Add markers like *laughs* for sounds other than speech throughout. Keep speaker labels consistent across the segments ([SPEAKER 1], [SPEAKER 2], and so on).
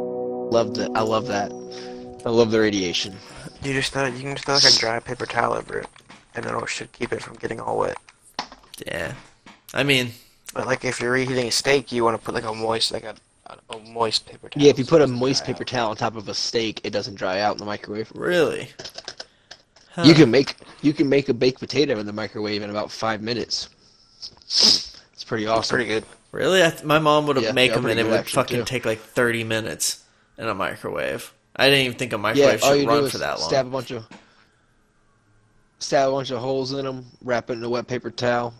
[SPEAKER 1] loved it. I love that. I love the radiation.
[SPEAKER 2] You just throw, you can just throw like a dry paper towel over it, and it should keep it from getting all wet.
[SPEAKER 3] Yeah. I mean,
[SPEAKER 2] But like if you're reheating a steak, you want to put like a moist like a, a- a moist paper towel.
[SPEAKER 1] Yeah, if you
[SPEAKER 2] so
[SPEAKER 1] put
[SPEAKER 2] it
[SPEAKER 1] a
[SPEAKER 2] doesn't
[SPEAKER 1] moist
[SPEAKER 2] dry out.
[SPEAKER 1] paper towel on top of a steak, it doesn't dry out in the microwave.
[SPEAKER 3] really. Huh.
[SPEAKER 1] You can make you can make a baked potato in the microwave in about five minutes. It's pretty
[SPEAKER 2] It's
[SPEAKER 1] awesome.
[SPEAKER 2] pretty good.
[SPEAKER 3] Really? I th- my mom would
[SPEAKER 1] Yeah,
[SPEAKER 3] have make 'em make
[SPEAKER 1] they're
[SPEAKER 3] them and
[SPEAKER 1] pretty
[SPEAKER 3] it
[SPEAKER 1] good
[SPEAKER 3] would
[SPEAKER 1] actually,
[SPEAKER 3] fucking
[SPEAKER 1] too.
[SPEAKER 3] take like 30 minutes in a microwave. I didn't even think a
[SPEAKER 1] Yeah,
[SPEAKER 3] microwave
[SPEAKER 1] all
[SPEAKER 3] should
[SPEAKER 1] you do
[SPEAKER 3] run
[SPEAKER 1] is
[SPEAKER 3] for that long.
[SPEAKER 1] stab a bunch of stab a bunch of holes in them, wrap it in a wet paper towel,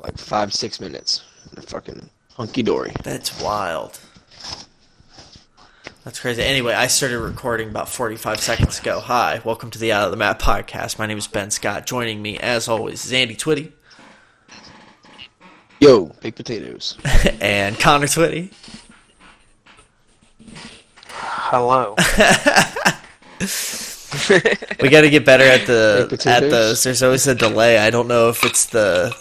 [SPEAKER 1] like five six minutes. And they're fucking hunky dory.
[SPEAKER 3] That's wild. That's crazy. Anyway, I started recording about 45 seconds ago. Hi, welcome to the Out of the Map podcast. My name is Ben Scott. Joining me, as always, is Andy Twitty *laughs*
[SPEAKER 1] Yo,
[SPEAKER 3] *laughs*
[SPEAKER 1] baked potatoes.
[SPEAKER 3] and Connor Twitty. *laughs*
[SPEAKER 2] Hello.
[SPEAKER 3] We got to get better at the
[SPEAKER 1] Baked
[SPEAKER 3] at
[SPEAKER 1] potatoes?
[SPEAKER 3] those. There's always a delay. I don't know if it's the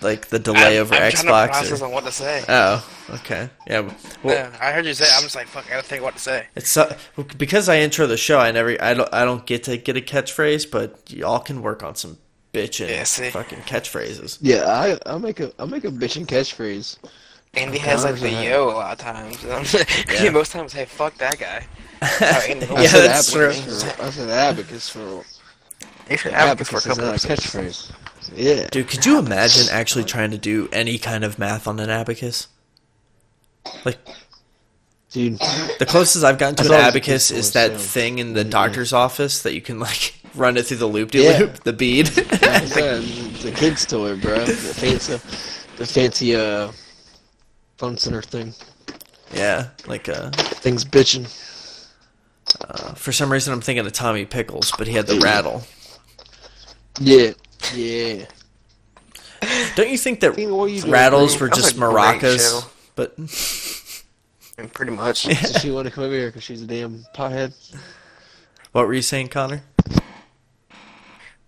[SPEAKER 3] like the delay over
[SPEAKER 2] I'm Trying to
[SPEAKER 3] Xbox.
[SPEAKER 2] process
[SPEAKER 3] Or,
[SPEAKER 2] on what to say.
[SPEAKER 3] oh, okay. Yeah. *laughs* Well,
[SPEAKER 2] Yeah, I heard you say. it, I'm just like fuck. I gotta think what to say.
[SPEAKER 3] It's so, because I intro the show. I never, I don't, I don't get to get a catchphrase, but y'all can work on some bitchin'
[SPEAKER 2] Yeah, see.
[SPEAKER 3] fucking
[SPEAKER 2] *laughs*
[SPEAKER 3] catchphrases.
[SPEAKER 1] Yeah, I I'll make a I'll make a bitchin' catchphrase.
[SPEAKER 2] Andy has like the
[SPEAKER 1] Congrats.
[SPEAKER 2] yo a lot of times. *laughs*
[SPEAKER 3] Yeah.
[SPEAKER 2] Most times, hey, fuck that guy. Oh,
[SPEAKER 3] *laughs*
[SPEAKER 2] Andy,
[SPEAKER 3] Yeah,
[SPEAKER 1] I said
[SPEAKER 3] that's
[SPEAKER 1] advocates For, I said advocates for
[SPEAKER 2] You should advocate
[SPEAKER 1] advocates
[SPEAKER 2] for a
[SPEAKER 1] is
[SPEAKER 2] couple
[SPEAKER 1] not a
[SPEAKER 2] of
[SPEAKER 1] catchphrase. Yeah.
[SPEAKER 3] Dude, could you imagine actually trying to do any kind of math on an abacus? Like
[SPEAKER 1] Dude.
[SPEAKER 3] the closest I've gotten to
[SPEAKER 1] That's
[SPEAKER 3] an
[SPEAKER 1] always a
[SPEAKER 3] abacus
[SPEAKER 1] good
[SPEAKER 3] is
[SPEAKER 1] source,
[SPEAKER 3] that
[SPEAKER 1] yeah.
[SPEAKER 3] thing in the doctor's office that you can like *laughs* run it through the loop de
[SPEAKER 1] Yeah.
[SPEAKER 3] loop, *laughs* the bead.
[SPEAKER 1] Like I said, it's a kid's toy, bro. The fancy, the fancy uh, fun center thing.
[SPEAKER 3] *laughs* yeah, like uh,
[SPEAKER 1] Things bitching.
[SPEAKER 3] uh, for some reason I'm thinking of Tommy Pickles, but he had the rattle.
[SPEAKER 1] Yeah, yeah.
[SPEAKER 3] Don't you think that
[SPEAKER 1] Tina, what are you doing,
[SPEAKER 3] rattles
[SPEAKER 1] bro?
[SPEAKER 3] were
[SPEAKER 2] That's a
[SPEAKER 3] just
[SPEAKER 2] great
[SPEAKER 3] maracas?
[SPEAKER 2] show.
[SPEAKER 3] But
[SPEAKER 2] And
[SPEAKER 3] *laughs*
[SPEAKER 2] pretty much.
[SPEAKER 1] Does she want to come over here because she's a damn pothead?
[SPEAKER 3] what were you saying, Connor?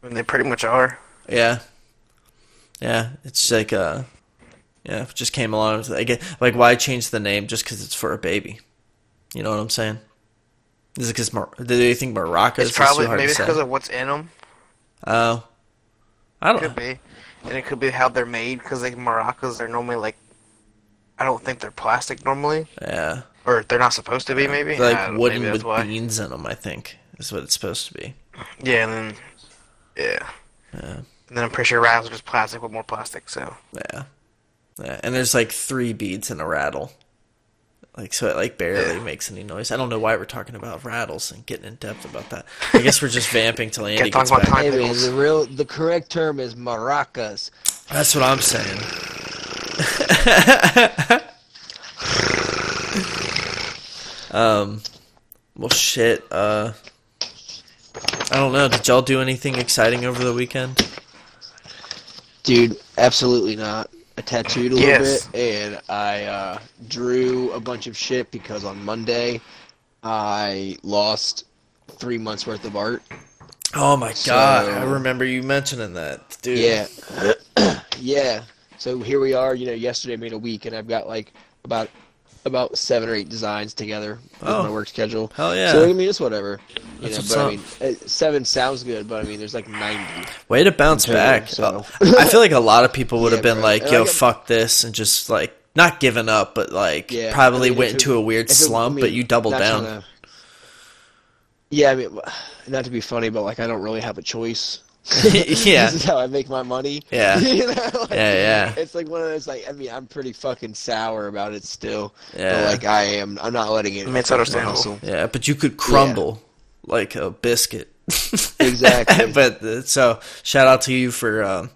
[SPEAKER 2] And they pretty much are.
[SPEAKER 3] Yeah. Yeah, it's like uh yeah, it just came along with I get like why change the name just cuz it's for a baby. You know what I'm saying? Is it cuz Mar- do they think Morocco
[SPEAKER 2] It's
[SPEAKER 3] is
[SPEAKER 2] probably
[SPEAKER 3] too hard
[SPEAKER 2] maybe
[SPEAKER 3] to
[SPEAKER 2] it's
[SPEAKER 3] say?
[SPEAKER 2] because of what's in them.
[SPEAKER 3] Oh. I don't
[SPEAKER 2] Could
[SPEAKER 3] know.
[SPEAKER 2] be, and it could be how they're made because like maracas are normally like, I don't think they're plastic normally,
[SPEAKER 3] Yeah.
[SPEAKER 2] or they're not supposed to be maybe.
[SPEAKER 3] They're
[SPEAKER 2] I
[SPEAKER 3] like
[SPEAKER 2] don't-
[SPEAKER 3] wooden
[SPEAKER 2] maybe that's
[SPEAKER 3] with
[SPEAKER 2] why.
[SPEAKER 3] beans in them, I think. Is what it's supposed to be.
[SPEAKER 2] Yeah, and then yeah,
[SPEAKER 3] Yeah.
[SPEAKER 2] and then I'm pretty sure rattles are just plastic with more plastic. So
[SPEAKER 3] Yeah. yeah. And there's like 3 beats in a rattle. Like so it like barely makes any noise. I don't know why we're talking about rattles and getting in depth about that. I guess we're just vamping till Andy
[SPEAKER 2] talk
[SPEAKER 3] gets
[SPEAKER 2] about
[SPEAKER 3] back.
[SPEAKER 2] time.
[SPEAKER 1] Hey man, the real, the correct term is maracas.
[SPEAKER 3] That's what I'm saying. *laughs* um, well, shit. Uh, I don't know. Did y'all do anything exciting over the weekend?
[SPEAKER 1] Dude, absolutely not. I tattooed a little
[SPEAKER 2] Yes.
[SPEAKER 1] bit, and I uh, drew a bunch of shit because on Monday I lost three months worth of art.
[SPEAKER 3] Oh my god! I
[SPEAKER 1] So-
[SPEAKER 3] remember you mentioning that, dude.
[SPEAKER 1] Yeah. *clears throat* yeah. So here we are, you know, yesterday made a week and I've got like about about seven or eight designs together with
[SPEAKER 3] Oh.
[SPEAKER 1] my work schedule.
[SPEAKER 3] Hell yeah.
[SPEAKER 1] So I mean it's whatever. You
[SPEAKER 3] That's
[SPEAKER 1] know, but I mean
[SPEAKER 3] what's
[SPEAKER 1] uh, seven sounds good, but I mean there's like ninety.
[SPEAKER 3] Way to bounce
[SPEAKER 1] Total,
[SPEAKER 3] back. Uh,
[SPEAKER 1] so-
[SPEAKER 3] I feel like a lot of people would
[SPEAKER 1] *laughs* Yeah,
[SPEAKER 3] have been
[SPEAKER 1] bro.
[SPEAKER 3] like,
[SPEAKER 1] And
[SPEAKER 3] "Yo,
[SPEAKER 1] I got-
[SPEAKER 3] fuck this," and just like not given up, but like
[SPEAKER 1] Yeah.
[SPEAKER 3] probably
[SPEAKER 1] I mean,
[SPEAKER 3] went
[SPEAKER 1] if it-
[SPEAKER 3] into a weird
[SPEAKER 1] if it- I
[SPEAKER 3] slump. but
[SPEAKER 1] mean,
[SPEAKER 3] you doubled
[SPEAKER 1] not
[SPEAKER 3] down.
[SPEAKER 1] tryna- yeah, I mean *sighs* not to be funny, but like I don't really have
[SPEAKER 3] *laughs*
[SPEAKER 1] a choice. *laughs*
[SPEAKER 3] Yeah.
[SPEAKER 1] This is how I make my money. *laughs*
[SPEAKER 3] Yeah.
[SPEAKER 1] You know, like,
[SPEAKER 3] Yeah, yeah.
[SPEAKER 1] It's like one of those like I mean I'm pretty fucking sour about it still.
[SPEAKER 3] Yeah.
[SPEAKER 1] But like I am I'm not letting it
[SPEAKER 2] I mean, it's
[SPEAKER 1] affect my
[SPEAKER 2] understandable.
[SPEAKER 1] hustle.
[SPEAKER 3] Yeah, but you could crumble like a biscuit.
[SPEAKER 1] Exactly.
[SPEAKER 3] *laughs* but uh, so shout out to you for um,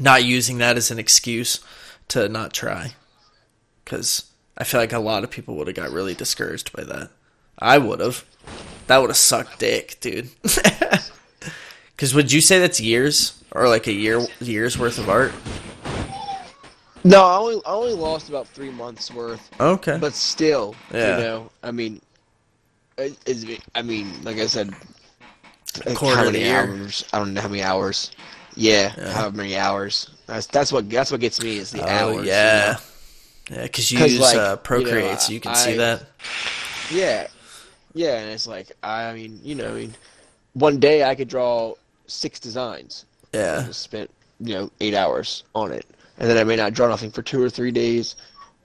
[SPEAKER 3] not using that as an excuse to not try, because I feel like a lot of people would have got really discouraged by that. I would have. That would have sucked dick, dude. *laughs* Because would you say that's years or like a year years worth of art?
[SPEAKER 1] No, I only I only lost about three months worth,
[SPEAKER 3] Okay.
[SPEAKER 1] but still,
[SPEAKER 3] Yeah.
[SPEAKER 1] you know, I mean, it, it's- I mean, like I said, like
[SPEAKER 3] quarter
[SPEAKER 1] how
[SPEAKER 3] of the
[SPEAKER 1] many
[SPEAKER 3] year.
[SPEAKER 1] hours? I don't know how many hours. Yeah, how many hours? That's that's what that's what gets me is the
[SPEAKER 3] oh
[SPEAKER 1] hours.
[SPEAKER 3] yeah, yeah. Because you
[SPEAKER 1] 'Cause,
[SPEAKER 3] use
[SPEAKER 1] like, you
[SPEAKER 3] uh,
[SPEAKER 1] know,
[SPEAKER 3] Procreate, so you can see
[SPEAKER 1] I-
[SPEAKER 3] that.
[SPEAKER 1] you know? yeah, Yeah, and it's like I mean, you know, I mean, one day I could draw six designs.
[SPEAKER 3] Yeah.
[SPEAKER 1] I spent you know eight hours on it, and then I may not draw nothing for two or three days,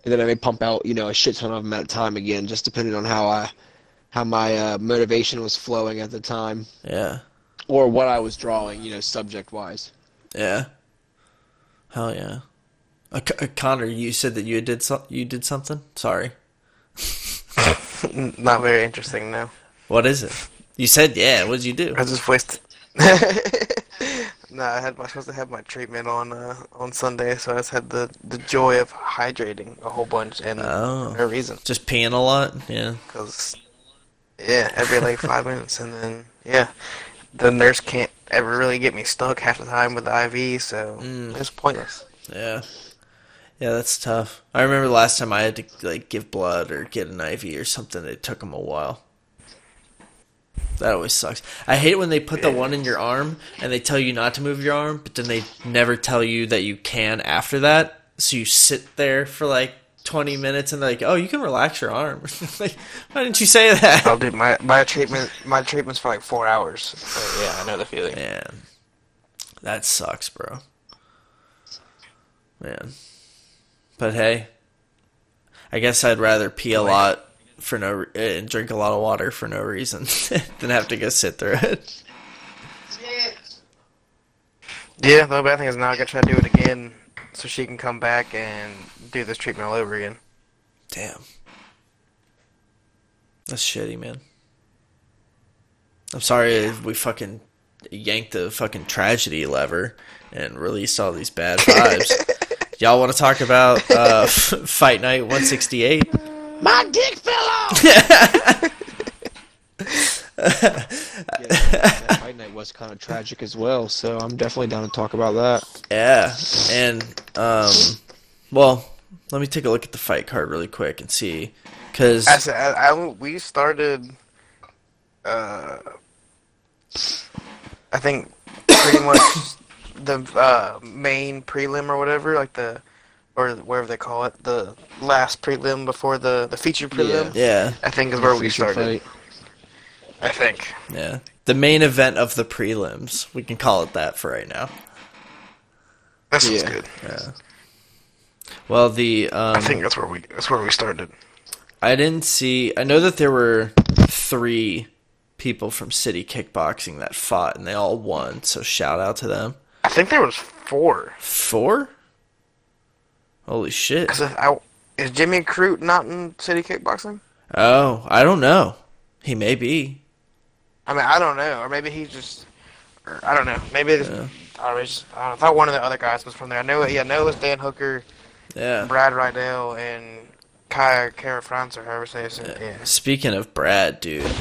[SPEAKER 1] and then I may pump out you know a shit ton of them at a time again, just depending on how I, how my uh, motivation was flowing at the time,
[SPEAKER 3] Yeah.
[SPEAKER 1] or what I was drawing, you know, subject wise.
[SPEAKER 3] Yeah. Hell yeah. Uh, C- uh, Connor, you said that you did so- you did something. Sorry.
[SPEAKER 2] Not very interesting, no.
[SPEAKER 3] What is it? You said yeah. What did you do?
[SPEAKER 2] I just *laughs* wasted. no, I had my, I was supposed to have my treatment on uh, on Sunday, so I just had the, the joy of hydrating a whole bunch and
[SPEAKER 3] Oh.
[SPEAKER 2] no reason.
[SPEAKER 3] Just peeing a lot. Yeah.
[SPEAKER 2] Because, yeah, every like five minutes, and then, yeah, the nurse can't ever really get me stuck half the time with the IV, so it's pointless.
[SPEAKER 3] Yeah. Yeah, that's tough. I remember last time I had to like give blood or get an IV or something. It took them a while. That always sucks. I hate when they put the one in your arm and they tell you not to move your arm, but then they never tell you that you can after that. So you sit there for like 20 minutes and they're like, "Oh, you can relax your arm." *laughs* like, why didn't you say that?
[SPEAKER 2] I'll do my my treatment. My treatment's for like four hours. So, yeah, I know the feeling.
[SPEAKER 3] Man, that sucks, bro. Man, but hey, I guess I'd rather pee a lot for no re- eh, and drink a lot of water for no reason *laughs* than have to go sit through it.
[SPEAKER 2] Yeah, the bad thing is now I gotta try to do it again, so she can come back and do this treatment all over again.
[SPEAKER 3] Damn, that's shitty, man. I'm sorry if we fucking yanked the fucking tragedy lever and released all these bad vibes. Y'all want to talk about uh, *laughs* Fight Night 168?
[SPEAKER 1] My dick fell off. yeah, that fight night was kind of tragic as well, so I'm definitely down to talk about that.
[SPEAKER 3] Yeah, and um, well, let me take a look at the fight card really quick and see, because
[SPEAKER 2] I said I, I- we started. Uh, I think pretty much the uh, main prelim or whatever, like the or wherever they call it, the last prelim before the the feature prelim.
[SPEAKER 3] yeah,
[SPEAKER 2] I think is where we
[SPEAKER 1] Future
[SPEAKER 2] started.
[SPEAKER 1] fight.
[SPEAKER 2] I think.
[SPEAKER 3] yeah, the main event of the prelims, we can call it that for right now.
[SPEAKER 2] That sounds
[SPEAKER 1] Yeah.
[SPEAKER 2] good.
[SPEAKER 3] Well, the
[SPEAKER 2] I
[SPEAKER 3] um,
[SPEAKER 2] think that's where we that's where we started.
[SPEAKER 3] I didn't see. I know that there were three people from City Kickboxing that fought, and they all won. So shout out to them.
[SPEAKER 2] I think there was four.
[SPEAKER 3] Four. Holy shit!
[SPEAKER 2] Cause if I, is Jimmy Crute not in City Kickboxing?
[SPEAKER 3] Oh, I don't know. He may be.
[SPEAKER 2] I mean, I don't know, or maybe he's just, or I don't know. Maybe it's, I, was just, I, don't know. I thought one of the other guys was from there. I know, yeah, I know it was Dan Hooker,
[SPEAKER 3] Yeah.
[SPEAKER 2] Brad Rydell, and Kaya Kara France, or however you say his name. Yeah.
[SPEAKER 3] Speaking of Brad, dude,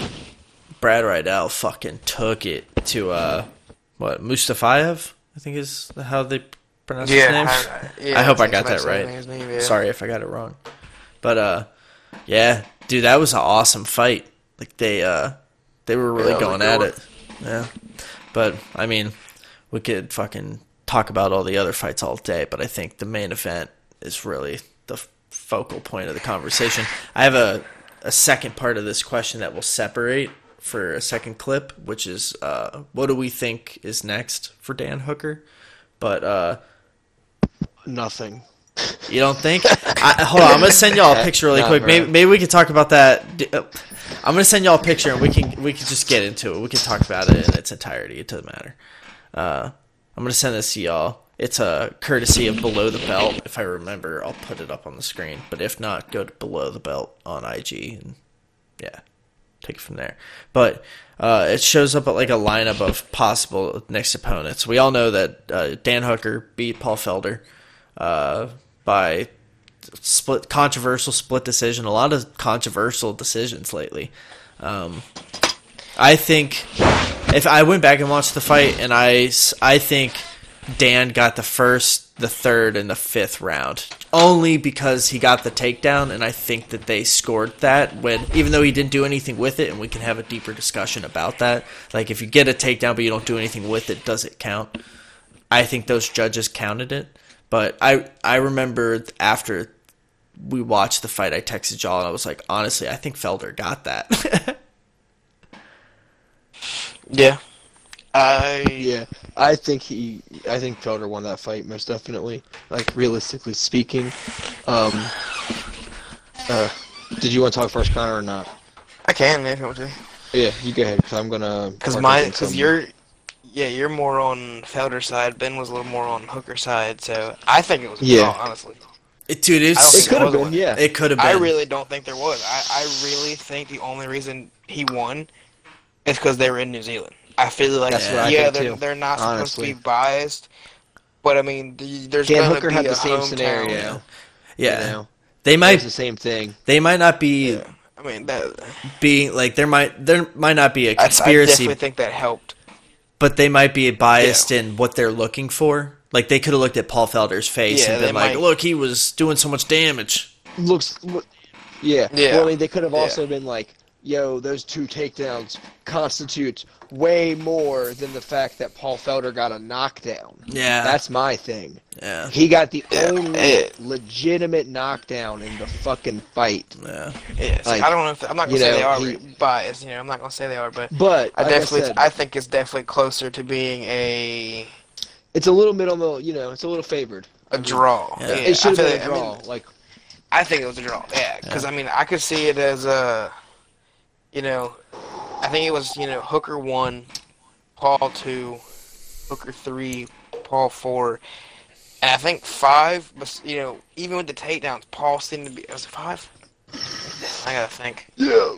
[SPEAKER 3] Brad Rydell fucking took it to uh, what Mustafayev? I think is how they pronounce his
[SPEAKER 2] Yeah,
[SPEAKER 3] name.
[SPEAKER 2] I- I- yeah,
[SPEAKER 3] I hope I
[SPEAKER 2] that's
[SPEAKER 3] got
[SPEAKER 2] what
[SPEAKER 3] that
[SPEAKER 2] I said,
[SPEAKER 3] right.
[SPEAKER 2] his name, yeah.
[SPEAKER 3] Sorry if I got it wrong, but uh, yeah, dude, that was an awesome fight. Like they uh, they were really
[SPEAKER 2] Yeah, it was a
[SPEAKER 3] going
[SPEAKER 2] good
[SPEAKER 3] at
[SPEAKER 2] one.
[SPEAKER 3] it. Yeah, but I mean, we could fucking talk about all the other fights all day, but I think the main event is really the f- focal point of the conversation. I have a a second part of this question that will separate for a second clip, which is uh, what do we think is next for Dan Hooker? But uh,
[SPEAKER 1] Nothing.
[SPEAKER 3] you don't think? I, hold on, I'm gonna send y'all a picture really
[SPEAKER 1] Nah,
[SPEAKER 3] quick.
[SPEAKER 1] bro.
[SPEAKER 3] Maybe, maybe we could talk about that. D- uh, I'm gonna send y'all a picture, and we can we can just get into it. We can talk about it in its entirety. It doesn't matter. Uh, I'm gonna send this to y'all. It's a courtesy of Below the Belt. If I remember, I'll put it up on the screen. But if not, go to Below the Belt on IG, and yeah, take it from there. But uh, it shows up at like a lineup of possible next opponents. We all know that uh, Dan Hooker beat Paul Felder uh, by split controversial split decision. A lot of controversial decisions lately. Um, I think if I went back and watched the fight, and I s- I think Dan got the first, the third, and the fifth round only because he got the takedown, and I think that they scored that when even though he didn't do anything with it, and we can have a deeper discussion about that. Like if you get a takedown but you don't do anything with it, does it count? I think those judges counted it. But I I remember after we watched the fight, I texted y'all and I was like, honestly, I think Felder got that. *laughs*
[SPEAKER 2] Yeah. I
[SPEAKER 1] Yeah, I think he, I think Felder won that fight most definitely. Like realistically speaking, um, uh, did you want to talk first, Connor, or not?
[SPEAKER 2] I can if you want to.
[SPEAKER 1] Yeah, you go ahead, cause I'm gonna.
[SPEAKER 2] Because
[SPEAKER 1] mark
[SPEAKER 2] my,
[SPEAKER 1] up on
[SPEAKER 2] because
[SPEAKER 1] some-
[SPEAKER 2] you're, yeah, you're more on Felder's side. Ben was a little more on Hooker's side. So I think it was a
[SPEAKER 1] Yeah.
[SPEAKER 2] draw, honestly.
[SPEAKER 3] It, dude,
[SPEAKER 2] I don't
[SPEAKER 1] It
[SPEAKER 3] it's,
[SPEAKER 2] think
[SPEAKER 1] could have
[SPEAKER 2] was
[SPEAKER 1] been,
[SPEAKER 2] one.
[SPEAKER 1] yeah.
[SPEAKER 3] it could have been.
[SPEAKER 2] I really don't think there was. I, I really think the only reason he won is because they were in New Zealand. I feel like
[SPEAKER 1] That's what I
[SPEAKER 2] yeah,
[SPEAKER 1] think,
[SPEAKER 2] they're,
[SPEAKER 1] too,
[SPEAKER 2] they're not supposed to
[SPEAKER 1] honestly.
[SPEAKER 2] be biased, but I mean, the, there's
[SPEAKER 1] Dan
[SPEAKER 2] gonna
[SPEAKER 1] Hooker
[SPEAKER 2] be
[SPEAKER 1] had
[SPEAKER 2] a
[SPEAKER 1] the same
[SPEAKER 2] hometown-
[SPEAKER 1] scenario.
[SPEAKER 3] yeah.
[SPEAKER 1] You know?
[SPEAKER 3] They
[SPEAKER 1] It was
[SPEAKER 3] might
[SPEAKER 1] the same thing.
[SPEAKER 3] they might not be
[SPEAKER 2] I mean, that
[SPEAKER 3] being like there might there might not be a
[SPEAKER 2] I, I
[SPEAKER 3] conspiracy,
[SPEAKER 2] definitely think that helped.
[SPEAKER 3] but they might be biased in what they're looking for. Like they could have looked at Paul Felder's face
[SPEAKER 2] Yeah,
[SPEAKER 3] and been
[SPEAKER 2] they
[SPEAKER 3] like,
[SPEAKER 2] might.
[SPEAKER 3] "Look, he was doing so much damage."
[SPEAKER 1] Looks, look, yeah.
[SPEAKER 2] Yeah.
[SPEAKER 1] Well, I mean, they could have
[SPEAKER 2] Yeah.
[SPEAKER 1] also been like, "Yo, those two takedowns constitute way more than the fact that Paul Felder got a knockdown."
[SPEAKER 3] Yeah,
[SPEAKER 1] That's my thing.
[SPEAKER 3] yeah,
[SPEAKER 1] He got the
[SPEAKER 2] Yeah,
[SPEAKER 1] only
[SPEAKER 2] eh.
[SPEAKER 1] legitimate knockdown in the fucking fight.
[SPEAKER 3] yeah.
[SPEAKER 2] Yeah, so
[SPEAKER 1] Like,
[SPEAKER 2] I don't know. if I'm not gonna
[SPEAKER 1] you
[SPEAKER 2] say
[SPEAKER 1] know,
[SPEAKER 2] they are
[SPEAKER 1] he-
[SPEAKER 2] biased. You know, I'm not gonna say they are, but
[SPEAKER 1] But
[SPEAKER 2] I
[SPEAKER 1] like
[SPEAKER 2] definitely, I,
[SPEAKER 1] said,
[SPEAKER 2] think it's definitely closer to being a
[SPEAKER 1] it's a little middle, middle, you know, it's a little favored.
[SPEAKER 2] a draw.
[SPEAKER 3] Yeah.
[SPEAKER 2] Yeah,
[SPEAKER 1] It should
[SPEAKER 2] I
[SPEAKER 1] have
[SPEAKER 2] feel
[SPEAKER 1] been a
[SPEAKER 2] like- I
[SPEAKER 1] draw.
[SPEAKER 2] mean,
[SPEAKER 1] like
[SPEAKER 2] I think it was a draw. Yeah, because I mean, I could see it as a, you know, I think it was you know Hooker one, Paul two, Hooker three, Paul four, and I think five. was- You know, even with the takedowns, Paul seemed to be was it five. I gotta think.
[SPEAKER 1] yeah,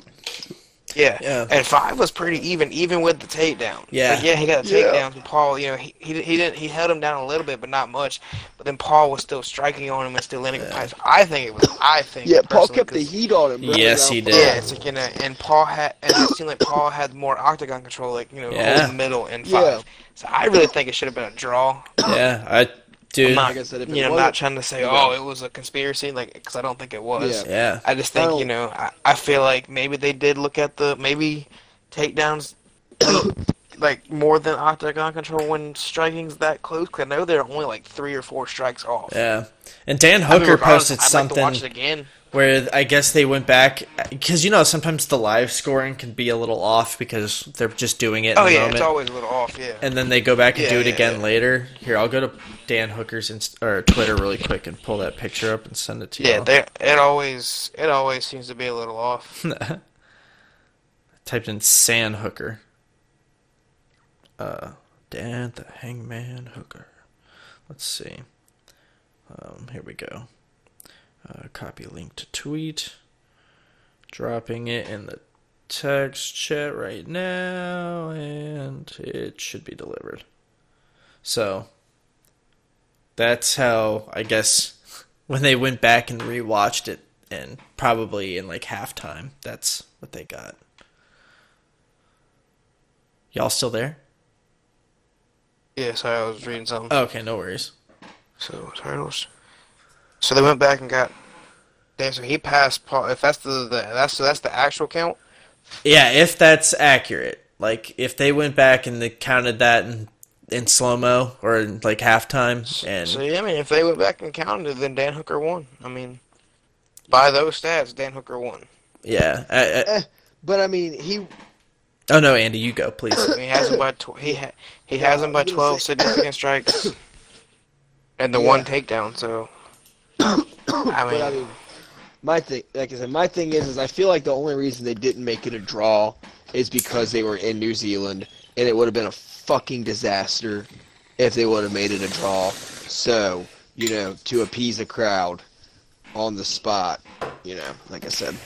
[SPEAKER 2] Yeah.
[SPEAKER 3] Yeah.
[SPEAKER 2] And five was pretty even, even with the takedown.
[SPEAKER 3] Yeah.
[SPEAKER 2] Like, yeah, he got a
[SPEAKER 1] Yeah.
[SPEAKER 2] takedown. but Paul, you know, he, he he didn't he held him down a little bit, but not much. But then Paul was still striking on him and still landing punches. I think it was. I think.
[SPEAKER 1] yeah. Paul
[SPEAKER 2] personally,
[SPEAKER 1] kept the
[SPEAKER 2] 'cause-
[SPEAKER 1] heat on him. bro,
[SPEAKER 3] Yes,
[SPEAKER 1] around
[SPEAKER 3] he
[SPEAKER 1] five.
[SPEAKER 3] did.
[SPEAKER 2] Yeah, it's like you know, and Paul had, and it seemed like Paul had more octagon control, like you know,
[SPEAKER 3] Yeah.
[SPEAKER 2] over the middle and
[SPEAKER 1] Yeah.
[SPEAKER 2] five. So I really think it should have been a draw.
[SPEAKER 3] yeah. I
[SPEAKER 2] I'm
[SPEAKER 3] dude,
[SPEAKER 2] not,
[SPEAKER 1] Like I said, if it
[SPEAKER 2] you know, I'm
[SPEAKER 1] wasn't-
[SPEAKER 2] not trying to say, oh, it was a conspiracy, like, because I don't think it was.
[SPEAKER 1] Yeah.
[SPEAKER 3] yeah,
[SPEAKER 2] I just think,
[SPEAKER 1] Well-
[SPEAKER 2] you know, I, I feel like maybe they did look at the maybe takedowns *coughs* like more than octagon control when striking's that close. 'cause I know they're only like three or four strikes off.
[SPEAKER 3] yeah. And Dan
[SPEAKER 2] I mean,
[SPEAKER 3] Hooker
[SPEAKER 2] regardless,
[SPEAKER 3] posted
[SPEAKER 2] I'd
[SPEAKER 3] something
[SPEAKER 2] Like to watch it again.
[SPEAKER 3] where I guess they went back because you know sometimes the live scoring can be a little off because they're just doing it.
[SPEAKER 2] Oh
[SPEAKER 3] in the
[SPEAKER 2] yeah,
[SPEAKER 3] moment.
[SPEAKER 2] it's always a little off. Yeah.
[SPEAKER 3] and then they go back and
[SPEAKER 2] Yeah,
[SPEAKER 3] do it
[SPEAKER 2] yeah,
[SPEAKER 3] again
[SPEAKER 2] yeah.
[SPEAKER 3] later. Here, I'll go to Dan Hooker's inst- or Twitter really quick and pull that picture up and send it to you.
[SPEAKER 2] yeah, they, it always it always seems to be a
[SPEAKER 3] *laughs*
[SPEAKER 2] little off.
[SPEAKER 3] typed in San Hooker. Uh, Dan the Hangman Hooker. Let's see. Um, here we go. Uh, copy link to tweet. Dropping it in the text chat right now, and it should be delivered. So that's how I guess *laughs* when they went back and rewatched it, and probably in like halftime, that's what they got. Y'all still there?
[SPEAKER 2] yeah, sorry, I was reading something.
[SPEAKER 3] Oh, okay, no worries.
[SPEAKER 2] So turtles. So they went back and got. Damn, so he passed Paul. If that's the, the that's that's the actual count.
[SPEAKER 3] Yeah, if that's accurate, like if they went back and they counted that in, in slow mo or in like halftime, and
[SPEAKER 2] So yeah, I mean, if they went back and counted, it, then Dan Hooker won. I mean, by those stats, Dan Hooker won.
[SPEAKER 3] yeah, I, I,
[SPEAKER 1] Eh, but I mean, he
[SPEAKER 3] oh no, Andy, you go,
[SPEAKER 1] *clears throat*
[SPEAKER 3] please.
[SPEAKER 2] I mean, he has him by tw- he ha- he has him by
[SPEAKER 1] I was gonna
[SPEAKER 2] twelve
[SPEAKER 1] say-
[SPEAKER 2] significant strikes, and the one takedown. So
[SPEAKER 1] *coughs*
[SPEAKER 2] I
[SPEAKER 1] But I
[SPEAKER 2] mean,
[SPEAKER 1] mean, my thing, like I said, my thing is, is I feel like the only reason they didn't make it a draw is because they were in New Zealand, and it would have been a fucking disaster if they would have made it a draw. So, you know, to appease the crowd on the spot, you know, like I said,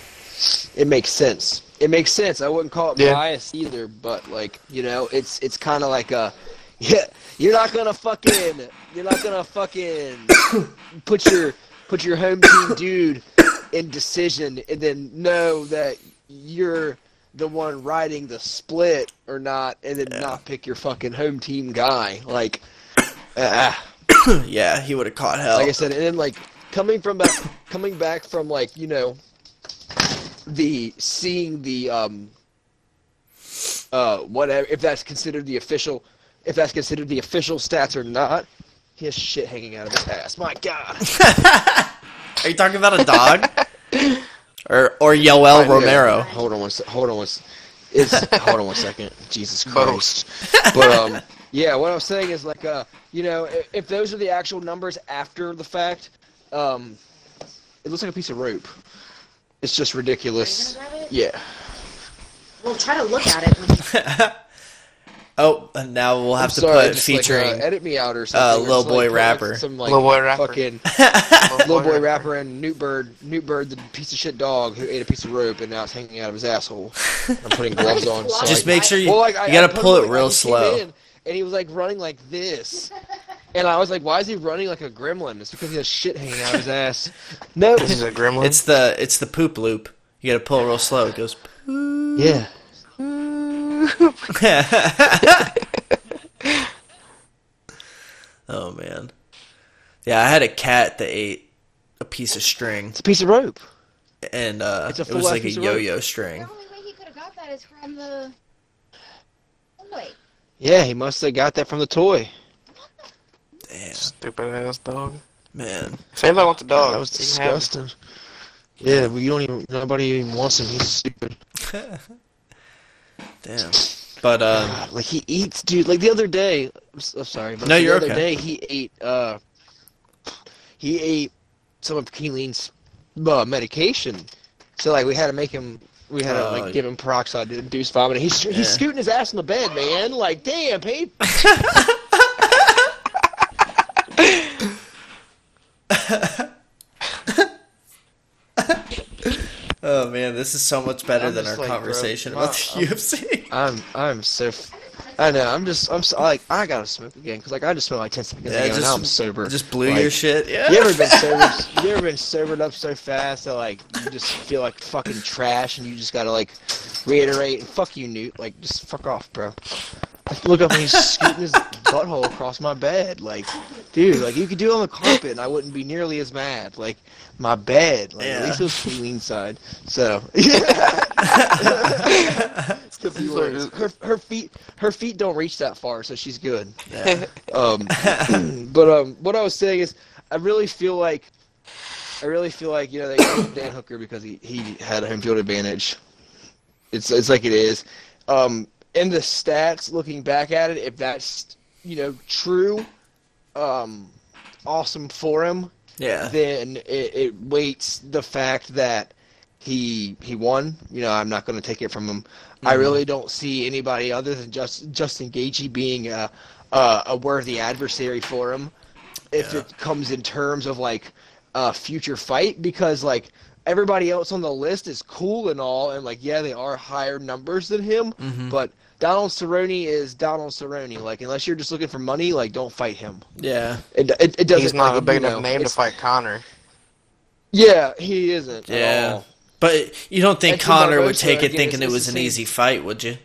[SPEAKER 1] it makes sense. It makes sense. I wouldn't call it
[SPEAKER 2] Yeah.
[SPEAKER 1] bias either, but like, you know, it's it's kind of like a, *laughs* yeah, you're not gonna fucking, you're not gonna fucking *coughs* put your put your home team dude in decision and then know that you're the one riding the split or not and then not pick your fucking home team guy like ah,
[SPEAKER 3] yeah, he would have caught hell.
[SPEAKER 1] like i said and then like coming from back coming back from like you know the seeing the um uh whatever if that's considered the official if that's considered the official stats or not he has shit hanging out of his ass my god
[SPEAKER 3] Are you
[SPEAKER 1] *laughs*
[SPEAKER 3] talking about a dog? or or Yoel
[SPEAKER 1] Yeah,
[SPEAKER 3] Romero?
[SPEAKER 1] Hold on one sec. Hold on one sec. It's
[SPEAKER 3] *laughs*
[SPEAKER 1] hold on one second. Jesus Christ. but um, yeah, what I was saying is like uh, you know, if, if those are the actual numbers after the fact, um, it looks like a piece of rope. It's just ridiculous.
[SPEAKER 4] Are you gonna grab it?
[SPEAKER 1] Yeah.
[SPEAKER 4] We'll try to look at it. When you...
[SPEAKER 3] Oh, and now we'll have
[SPEAKER 1] I'm
[SPEAKER 3] to
[SPEAKER 1] sorry,
[SPEAKER 3] put
[SPEAKER 1] just,
[SPEAKER 3] featuring.
[SPEAKER 1] like, uh, edit me out or something. or
[SPEAKER 3] Lil
[SPEAKER 1] just, like,
[SPEAKER 3] Boy
[SPEAKER 1] put, like,
[SPEAKER 3] Rapper.
[SPEAKER 1] Some like
[SPEAKER 2] Lil Boy Rapper.
[SPEAKER 1] fucking
[SPEAKER 2] Little
[SPEAKER 1] Little
[SPEAKER 3] *laughs*
[SPEAKER 1] boy rapper and Newt Bird, Newt Bird, the piece of shit dog who ate a piece of rope and now it's hanging out of his asshole. I'm putting
[SPEAKER 4] *laughs*
[SPEAKER 1] gloves on. So
[SPEAKER 3] just
[SPEAKER 1] like,
[SPEAKER 3] make *laughs* sure you
[SPEAKER 1] Well, like, I-
[SPEAKER 3] you gotta
[SPEAKER 1] I put
[SPEAKER 3] pull
[SPEAKER 1] him,
[SPEAKER 3] it
[SPEAKER 1] like,
[SPEAKER 3] real
[SPEAKER 1] he came
[SPEAKER 3] slow.
[SPEAKER 1] in, and he was like running like this, and I was like, "Why is he running like a gremlin?" It's because he has shit hanging out of
[SPEAKER 3] *laughs*
[SPEAKER 1] his ass. No,
[SPEAKER 2] This is a gremlin.
[SPEAKER 3] It's the it's the poop loop. You gotta pull it real slow. It goes.
[SPEAKER 1] yeah.
[SPEAKER 3] *laughs* oh man. Yeah, I had a cat that ate a piece of string,
[SPEAKER 1] It's a piece of rope.
[SPEAKER 3] and uh,
[SPEAKER 1] It's a
[SPEAKER 3] it was
[SPEAKER 1] full-ass
[SPEAKER 3] like a
[SPEAKER 1] piece of rope.
[SPEAKER 3] yo-yo string.
[SPEAKER 4] the only way he could have got that is from the Oh, toy.
[SPEAKER 1] Yeah, he must have got that from the toy.
[SPEAKER 3] Damn,
[SPEAKER 2] Stupid ass dog.
[SPEAKER 3] man.
[SPEAKER 2] Same thing with the dog.
[SPEAKER 1] that was
[SPEAKER 2] You can Oh, have-
[SPEAKER 1] disgusting. Yeah, we don't even. Nobody even wants him. He's stupid.
[SPEAKER 3] Damn. But um,
[SPEAKER 1] God, like he eats, dude. Like the other day, I'm, s am sorry, but
[SPEAKER 3] No,
[SPEAKER 1] the
[SPEAKER 3] you're
[SPEAKER 1] other
[SPEAKER 3] okay.
[SPEAKER 1] day he ate, uh, he ate some of Keelan's uh, medication. So like we had to make him, we had to
[SPEAKER 3] Oh.
[SPEAKER 1] like give him peroxide to induce vomiting. He's he's
[SPEAKER 3] Yeah.
[SPEAKER 1] scooting his ass in the bed, man. Like damn, hey.
[SPEAKER 3] oh man, this is so much better
[SPEAKER 1] I'm
[SPEAKER 3] than our
[SPEAKER 1] just like, bro,
[SPEAKER 3] conversation
[SPEAKER 1] my-
[SPEAKER 3] about the *laughs* UFC.
[SPEAKER 1] I'm- I'm I'm so. F- I know. I'm just. I'm so, like. I gotta smoke again because like I just smoked like ten seconds
[SPEAKER 3] Yeah,
[SPEAKER 1] ago. and
[SPEAKER 3] just-
[SPEAKER 1] now I'm sober.
[SPEAKER 3] Just blew
[SPEAKER 1] Like,
[SPEAKER 3] your shit. *laughs* Yeah.
[SPEAKER 1] You ever been sobered? You ever been sobered up so fast that like you just feel like fucking trash and you just gotta like reiterate and fuck you, Newt. Like just fuck off, bro. I look up and he's scooting his butthole across my bed. Like, dude, like you could do it on the carpet and I wouldn't be nearly as mad. Like my bed, like
[SPEAKER 3] Yeah.
[SPEAKER 1] at least it was clean side. So. It's 'cause you were- her, her feet her feet don't reach that far, so she's good. *laughs* Um, *clears throat* but um, what I was saying is, I really feel like, I really feel like you know they killed Dan Hooker because he, he had a home field advantage. It's it's like it is. Um, in the stats, looking back at it, if that's you know true, um, awesome for him.
[SPEAKER 3] Yeah.
[SPEAKER 1] Then it, it weights the fact that he he won. You know, I'm not going to take it from him. I really don't see anybody other than just Justin Gaethje being a a, a worthy adversary for him. If it comes in terms of like a future fight, because like everybody else on the list is cool and all, and like yeah, they are higher numbers than him, but. Donald Cerrone is Donald Cerrone. Like, unless you're just looking for money, like, don't fight him.
[SPEAKER 3] Yeah.
[SPEAKER 1] It it, it doesn't.
[SPEAKER 2] He's not
[SPEAKER 1] like,
[SPEAKER 2] a big
[SPEAKER 1] you
[SPEAKER 2] enough
[SPEAKER 1] know,
[SPEAKER 2] name to
[SPEAKER 1] it's-
[SPEAKER 2] fight Connor.
[SPEAKER 1] yeah, he isn't. at
[SPEAKER 3] Yeah.
[SPEAKER 1] all.
[SPEAKER 3] But you don't think
[SPEAKER 1] Edson
[SPEAKER 3] Connor would
[SPEAKER 1] Barbosa,
[SPEAKER 3] take it
[SPEAKER 1] again,
[SPEAKER 3] thinking it
[SPEAKER 1] it's- it's
[SPEAKER 3] was
[SPEAKER 1] the
[SPEAKER 3] an
[SPEAKER 1] same-
[SPEAKER 3] easy fight, would you?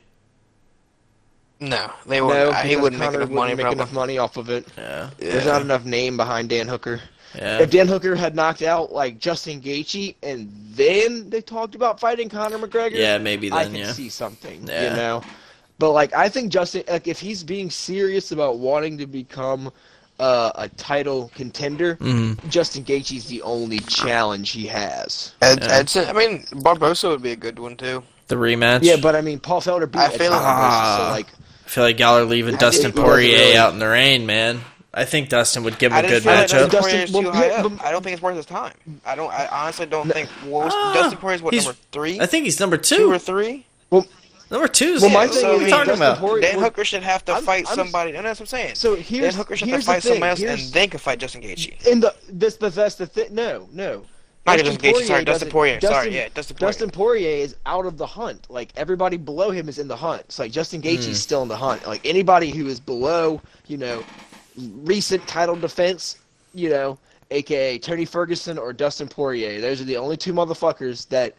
[SPEAKER 2] No, they
[SPEAKER 1] No,
[SPEAKER 2] wouldn't. he
[SPEAKER 1] because
[SPEAKER 2] wouldn't
[SPEAKER 1] Conor
[SPEAKER 2] make enough money.
[SPEAKER 1] wouldn't make
[SPEAKER 2] probably.
[SPEAKER 1] enough money off of it.
[SPEAKER 3] Yeah.
[SPEAKER 1] There's not enough name behind Dan Hooker.
[SPEAKER 3] Yeah.
[SPEAKER 1] If Dan Hooker had knocked out like Justin Gaethje and then they talked about fighting Conor McGregor,
[SPEAKER 3] Yeah, maybe
[SPEAKER 1] I
[SPEAKER 3] then,
[SPEAKER 1] can
[SPEAKER 3] yeah.
[SPEAKER 1] see something.
[SPEAKER 3] Yeah.
[SPEAKER 1] You know, but like I think Justin, like if he's being serious about wanting to become uh, a title contender,
[SPEAKER 3] Mm-hmm.
[SPEAKER 1] Justin Gaethje's the only challenge he has.
[SPEAKER 2] Ed,
[SPEAKER 3] Yeah.
[SPEAKER 2] Edson, I mean, Barbosa would be a good one too.
[SPEAKER 3] The rematch.
[SPEAKER 1] Yeah, but I mean, Paul Felder beat
[SPEAKER 2] I feel-
[SPEAKER 1] Edson Barboza, so
[SPEAKER 3] Ah.
[SPEAKER 1] like
[SPEAKER 3] I feel like y'all are leaving Dustin
[SPEAKER 1] think he wasn't
[SPEAKER 3] Poirier
[SPEAKER 1] really-
[SPEAKER 3] out in the rain, man. I think Dustin would give him
[SPEAKER 2] I
[SPEAKER 3] a good
[SPEAKER 2] just feel like
[SPEAKER 3] matchup.
[SPEAKER 2] Dustin
[SPEAKER 1] matchup.
[SPEAKER 2] Poirier is
[SPEAKER 1] Dustin-
[SPEAKER 2] too
[SPEAKER 1] well,
[SPEAKER 2] high
[SPEAKER 1] yeah,
[SPEAKER 2] up.
[SPEAKER 1] but-
[SPEAKER 2] I don't think it's worth his time. I don't. I honestly don't think. What was,
[SPEAKER 3] Ah,
[SPEAKER 2] Dustin Poirier's what
[SPEAKER 3] he's-
[SPEAKER 2] number three?
[SPEAKER 3] I think he's number two.
[SPEAKER 2] two or three.
[SPEAKER 3] number two is
[SPEAKER 1] Well, my
[SPEAKER 3] what
[SPEAKER 1] thing
[SPEAKER 3] are
[SPEAKER 1] is
[SPEAKER 3] we talking
[SPEAKER 1] Dustin
[SPEAKER 3] about?
[SPEAKER 1] Poirier-
[SPEAKER 2] Dan
[SPEAKER 1] well,
[SPEAKER 2] Hooker should have to
[SPEAKER 1] I'm-
[SPEAKER 2] fight
[SPEAKER 1] I'm-
[SPEAKER 2] somebody. No, that's what I'm saying.
[SPEAKER 1] So here's-
[SPEAKER 2] Dan Hooker should have
[SPEAKER 1] here's
[SPEAKER 2] to
[SPEAKER 1] the
[SPEAKER 2] fight
[SPEAKER 1] thing,
[SPEAKER 2] somebody else
[SPEAKER 1] here's-
[SPEAKER 2] and then could fight Justin Gaethje.
[SPEAKER 1] In the this but that's the thing. No, no.
[SPEAKER 2] Not Justin Gaethje, sorry, Dustin
[SPEAKER 1] doesn't-
[SPEAKER 2] Poirier, sorry, yeah, Dustin Poirier.
[SPEAKER 1] Poirier is out of the hunt. Like everybody below him is in the hunt. So like Justin Gaethje's
[SPEAKER 3] Hmm.
[SPEAKER 1] still in the hunt. Like anybody who is below, you know, recent title defense, you know, aka Tony Ferguson or Dustin Poirier. Those are the only two motherfuckers that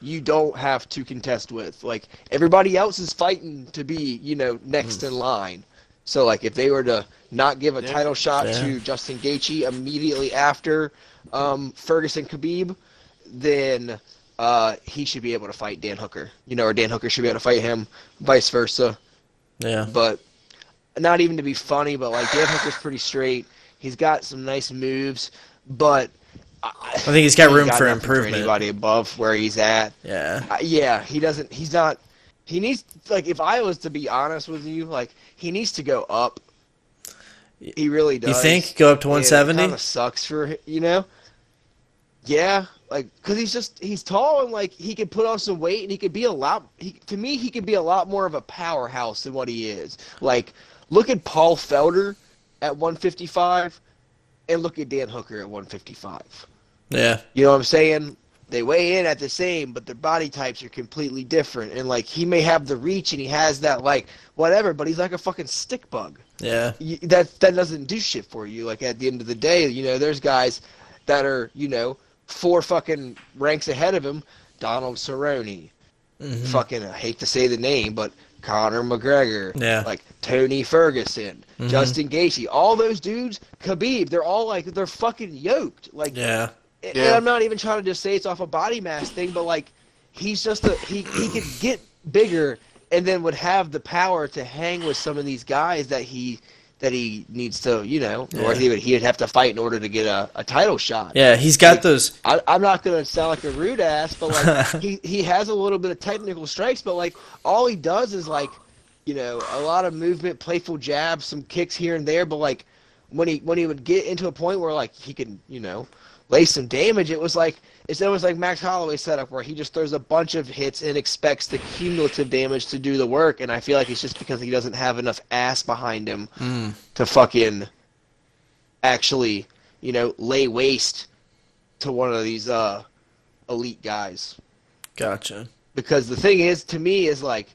[SPEAKER 1] you don't have to contest with. Like everybody else is fighting to be, you know, next in line. So like if they were to not give a title shot
[SPEAKER 3] Yeah.
[SPEAKER 1] to Justin Gaethje immediately after um, Ferguson Khabib, then uh, he should be able to fight Dan Hooker. You know, or Dan Hooker should be able to fight him, vice versa.
[SPEAKER 3] Yeah.
[SPEAKER 1] But not even to be funny, but like Dan Hooker's pretty straight. He's got some nice moves, but
[SPEAKER 3] I think he's got
[SPEAKER 1] he ain't
[SPEAKER 3] room
[SPEAKER 1] got
[SPEAKER 3] for
[SPEAKER 1] nothing
[SPEAKER 3] improvement.
[SPEAKER 1] anybody above where he's at.
[SPEAKER 3] yeah.
[SPEAKER 1] Uh, yeah, he doesn't. He's not. He needs like if I was to be honest with you, like he needs to go up. He really does.
[SPEAKER 3] You think go up to
[SPEAKER 1] And it
[SPEAKER 3] 170?
[SPEAKER 1] kinda sucks for hi- you know. Yeah, like because he's just he's tall and like he could put on some weight and he could be a lot. He, to me, he could be a lot more of a powerhouse than what he is. Like look at Paul Felder at 155, and look at Dan Hooker at 155.
[SPEAKER 3] yeah.
[SPEAKER 1] You know what I'm saying? They weigh in at the same, but their body types are completely different. And like he may have the reach and he has that like whatever, but he's like a fucking stick bug.
[SPEAKER 3] Yeah.
[SPEAKER 1] You, that that doesn't do shit for you. Like at the end of the day, you know, there's guys that are you know four fucking ranks ahead of him. Donald Cerrone,
[SPEAKER 3] Mm-hmm.
[SPEAKER 1] fucking I hate to say the name, but Conor McGregor,
[SPEAKER 3] Yeah.
[SPEAKER 1] like Tony Ferguson, Justin Gaethje, all those dudes, Khabib, they're all like they're fucking yoked. Like
[SPEAKER 3] Yeah.
[SPEAKER 1] and
[SPEAKER 2] Yeah.
[SPEAKER 1] I'm not even trying to just say it's off a body mass thing, but like he's just a he he could get bigger and then would have the power to hang with some of these guys that he that he needs to you know or
[SPEAKER 3] Yeah.
[SPEAKER 1] he would he'd have to fight in order to get a, a title shot.
[SPEAKER 3] Yeah, he's got those
[SPEAKER 1] I, I'm not gonna sound like a rude ass, but like he he has a little bit of technical strikes, but like all he does is like, you know, a lot of movement, playful jabs, some kicks here and there. But like when he when he would get into a point where like he can you know lay some damage, it was like it's almost like Max Holloway setup where he just throws a bunch of hits and expects the cumulative damage to do the work. And I feel like it's just because he doesn't have enough ass behind him to fucking actually you know lay waste to one of these uh elite guys
[SPEAKER 3] gotcha. *laughs*
[SPEAKER 1] because the thing is to me is like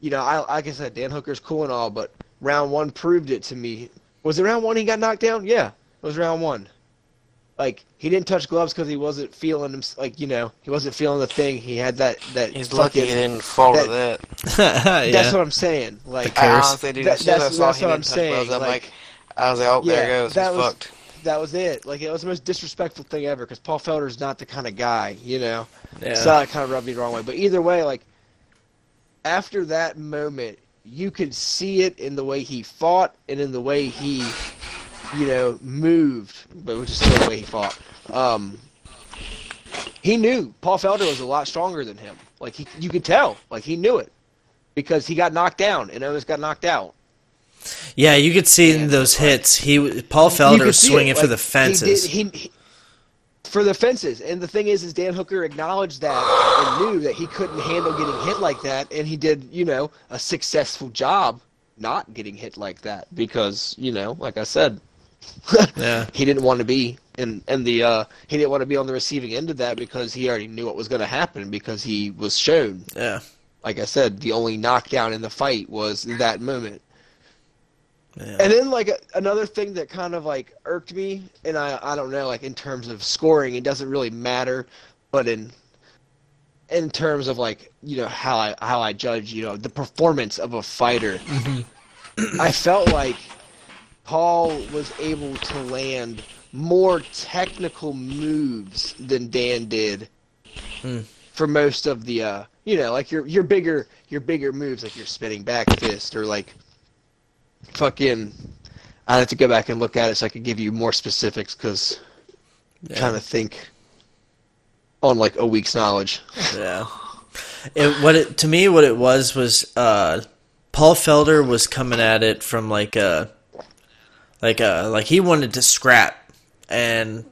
[SPEAKER 1] you know I like I said Dan Hooker's cool and all but round 1 proved it to me was it round 1 he got knocked down yeah it was round 1 like he didn't touch gloves cuz he wasn't feeling him like you know he wasn't feeling the thing he had that that
[SPEAKER 2] He's lucky he
[SPEAKER 1] fucking-
[SPEAKER 2] didn't fall
[SPEAKER 1] that-
[SPEAKER 2] to that.
[SPEAKER 1] that's
[SPEAKER 3] yeah.
[SPEAKER 1] what I'm saying like
[SPEAKER 3] I
[SPEAKER 2] I
[SPEAKER 3] Curse.
[SPEAKER 2] honestly, dude,
[SPEAKER 1] That-
[SPEAKER 2] as soon as I
[SPEAKER 1] that's-
[SPEAKER 2] saw
[SPEAKER 1] that's
[SPEAKER 2] him
[SPEAKER 1] what
[SPEAKER 2] in
[SPEAKER 1] I'm
[SPEAKER 2] touch gloves,
[SPEAKER 1] saying,
[SPEAKER 2] I'm
[SPEAKER 1] like-
[SPEAKER 2] like, I was like, oh, there
[SPEAKER 1] Yeah,
[SPEAKER 2] it goes.
[SPEAKER 1] that
[SPEAKER 2] He's
[SPEAKER 1] was-
[SPEAKER 2] fucked.
[SPEAKER 1] that was it like it was the most disrespectful thing ever cuz Paul Felder's not the kind of guy you know
[SPEAKER 3] yeah.
[SPEAKER 1] So that kind of rubbed me the wrong way. But either way, like after that moment, you could see it in the way he fought and in the way he, you know, moved, but which is still the way he fought. Um, he knew Paul Felder was a lot stronger than him. Like he, you could tell. Like he knew it because he got knocked down and others got knocked out.
[SPEAKER 3] Yeah, you could see in those hits. He w- Paul Felder
[SPEAKER 1] could
[SPEAKER 3] was
[SPEAKER 1] see it,
[SPEAKER 3] swinging for
[SPEAKER 1] like,
[SPEAKER 3] the fences.
[SPEAKER 1] He did, he, he- for the fences, and the thing is, is Dan Hooker acknowledged that and knew that he couldn't handle getting hit like that, and he did, you know, a successful job not getting hit like that because, you know, like I said, *laughs*
[SPEAKER 3] yeah.
[SPEAKER 1] he didn't want to be in in the uh, he didn't want to be on the receiving end of that because he already knew what was going to happen because he was shown
[SPEAKER 3] Yeah.
[SPEAKER 1] like I said, the only knockdown in the fight was that moment.
[SPEAKER 3] Yeah.
[SPEAKER 1] And then like a, another thing that kind of like irked me, and I I don't know like in terms of scoring, it doesn't really matter, but in in terms of like you know how I how I judge you know the performance of a fighter, I felt like Paul was able to land more technical moves than Dan did for most of the uh you know like your your bigger your bigger moves like your spinning back fist or like fucking I'd have to go back and look at it so I could give you more specifics because
[SPEAKER 3] Yeah.
[SPEAKER 1] trying to think on like a week's knowledge.
[SPEAKER 3] Yeah. It what it to me what it was was uh Paul Felder was coming at it from like a like a like he wanted to scrap and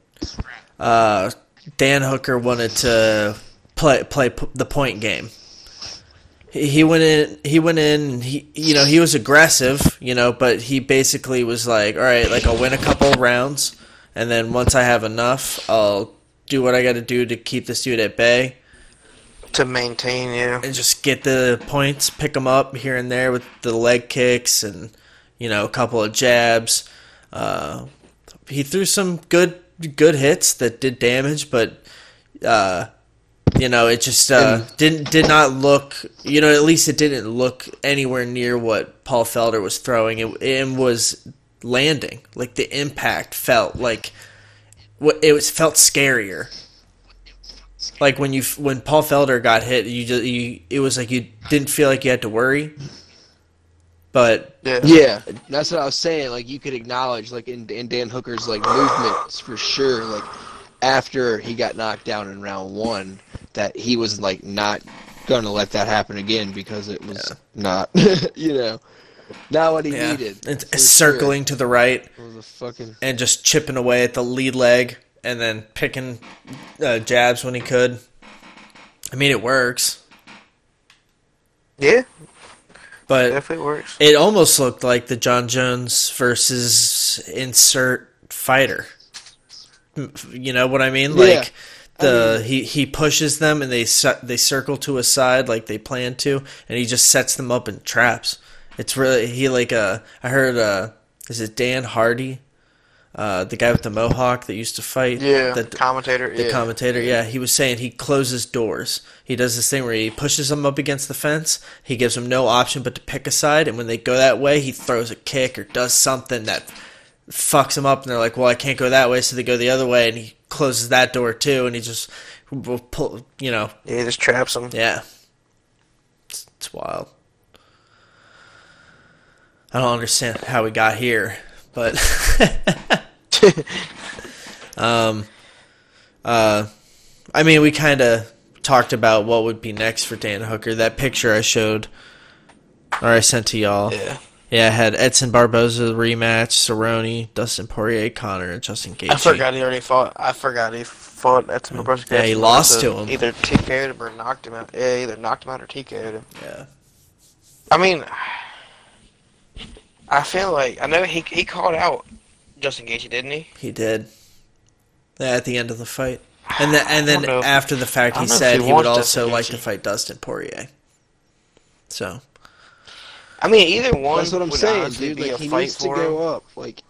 [SPEAKER 3] uh Dan Hooker wanted to play play p- the point game. He he went in. He went in. and He, you know, he was aggressive. You know, but he basically was like, "All right, like I'll win a couple rounds, and then once I have enough, I'll do what I got to do to keep this dude at bay."
[SPEAKER 2] To maintain, yeah.
[SPEAKER 3] and just get the points, pick them up here and there with the leg kicks and you know a couple of jabs. Uh, he threw some good good hits that did damage, but uh, you know it just uh, didn't did not look. You know, at least it didn't look anywhere near what Paul Felder was throwing. It, it was landing like the impact felt like what it was felt scarier like when you when Paul Felder got hit, you just you it was like you didn't feel like you had to worry. But
[SPEAKER 2] Yeah.
[SPEAKER 1] Yeah, that's what I was saying. Like you could acknowledge like in, in Dan Hooker's like movements for sure. Like after he got knocked down in round one, that he was like not gonna let that happen again because it was
[SPEAKER 3] Yeah.
[SPEAKER 1] not, *laughs* you know, not what he
[SPEAKER 3] Yeah.
[SPEAKER 1] needed.
[SPEAKER 3] It's
[SPEAKER 1] for sure.
[SPEAKER 3] circling to the right
[SPEAKER 1] It was a fucking
[SPEAKER 3] and just chipping away at the lead leg and then picking uh, jabs when he could. I mean, it works,
[SPEAKER 2] Yeah,
[SPEAKER 3] but
[SPEAKER 2] definitely works.
[SPEAKER 3] it almost looked like the John Jones versus insert fighter. You know what I mean?
[SPEAKER 1] Yeah.
[SPEAKER 3] Like the he he pushes them and they set, they circle to a side like they plan to, and he just sets them up in traps. It's really he like uh I heard uh is it Dan Hardy, uh the guy with the mohawk that used to fight
[SPEAKER 2] Yeah,
[SPEAKER 3] that
[SPEAKER 2] commentator.
[SPEAKER 3] the
[SPEAKER 2] yeah.
[SPEAKER 3] commentator, yeah, he was saying he closes doors. He does this thing where he pushes them up against the fence. He gives them no option but to pick a side, and when they go that way, he throws a kick or does something that fucks them up, and they're like, "Well, I can't go that way," so they go the other way, and he closes that door too, and he just will pull, you know,
[SPEAKER 2] yeah, just traps him.
[SPEAKER 3] yeah, it's, it's wild. I don't understand how we got here, but *laughs* um, uh, I mean, we kind of talked about what would be next for Dan Hooker. That picture I showed or I sent to y'all.
[SPEAKER 2] Yeah.
[SPEAKER 3] Yeah, I had Edson Barboza rematch, Cerrone, Dustin Poirier, Connor, and Justin Gaethje.
[SPEAKER 2] I forgot he already fought. I forgot he fought at some Nebraska.
[SPEAKER 3] Yeah, he
[SPEAKER 2] Gates.
[SPEAKER 3] lost
[SPEAKER 2] So
[SPEAKER 3] to him.
[SPEAKER 2] Either TKO'd him or knocked him out. Yeah, either knocked him out or TKO'd him.
[SPEAKER 3] Yeah.
[SPEAKER 2] I mean, I feel like I know he he called out Justin Gaethje, didn't he?
[SPEAKER 3] He did. Yeah, at the end of the fight. And then and
[SPEAKER 2] I
[SPEAKER 3] then
[SPEAKER 2] don't know if-
[SPEAKER 3] after the fact
[SPEAKER 2] I
[SPEAKER 3] he
[SPEAKER 2] don't know if
[SPEAKER 3] said
[SPEAKER 2] he
[SPEAKER 3] he would
[SPEAKER 2] wants
[SPEAKER 3] also
[SPEAKER 2] Dustin
[SPEAKER 3] like to
[SPEAKER 2] Gaethje.
[SPEAKER 3] fight Dustin Poirier. So
[SPEAKER 2] I mean, either one
[SPEAKER 1] That's what I'm
[SPEAKER 2] would
[SPEAKER 1] saying,
[SPEAKER 2] honestly
[SPEAKER 1] dude.
[SPEAKER 2] be
[SPEAKER 1] Like
[SPEAKER 2] a
[SPEAKER 1] he
[SPEAKER 2] fight
[SPEAKER 1] needs to
[SPEAKER 2] for
[SPEAKER 1] go
[SPEAKER 2] him
[SPEAKER 1] up. Like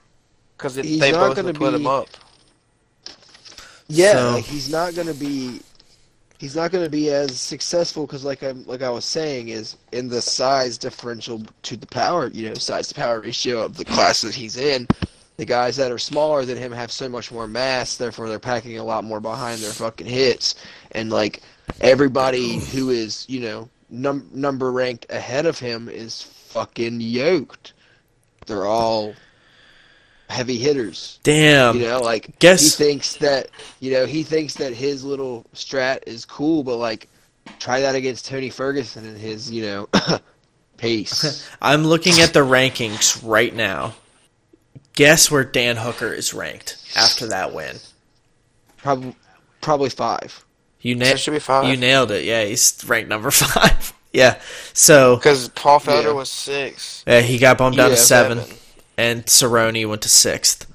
[SPEAKER 2] because they
[SPEAKER 1] He's not
[SPEAKER 2] both
[SPEAKER 1] gonna
[SPEAKER 2] would put him
[SPEAKER 1] be-
[SPEAKER 2] up.
[SPEAKER 1] yeah,
[SPEAKER 3] So-
[SPEAKER 1] like he's not gonna be, he's not gonna be as successful because like I'm like I was saying is in the size differential to the power, you know, size to power ratio of the class that he's in. The guys that are smaller than him have so much more mass, therefore they're packing a lot more behind their fucking hits, and like everybody who is you know num- number ranked ahead of him is fucking yoked. They're all heavy hitters.
[SPEAKER 3] damn.
[SPEAKER 1] You know, like
[SPEAKER 3] Um, guess-
[SPEAKER 1] he thinks that you know he thinks that his little strat is cool, but like try that against Tony Ferguson and his you know *coughs*
[SPEAKER 3] *laughs*
[SPEAKER 1] pace.
[SPEAKER 3] I'm looking at the rankings right now. Guess where Dan Hooker is ranked after that win.
[SPEAKER 1] probably probably five.
[SPEAKER 3] You
[SPEAKER 2] So
[SPEAKER 3] na-
[SPEAKER 2] it should be five.
[SPEAKER 3] you nailed it. Yeah, he's ranked number *laughs* 5. yeah. So
[SPEAKER 2] Because Paul Felder
[SPEAKER 1] Yeah.
[SPEAKER 2] was six.
[SPEAKER 3] uh, he got bumped down to
[SPEAKER 1] Yeah,
[SPEAKER 3] 7.
[SPEAKER 2] seven.
[SPEAKER 3] and Cerrone went to 6th.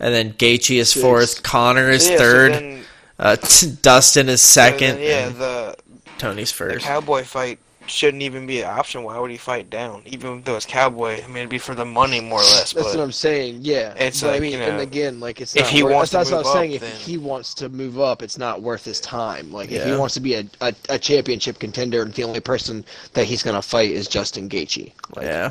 [SPEAKER 3] And then Gaethje is
[SPEAKER 1] Sixth.
[SPEAKER 3] 4th, Connor is
[SPEAKER 2] So, yeah, so
[SPEAKER 3] 3rd.
[SPEAKER 2] then- so
[SPEAKER 3] Uh, Dustin is second.
[SPEAKER 2] then, yeah,
[SPEAKER 3] and
[SPEAKER 2] the
[SPEAKER 3] Tony's
[SPEAKER 2] the
[SPEAKER 3] first.
[SPEAKER 2] cowboy fight shouldn't even be an option. Why would he fight down? Even though it's cowboy, I mean, it'd be for the money more or less.
[SPEAKER 1] That's
[SPEAKER 2] But
[SPEAKER 1] what I'm saying. Yeah,
[SPEAKER 2] It's
[SPEAKER 1] but I
[SPEAKER 2] like,
[SPEAKER 1] mean,
[SPEAKER 2] you know,
[SPEAKER 1] and again, like it's
[SPEAKER 2] if
[SPEAKER 1] not
[SPEAKER 2] he
[SPEAKER 1] worth-
[SPEAKER 2] wants to
[SPEAKER 1] that's,
[SPEAKER 2] move
[SPEAKER 1] what I'm
[SPEAKER 2] up,
[SPEAKER 1] saying.
[SPEAKER 2] then-
[SPEAKER 1] If he wants to move up, it's not worth his time. Like if he
[SPEAKER 3] Yeah.
[SPEAKER 1] wants to be a, a, a championship contender, and the only person that he's gonna fight is Justin Gaethje. Like
[SPEAKER 3] yeah,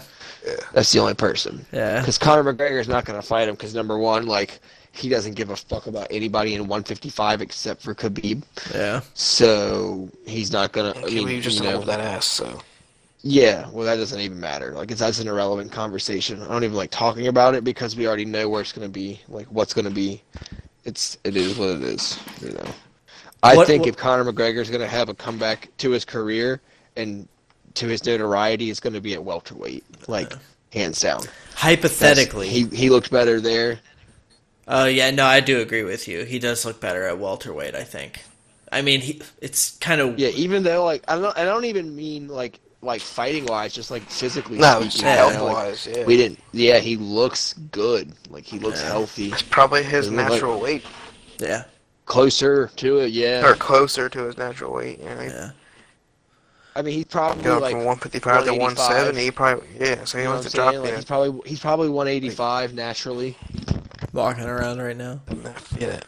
[SPEAKER 1] that's the only person.
[SPEAKER 3] yeah,
[SPEAKER 1] Because Conor McGregor's not going to fight him because number one, like he doesn't give a fuck about anybody in 155 except for Khabib,
[SPEAKER 3] yeah.
[SPEAKER 1] so he's not going to. I
[SPEAKER 2] okay,
[SPEAKER 1] mean,
[SPEAKER 2] we just
[SPEAKER 1] you know,
[SPEAKER 2] hold that ass. So
[SPEAKER 1] yeah. Well, that doesn't even matter. Like it's that's an irrelevant conversation. I don't even like talking about it because we already know where it's going to be. Like what's going to be. It's it is what it is. You know. I
[SPEAKER 3] What-
[SPEAKER 1] think
[SPEAKER 3] what-
[SPEAKER 1] if Conor McGregor's going to have a comeback to his career and to his notoriety, it's going to be at welterweight, like hands down. That's-
[SPEAKER 3] Hypothetically,
[SPEAKER 1] he he looked better there.
[SPEAKER 3] uh, yeah, no, I do agree with you. He does look better at welterweight. I think. I mean, he, it's kind of
[SPEAKER 1] Yeah, even though like I don't I don't even mean like like fighting wise, just like physically
[SPEAKER 2] no, it's
[SPEAKER 1] speaking.
[SPEAKER 3] yeah,
[SPEAKER 1] you
[SPEAKER 2] health
[SPEAKER 1] know, like,
[SPEAKER 2] wise, yeah.
[SPEAKER 1] we didn't. Yeah, he looks good. Like he looks
[SPEAKER 3] Yeah.
[SPEAKER 1] healthy,
[SPEAKER 2] Probably his
[SPEAKER 1] Doesn't look like-
[SPEAKER 2] natural weight,
[SPEAKER 3] yeah,
[SPEAKER 1] closer to it. Yeah,
[SPEAKER 2] or closer to his natural weight. You know, he
[SPEAKER 3] yeah.
[SPEAKER 1] I mean he's probably
[SPEAKER 2] go
[SPEAKER 1] like
[SPEAKER 2] from
[SPEAKER 1] you know
[SPEAKER 2] 155 to
[SPEAKER 1] 185.
[SPEAKER 2] 170. He probably yeah. So he
[SPEAKER 1] what I'm
[SPEAKER 2] wants to drop
[SPEAKER 1] saying? Like, he's
[SPEAKER 2] it.
[SPEAKER 1] probably he's probably 185 naturally.
[SPEAKER 3] Walking around right now.
[SPEAKER 2] And that- Yeah,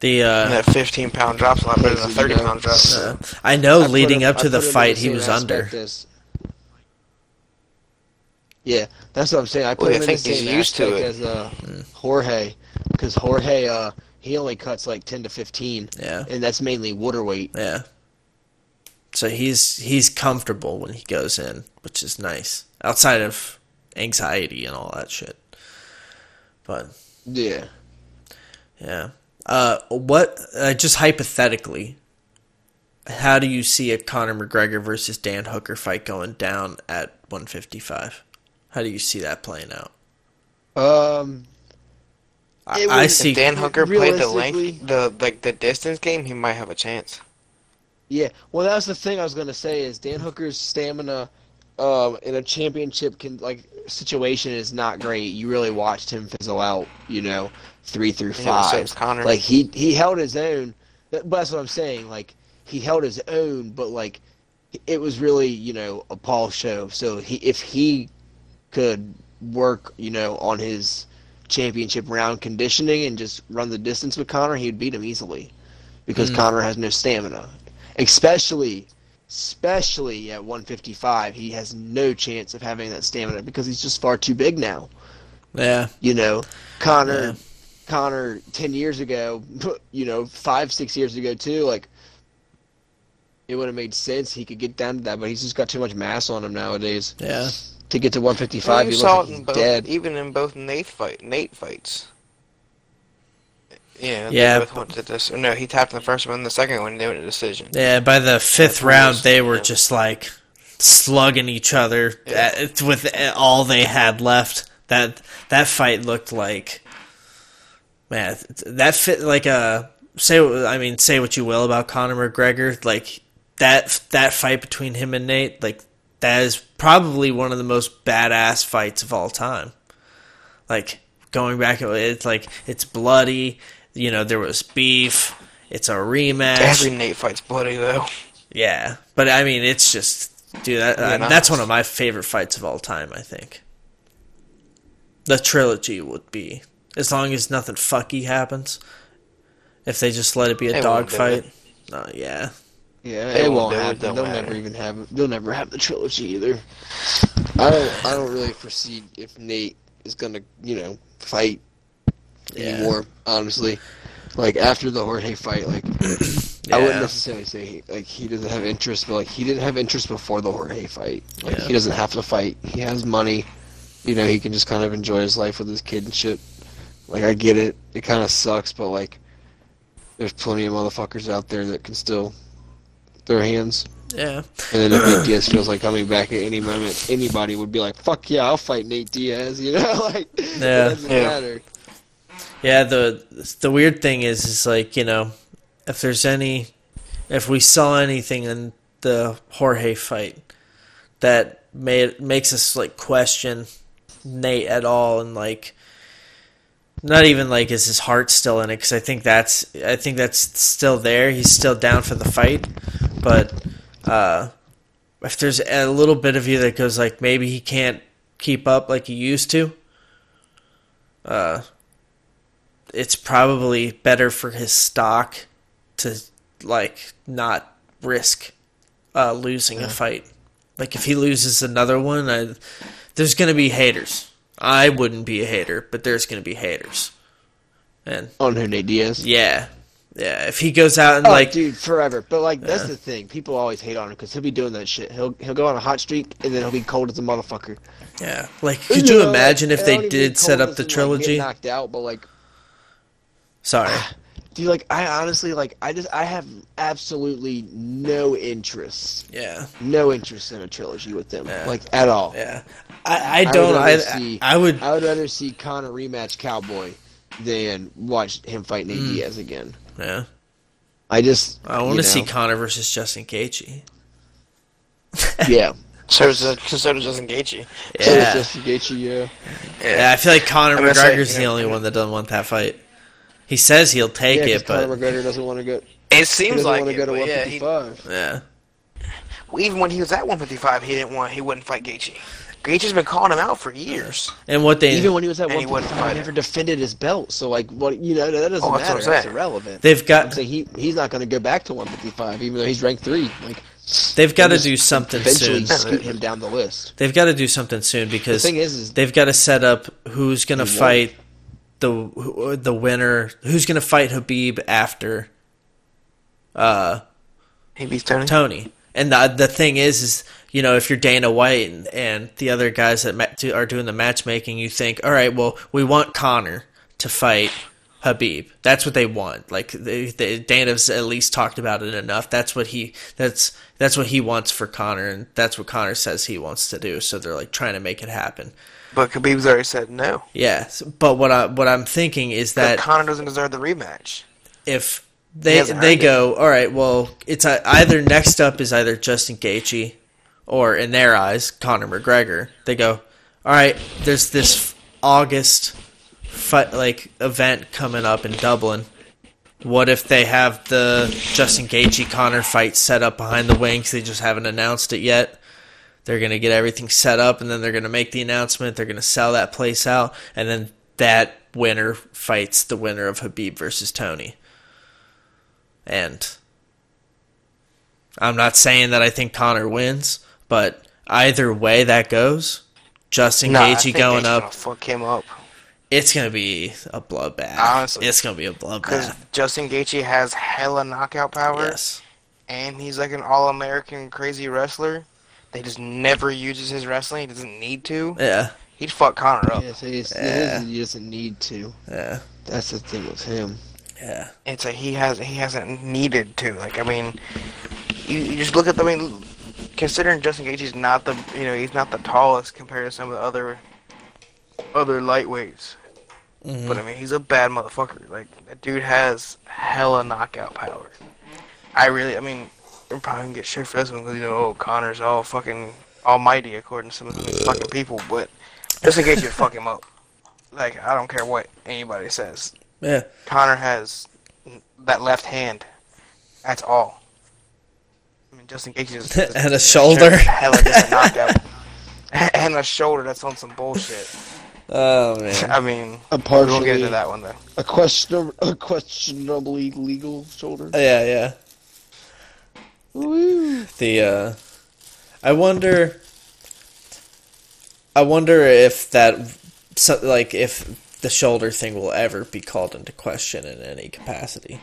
[SPEAKER 3] The
[SPEAKER 2] and
[SPEAKER 3] uh,
[SPEAKER 2] that 15 pound drop's a lot better than a
[SPEAKER 1] Crazy,
[SPEAKER 2] 30
[SPEAKER 1] you know.
[SPEAKER 2] pound drop.
[SPEAKER 3] uh, I know
[SPEAKER 1] I put
[SPEAKER 3] leading
[SPEAKER 1] him-
[SPEAKER 3] up
[SPEAKER 1] I
[SPEAKER 3] to the
[SPEAKER 1] put him in
[SPEAKER 3] fight, he
[SPEAKER 1] same
[SPEAKER 3] was
[SPEAKER 1] aspect
[SPEAKER 3] under.
[SPEAKER 1] as- yeah, that's what I'm saying. I put
[SPEAKER 2] Well, I
[SPEAKER 1] him in
[SPEAKER 2] think
[SPEAKER 1] the
[SPEAKER 2] he's
[SPEAKER 1] same
[SPEAKER 2] used to
[SPEAKER 1] aspect
[SPEAKER 2] it.
[SPEAKER 1] as uh, Jorge, because Jorge uh, he only cuts like 10 to 15,
[SPEAKER 3] Yeah,
[SPEAKER 1] and that's mainly water weight.
[SPEAKER 3] yeah. So he's he's comfortable when he goes in, which is nice. Outside of anxiety and all that shit, but
[SPEAKER 1] Yeah.
[SPEAKER 3] Yeah. Uh, what? Uh, just hypothetically, how do you see a Conor McGregor versus Dan Hooker fight going down at 155? How do you see that playing out?
[SPEAKER 1] Um,
[SPEAKER 3] I,
[SPEAKER 1] It
[SPEAKER 3] I
[SPEAKER 1] would-
[SPEAKER 3] see.
[SPEAKER 2] If Dan Hooker played the
[SPEAKER 1] realistically-
[SPEAKER 2] length, the like the distance game, he might have a chance.
[SPEAKER 1] yeah. Well, that was the thing I was gonna say is Dan Hooker's stamina, um, in a championship can like situation is not great. You really watched him fizzle out. You know, three through
[SPEAKER 2] You know, so
[SPEAKER 1] five.
[SPEAKER 2] is Connor.
[SPEAKER 1] Like he he held his own. That, but that's what I'm saying. Like he held his own, but like it was really you know a Paul show. So he if he could work you know on his championship round conditioning and just run the distance with Connor, he'd beat him easily because
[SPEAKER 3] Mm.
[SPEAKER 1] Connor has no stamina, especially. Especially at 155, he has no chance of having that stamina because he's just far too big now.
[SPEAKER 3] Yeah,
[SPEAKER 1] You know, Connor,
[SPEAKER 3] Yeah.
[SPEAKER 1] Connor, ten years ago, *laughs* you know, five, six years ago too, like it would have made sense he could get down to that, but he's just got too much mass on him nowadays
[SPEAKER 3] yeah.
[SPEAKER 1] to get to
[SPEAKER 2] Well,
[SPEAKER 1] 155.
[SPEAKER 2] you
[SPEAKER 1] he looks
[SPEAKER 2] saw
[SPEAKER 1] like
[SPEAKER 2] it
[SPEAKER 1] he's
[SPEAKER 2] in both,
[SPEAKER 1] dead.
[SPEAKER 2] even in both Nate fight, Nate fights. Yeah, they
[SPEAKER 3] Yeah,
[SPEAKER 2] both went to this. No, he tapped in the first one, and the second one they went to decision.
[SPEAKER 3] Yeah, by the fifth
[SPEAKER 2] That's
[SPEAKER 3] round,
[SPEAKER 2] worse,
[SPEAKER 3] they were
[SPEAKER 2] yeah.
[SPEAKER 3] just like slugging each other
[SPEAKER 2] Yeah.
[SPEAKER 3] at, with eh, all they had left. That that fight looked like man, that fit like a say. what- I mean, say what you will about Conor McGregor, like that that fight between him and Nate, like that is probably one of the most badass fights of all time like going back it's like it's bloody you know there was beef it's a rematch
[SPEAKER 2] Every Nate fight's bloody though.
[SPEAKER 3] yeah but i mean it's just dude that,
[SPEAKER 2] Yeah,
[SPEAKER 3] uh,
[SPEAKER 2] no.
[SPEAKER 3] that's one of my favorite fights of all time i think the trilogy would be as long as nothing fucky happens if they just let it be a
[SPEAKER 2] They
[SPEAKER 3] dog
[SPEAKER 2] won't do
[SPEAKER 3] fight
[SPEAKER 2] it.
[SPEAKER 3] no yeah
[SPEAKER 1] Yeah,
[SPEAKER 2] They
[SPEAKER 1] it
[SPEAKER 2] won't do
[SPEAKER 1] won't
[SPEAKER 2] it,
[SPEAKER 1] happen.
[SPEAKER 2] don't
[SPEAKER 1] They'll
[SPEAKER 2] matter.
[SPEAKER 1] never even have. They'll never have the trilogy either. I don't. I don't really foresee if Nate is gonna, you know, fight
[SPEAKER 3] Yeah.
[SPEAKER 1] anymore. Honestly, like after the Jorge fight, like I
[SPEAKER 3] Yeah.
[SPEAKER 1] wouldn't necessarily say he, like he doesn't have interest, but like he didn't have interest before the Jorge fight. Like
[SPEAKER 3] Yeah.
[SPEAKER 1] he doesn't have to fight. He has money. You know, he can just kind of enjoy his life with his kid and shit. Like I get it. It kind of sucks, but like there's plenty of motherfuckers out there that can still their hands.
[SPEAKER 3] yeah
[SPEAKER 1] And then if Nate Diaz feels like coming back at any moment, anybody would be like, "Fuck yeah, I'll fight Nate Diaz." You know, *laughs* like
[SPEAKER 3] Yeah.
[SPEAKER 1] it doesn't
[SPEAKER 2] Yeah.
[SPEAKER 1] matter.
[SPEAKER 3] Yeah, the the weird thing is is like, you know, if there's any if we saw anything in the Jorge fight that made makes us like question Nate at all and like not even like is his heart still in it cuz I think that's I think that's still there. He's still down for the fight, but uh if there's a little bit of you that goes like maybe he can't keep up like he used to, uh it's probably better for his stock to like not risk uh, losing a fight. Like if he loses another one, I, there's gonna be haters. I wouldn't be a hater, but there's gonna be haters. And
[SPEAKER 1] On who Nate Diaz?
[SPEAKER 3] yeah, yeah. If he goes out and
[SPEAKER 1] Oh,
[SPEAKER 3] like,
[SPEAKER 1] dude, forever. But like, that's
[SPEAKER 3] Yeah.
[SPEAKER 1] the thing. People always hate on him because he'll be doing that shit. He'll he'll go on a hot streak and then he'll be cold as a motherfucker.
[SPEAKER 3] yeah, like, could you
[SPEAKER 1] know,
[SPEAKER 3] imagine
[SPEAKER 1] like,
[SPEAKER 3] if
[SPEAKER 1] uh, I
[SPEAKER 3] they
[SPEAKER 1] don't even
[SPEAKER 3] did
[SPEAKER 1] mean
[SPEAKER 3] set
[SPEAKER 1] cold
[SPEAKER 3] up
[SPEAKER 1] as
[SPEAKER 3] the
[SPEAKER 1] in, like, get
[SPEAKER 3] trilogy?
[SPEAKER 1] knocked Ah. out, but like,
[SPEAKER 3] Sorry,
[SPEAKER 1] dude, like I honestly like I just I have absolutely no interest,
[SPEAKER 3] yeah.
[SPEAKER 1] no interest in a trilogy with them,
[SPEAKER 3] Yeah.
[SPEAKER 1] like at all.
[SPEAKER 3] Yeah, I, I
[SPEAKER 1] would
[SPEAKER 3] don't. I,
[SPEAKER 1] rather see-
[SPEAKER 3] I, would.
[SPEAKER 1] I would rather see Connor rematch Cowboy than watch him fight Nate Diaz again.
[SPEAKER 3] Yeah,
[SPEAKER 1] I just
[SPEAKER 3] Hmm. I
[SPEAKER 1] you
[SPEAKER 3] want to see
[SPEAKER 1] know,
[SPEAKER 3] Connor versus Justin Gaethje. *laughs*
[SPEAKER 1] yeah,
[SPEAKER 2] So does uh, so does engage you.
[SPEAKER 1] So it's
[SPEAKER 3] Yeah.
[SPEAKER 1] just to get you, uh, yeah.
[SPEAKER 3] Yeah, I feel like Conor
[SPEAKER 2] I'm gonna say,
[SPEAKER 3] McGregor's
[SPEAKER 2] you
[SPEAKER 3] the
[SPEAKER 2] know,
[SPEAKER 3] only
[SPEAKER 2] you know-
[SPEAKER 3] one that doesn't want that fight. He says he'll take
[SPEAKER 1] Yeah, 'cause
[SPEAKER 3] it, but
[SPEAKER 1] Conor McGregor doesn't want to go.
[SPEAKER 2] It
[SPEAKER 1] He
[SPEAKER 2] seems
[SPEAKER 1] doesn't
[SPEAKER 2] like
[SPEAKER 1] want to
[SPEAKER 2] it,
[SPEAKER 1] go to
[SPEAKER 2] but yeah, he,
[SPEAKER 1] 155.
[SPEAKER 3] yeah,
[SPEAKER 2] even when he was at 155, he didn't want he wouldn't fight Gaethje. Gaethje's been calling him out for years.
[SPEAKER 3] and what they
[SPEAKER 1] Even when he was at
[SPEAKER 2] And he wouldn't
[SPEAKER 1] 155, he
[SPEAKER 2] fight it.
[SPEAKER 1] never defended his belt. So like, what you know, that doesn't
[SPEAKER 2] Oh, that's what
[SPEAKER 1] matter.
[SPEAKER 2] I'm
[SPEAKER 1] That's
[SPEAKER 2] saying.
[SPEAKER 1] irrelevant.
[SPEAKER 3] they've
[SPEAKER 1] I'm
[SPEAKER 3] got
[SPEAKER 1] saying he he's not going to go back to 155, even though he's ranked three. Like
[SPEAKER 3] they've got to
[SPEAKER 1] just
[SPEAKER 3] do something
[SPEAKER 1] eventually
[SPEAKER 3] soon.
[SPEAKER 1] scoot him down the list.
[SPEAKER 3] They've got to do something soon
[SPEAKER 1] The
[SPEAKER 3] because
[SPEAKER 1] thing is, is
[SPEAKER 3] they've got to set up who's gonna
[SPEAKER 1] He won't.
[SPEAKER 3] fight the who- the winner. Who's gonna fight Habib after uh
[SPEAKER 2] He beats Tony.
[SPEAKER 3] Tony? And the the thing is, is you know if you're Dana White and, and the other guys that ma- do, are doing the matchmaking, you think, all right, well, we want Connor to fight Habib. That's what they want. Like they, they, Dana's at least talked about it enough. That's what he that's that's what he wants for Connor, and that's what Connor says he wants to do. So they're like trying to make it happen.
[SPEAKER 2] But Khabib's already said no.
[SPEAKER 3] Yeah, s- but what I what I'm thinking is that
[SPEAKER 2] Connor doesn't deserve the rematch.
[SPEAKER 3] if
[SPEAKER 2] He
[SPEAKER 3] they
[SPEAKER 2] hasn't
[SPEAKER 3] they
[SPEAKER 2] heard it.
[SPEAKER 3] go, all right, well, it's ei- either next up is either Justin Gaethje, or in their eyes, Conor McGregor. They go, all right, there's this August fight like event coming up in Dublin. What if they have the Justin Gaethje Conor fight set up behind the wings? They just haven't announced it yet. They're gonna get everything set up, and then they're gonna make the announcement. They're gonna sell that place out, and then that winner fights the winner of Habib versus Tony. And I'm not saying that I think Connor wins, but either way that goes, Justin
[SPEAKER 2] No, I
[SPEAKER 3] Gaethje
[SPEAKER 2] think
[SPEAKER 3] going
[SPEAKER 2] Gaethje's
[SPEAKER 3] up,
[SPEAKER 2] gonna fuck him up
[SPEAKER 3] it's gonna be a bloodbath.
[SPEAKER 2] Honestly.
[SPEAKER 3] it's gonna be a
[SPEAKER 2] because
[SPEAKER 3] bloodbath.
[SPEAKER 2] Justin Gaethje has hella knockout power,
[SPEAKER 3] Yes.
[SPEAKER 2] and he's like an all-American crazy wrestler. They just never uses his wrestling. He doesn't need to.
[SPEAKER 3] Yeah.
[SPEAKER 2] He'd fuck Connor up.
[SPEAKER 1] Yes, it is,
[SPEAKER 3] Yeah.
[SPEAKER 1] it is. He doesn't need to.
[SPEAKER 3] Yeah.
[SPEAKER 1] That's the thing with him.
[SPEAKER 3] Yeah.
[SPEAKER 2] It's like he has he hasn't needed to. Like I mean, you, you just look at the, I mean, considering Justin Gaethje's not the you know he's not the tallest compared to some of the other other lightweights,
[SPEAKER 3] Mhm.
[SPEAKER 2] but I mean he's a bad motherfucker. Like that dude has hella knockout power. I really I mean I'm probably gonna get shit for this one because you know oh, Connor's all fucking almighty according to some of these fucking people, but Justin Gaethje would fuck him up. Like I don't care what anybody says.
[SPEAKER 3] Yeah.
[SPEAKER 2] Connor has that left hand. That's all. I mean, Justin Gaethje just,
[SPEAKER 3] *laughs*
[SPEAKER 2] just
[SPEAKER 3] And a shoulder.
[SPEAKER 2] Hella just
[SPEAKER 3] *laughs*
[SPEAKER 2] a knockout. *laughs* and a shoulder that's on some bullshit.
[SPEAKER 3] Oh
[SPEAKER 2] *laughs*
[SPEAKER 3] man.
[SPEAKER 2] I mean,
[SPEAKER 1] A
[SPEAKER 2] we won't get
[SPEAKER 1] partially,
[SPEAKER 2] into that one though.
[SPEAKER 1] a question, a questionably legal shoulder.
[SPEAKER 3] Oh, yeah. Yeah.
[SPEAKER 1] Woo.
[SPEAKER 3] The uh, I wonder. I wonder if that, so- like, if the shoulder thing will ever be called into question in any capacity.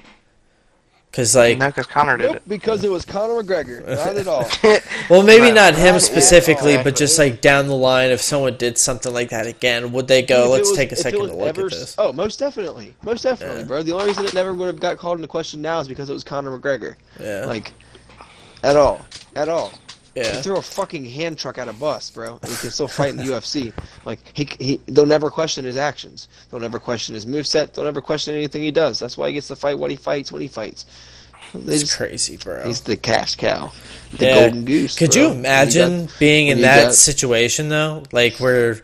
[SPEAKER 3] Because like,
[SPEAKER 2] No, because Connor did
[SPEAKER 1] Nope, because it was Conor McGregor. Not at all.
[SPEAKER 2] it.
[SPEAKER 3] Well, maybe
[SPEAKER 2] Right.
[SPEAKER 3] not him
[SPEAKER 1] Right,
[SPEAKER 3] specifically,
[SPEAKER 2] yeah,
[SPEAKER 3] but just
[SPEAKER 1] exactly.
[SPEAKER 3] like down the line, if someone did something like that again, would they go,
[SPEAKER 1] If it
[SPEAKER 3] "Let's
[SPEAKER 1] was-
[SPEAKER 3] take a
[SPEAKER 1] if it
[SPEAKER 3] second
[SPEAKER 1] was
[SPEAKER 3] to look
[SPEAKER 1] ever
[SPEAKER 3] at
[SPEAKER 1] s-
[SPEAKER 3] this"?
[SPEAKER 1] Oh, most definitely, most definitely,
[SPEAKER 3] Yeah.
[SPEAKER 1] bro. The only reason it never would have got called into question now is because it was Conor McGregor.
[SPEAKER 3] Yeah,
[SPEAKER 1] Like, at all, at all. He
[SPEAKER 3] yeah,
[SPEAKER 1] threw a fucking hand truck at a bus, bro. And he can still fight in the UFC. Like he, he, they'll never question his actions. They'll never question his moveset. They'll never question anything he does. That's why he gets to fight what he fights when he fights. They
[SPEAKER 3] it's
[SPEAKER 1] just-
[SPEAKER 3] crazy, bro.
[SPEAKER 1] he's the cash cow, the
[SPEAKER 3] Yeah.
[SPEAKER 1] golden goose.
[SPEAKER 3] Could
[SPEAKER 1] bro.
[SPEAKER 3] you
[SPEAKER 1] When
[SPEAKER 3] imagine being
[SPEAKER 1] when
[SPEAKER 3] in
[SPEAKER 1] you
[SPEAKER 3] that
[SPEAKER 1] got-
[SPEAKER 3] situation though? Like where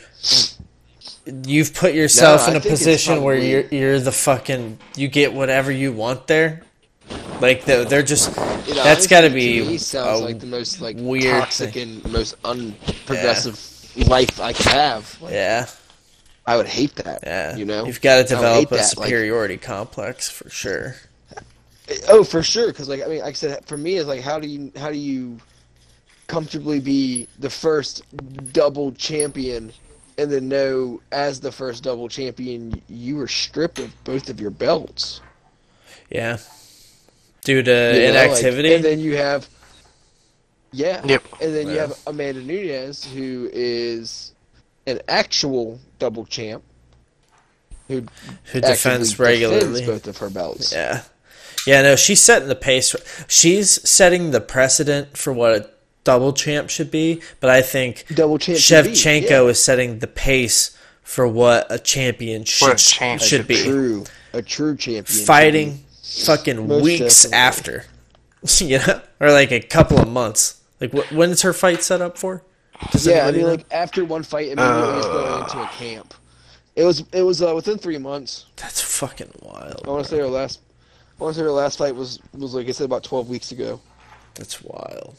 [SPEAKER 3] you've put yourself
[SPEAKER 1] No,
[SPEAKER 3] in
[SPEAKER 1] I
[SPEAKER 3] a
[SPEAKER 1] think it's
[SPEAKER 3] position where
[SPEAKER 1] probably-
[SPEAKER 3] you're you're the fucking you get whatever you want there. Like they're, they're just
[SPEAKER 1] You got- it
[SPEAKER 3] that's got to
[SPEAKER 1] honestly,
[SPEAKER 3] be
[SPEAKER 1] to me, sounds
[SPEAKER 3] a-
[SPEAKER 1] like the most like
[SPEAKER 3] weird
[SPEAKER 1] toxic and most unprogressive life I could have. Like,
[SPEAKER 3] yeah
[SPEAKER 1] I would hate that.
[SPEAKER 3] yeah.
[SPEAKER 1] You know,
[SPEAKER 3] you've got to
[SPEAKER 1] I would hate
[SPEAKER 3] develop a
[SPEAKER 1] that, like-
[SPEAKER 3] superiority complex for sure.
[SPEAKER 1] Oh, for sure. Because like I mean, like I said, for me, it's like how do you how do you comfortably be the first double champion, and then know as the first double champion you were stripped of both of your belts
[SPEAKER 3] Yeah. Due to
[SPEAKER 1] you know, like,
[SPEAKER 3] inactivity.
[SPEAKER 1] and then you have yeah,
[SPEAKER 2] Yep.
[SPEAKER 1] and then you
[SPEAKER 3] Yeah.
[SPEAKER 1] have Amanda Nunez who is an actual double champ who
[SPEAKER 3] who
[SPEAKER 1] actively
[SPEAKER 3] defends
[SPEAKER 1] defends
[SPEAKER 3] regularly.
[SPEAKER 1] both of her belts.
[SPEAKER 3] yeah. Yeah, no, she's setting the pace. She's setting the precedent for what a double champ should be, but I think
[SPEAKER 1] Double champ should be,
[SPEAKER 3] Shevchenko
[SPEAKER 1] yeah.
[SPEAKER 3] is setting the pace for what a champion should,
[SPEAKER 2] a champ
[SPEAKER 3] should
[SPEAKER 2] should
[SPEAKER 3] be.
[SPEAKER 1] True, a true champion should be.
[SPEAKER 3] Fighting fucking
[SPEAKER 1] Most
[SPEAKER 3] weeks
[SPEAKER 1] definitely.
[SPEAKER 3] after. *laughs* you know? Or like a couple of months. Like, wh- when's her fight set up for? Does
[SPEAKER 1] Yeah, I
[SPEAKER 3] anybody
[SPEAKER 1] mean,
[SPEAKER 3] know?
[SPEAKER 1] like after one fight, immediately it's
[SPEAKER 2] Uh.
[SPEAKER 1] going into a camp. It was it was uh, within three months.
[SPEAKER 3] That's fucking wild.
[SPEAKER 1] I want to say her last, I want to say her last fight was was like I said about twelve weeks ago.
[SPEAKER 3] That's wild.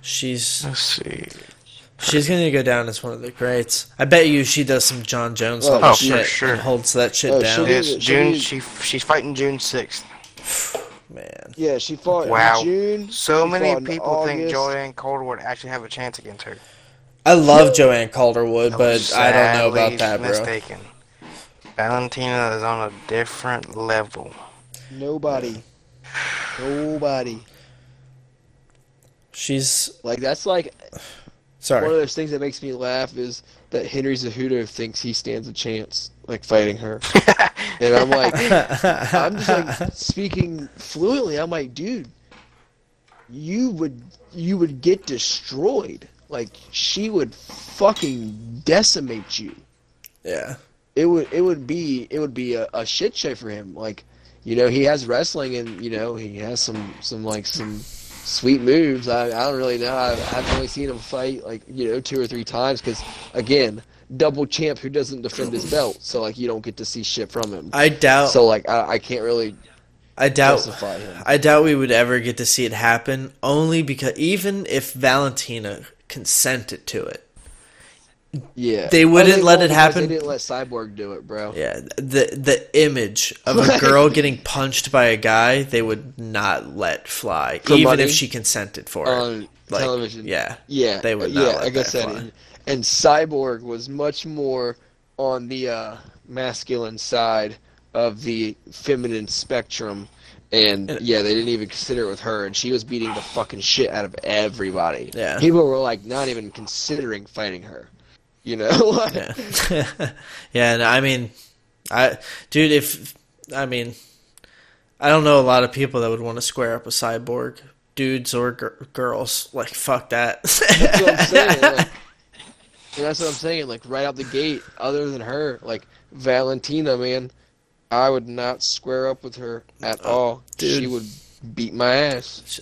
[SPEAKER 3] She's
[SPEAKER 2] Let's see.
[SPEAKER 3] she's gonna go down as one of the greats. I bet you she does some John Jones
[SPEAKER 1] Oh,
[SPEAKER 3] level
[SPEAKER 2] for
[SPEAKER 3] shit
[SPEAKER 2] sure.
[SPEAKER 3] and holds that shit
[SPEAKER 1] Oh,
[SPEAKER 3] down.
[SPEAKER 1] she'll-
[SPEAKER 2] It's
[SPEAKER 1] She'll
[SPEAKER 2] June.
[SPEAKER 1] be-
[SPEAKER 2] She she's fighting June sixth.
[SPEAKER 3] Man,
[SPEAKER 1] Yeah, she fought
[SPEAKER 2] Wow.
[SPEAKER 1] in June.
[SPEAKER 2] So
[SPEAKER 1] she
[SPEAKER 2] many
[SPEAKER 1] fought in
[SPEAKER 2] people think
[SPEAKER 1] August.
[SPEAKER 2] Joanne Calderwood actuuld have a chance against her.
[SPEAKER 3] I love Joanne Calderwood, but I don't know
[SPEAKER 2] Sadly
[SPEAKER 3] about that, bro.
[SPEAKER 2] Mistaken. Valentina is on a different level.
[SPEAKER 1] Nobody, nobody.
[SPEAKER 3] She's
[SPEAKER 1] Like that's like
[SPEAKER 3] Sorry.
[SPEAKER 1] One of those things that makes me laugh is that Henry Cejudo thinks he stands a chance, like fighting her, and I'm like,
[SPEAKER 3] *laughs*
[SPEAKER 1] I'm just like speaking fluently. I'm like, dude, you would you would get destroyed. Like she would fucking decimate you.
[SPEAKER 3] yeah.
[SPEAKER 1] It would it would be it would be a, a shit show for him. Like, you know, he has wrestling and you know he has some some like some sweet moves. I, I don't really know. I, I've only seen him fight like you know two or three times because again, double champ who doesn't defend his belt, so like you don't get to see shit from him.
[SPEAKER 3] I doubt.
[SPEAKER 1] so like I, I can't really
[SPEAKER 3] I doubt.
[SPEAKER 1] justify him.
[SPEAKER 3] I doubt we would ever get to see it happen. Only because even if Valentina consented to it,
[SPEAKER 1] Yeah,
[SPEAKER 3] They
[SPEAKER 1] I
[SPEAKER 3] wouldn't
[SPEAKER 1] think
[SPEAKER 3] let
[SPEAKER 1] only
[SPEAKER 3] it
[SPEAKER 1] because
[SPEAKER 3] happen.
[SPEAKER 1] They didn't let Cyborg do it, bro.
[SPEAKER 3] yeah, the the image of
[SPEAKER 1] *laughs*
[SPEAKER 3] a girl getting punched by a guy, they would not let fly,
[SPEAKER 1] For
[SPEAKER 3] even
[SPEAKER 1] money?
[SPEAKER 3] if she consented for
[SPEAKER 1] on
[SPEAKER 3] it. Like,
[SPEAKER 1] television. *laughs*
[SPEAKER 3] yeah,
[SPEAKER 1] yeah,
[SPEAKER 3] they would
[SPEAKER 1] yeah.
[SPEAKER 3] not let
[SPEAKER 1] like I
[SPEAKER 3] that
[SPEAKER 1] said,
[SPEAKER 3] fly.
[SPEAKER 1] and, and Cyborg was much more on the uh, masculine side of the feminine spectrum, and yeah, they didn't even consider it with her, and she was beating the fucking shit out of everybody.
[SPEAKER 3] Yeah.
[SPEAKER 1] people were like not even considering fighting her. You know, *laughs* Like,
[SPEAKER 3] Yeah, *laughs* yeah. And I mean, I dude, if I mean, I don't know a lot of people that would want to square up with cyborg dudes or gir- girls. Like, fuck that.
[SPEAKER 1] That's what I'm saying. Like, and that's what I'm saying. Like right out the gate, other than her, like Valentina, man, I would not square up with her at all. She
[SPEAKER 3] Uh, dude.
[SPEAKER 1] would beat my ass.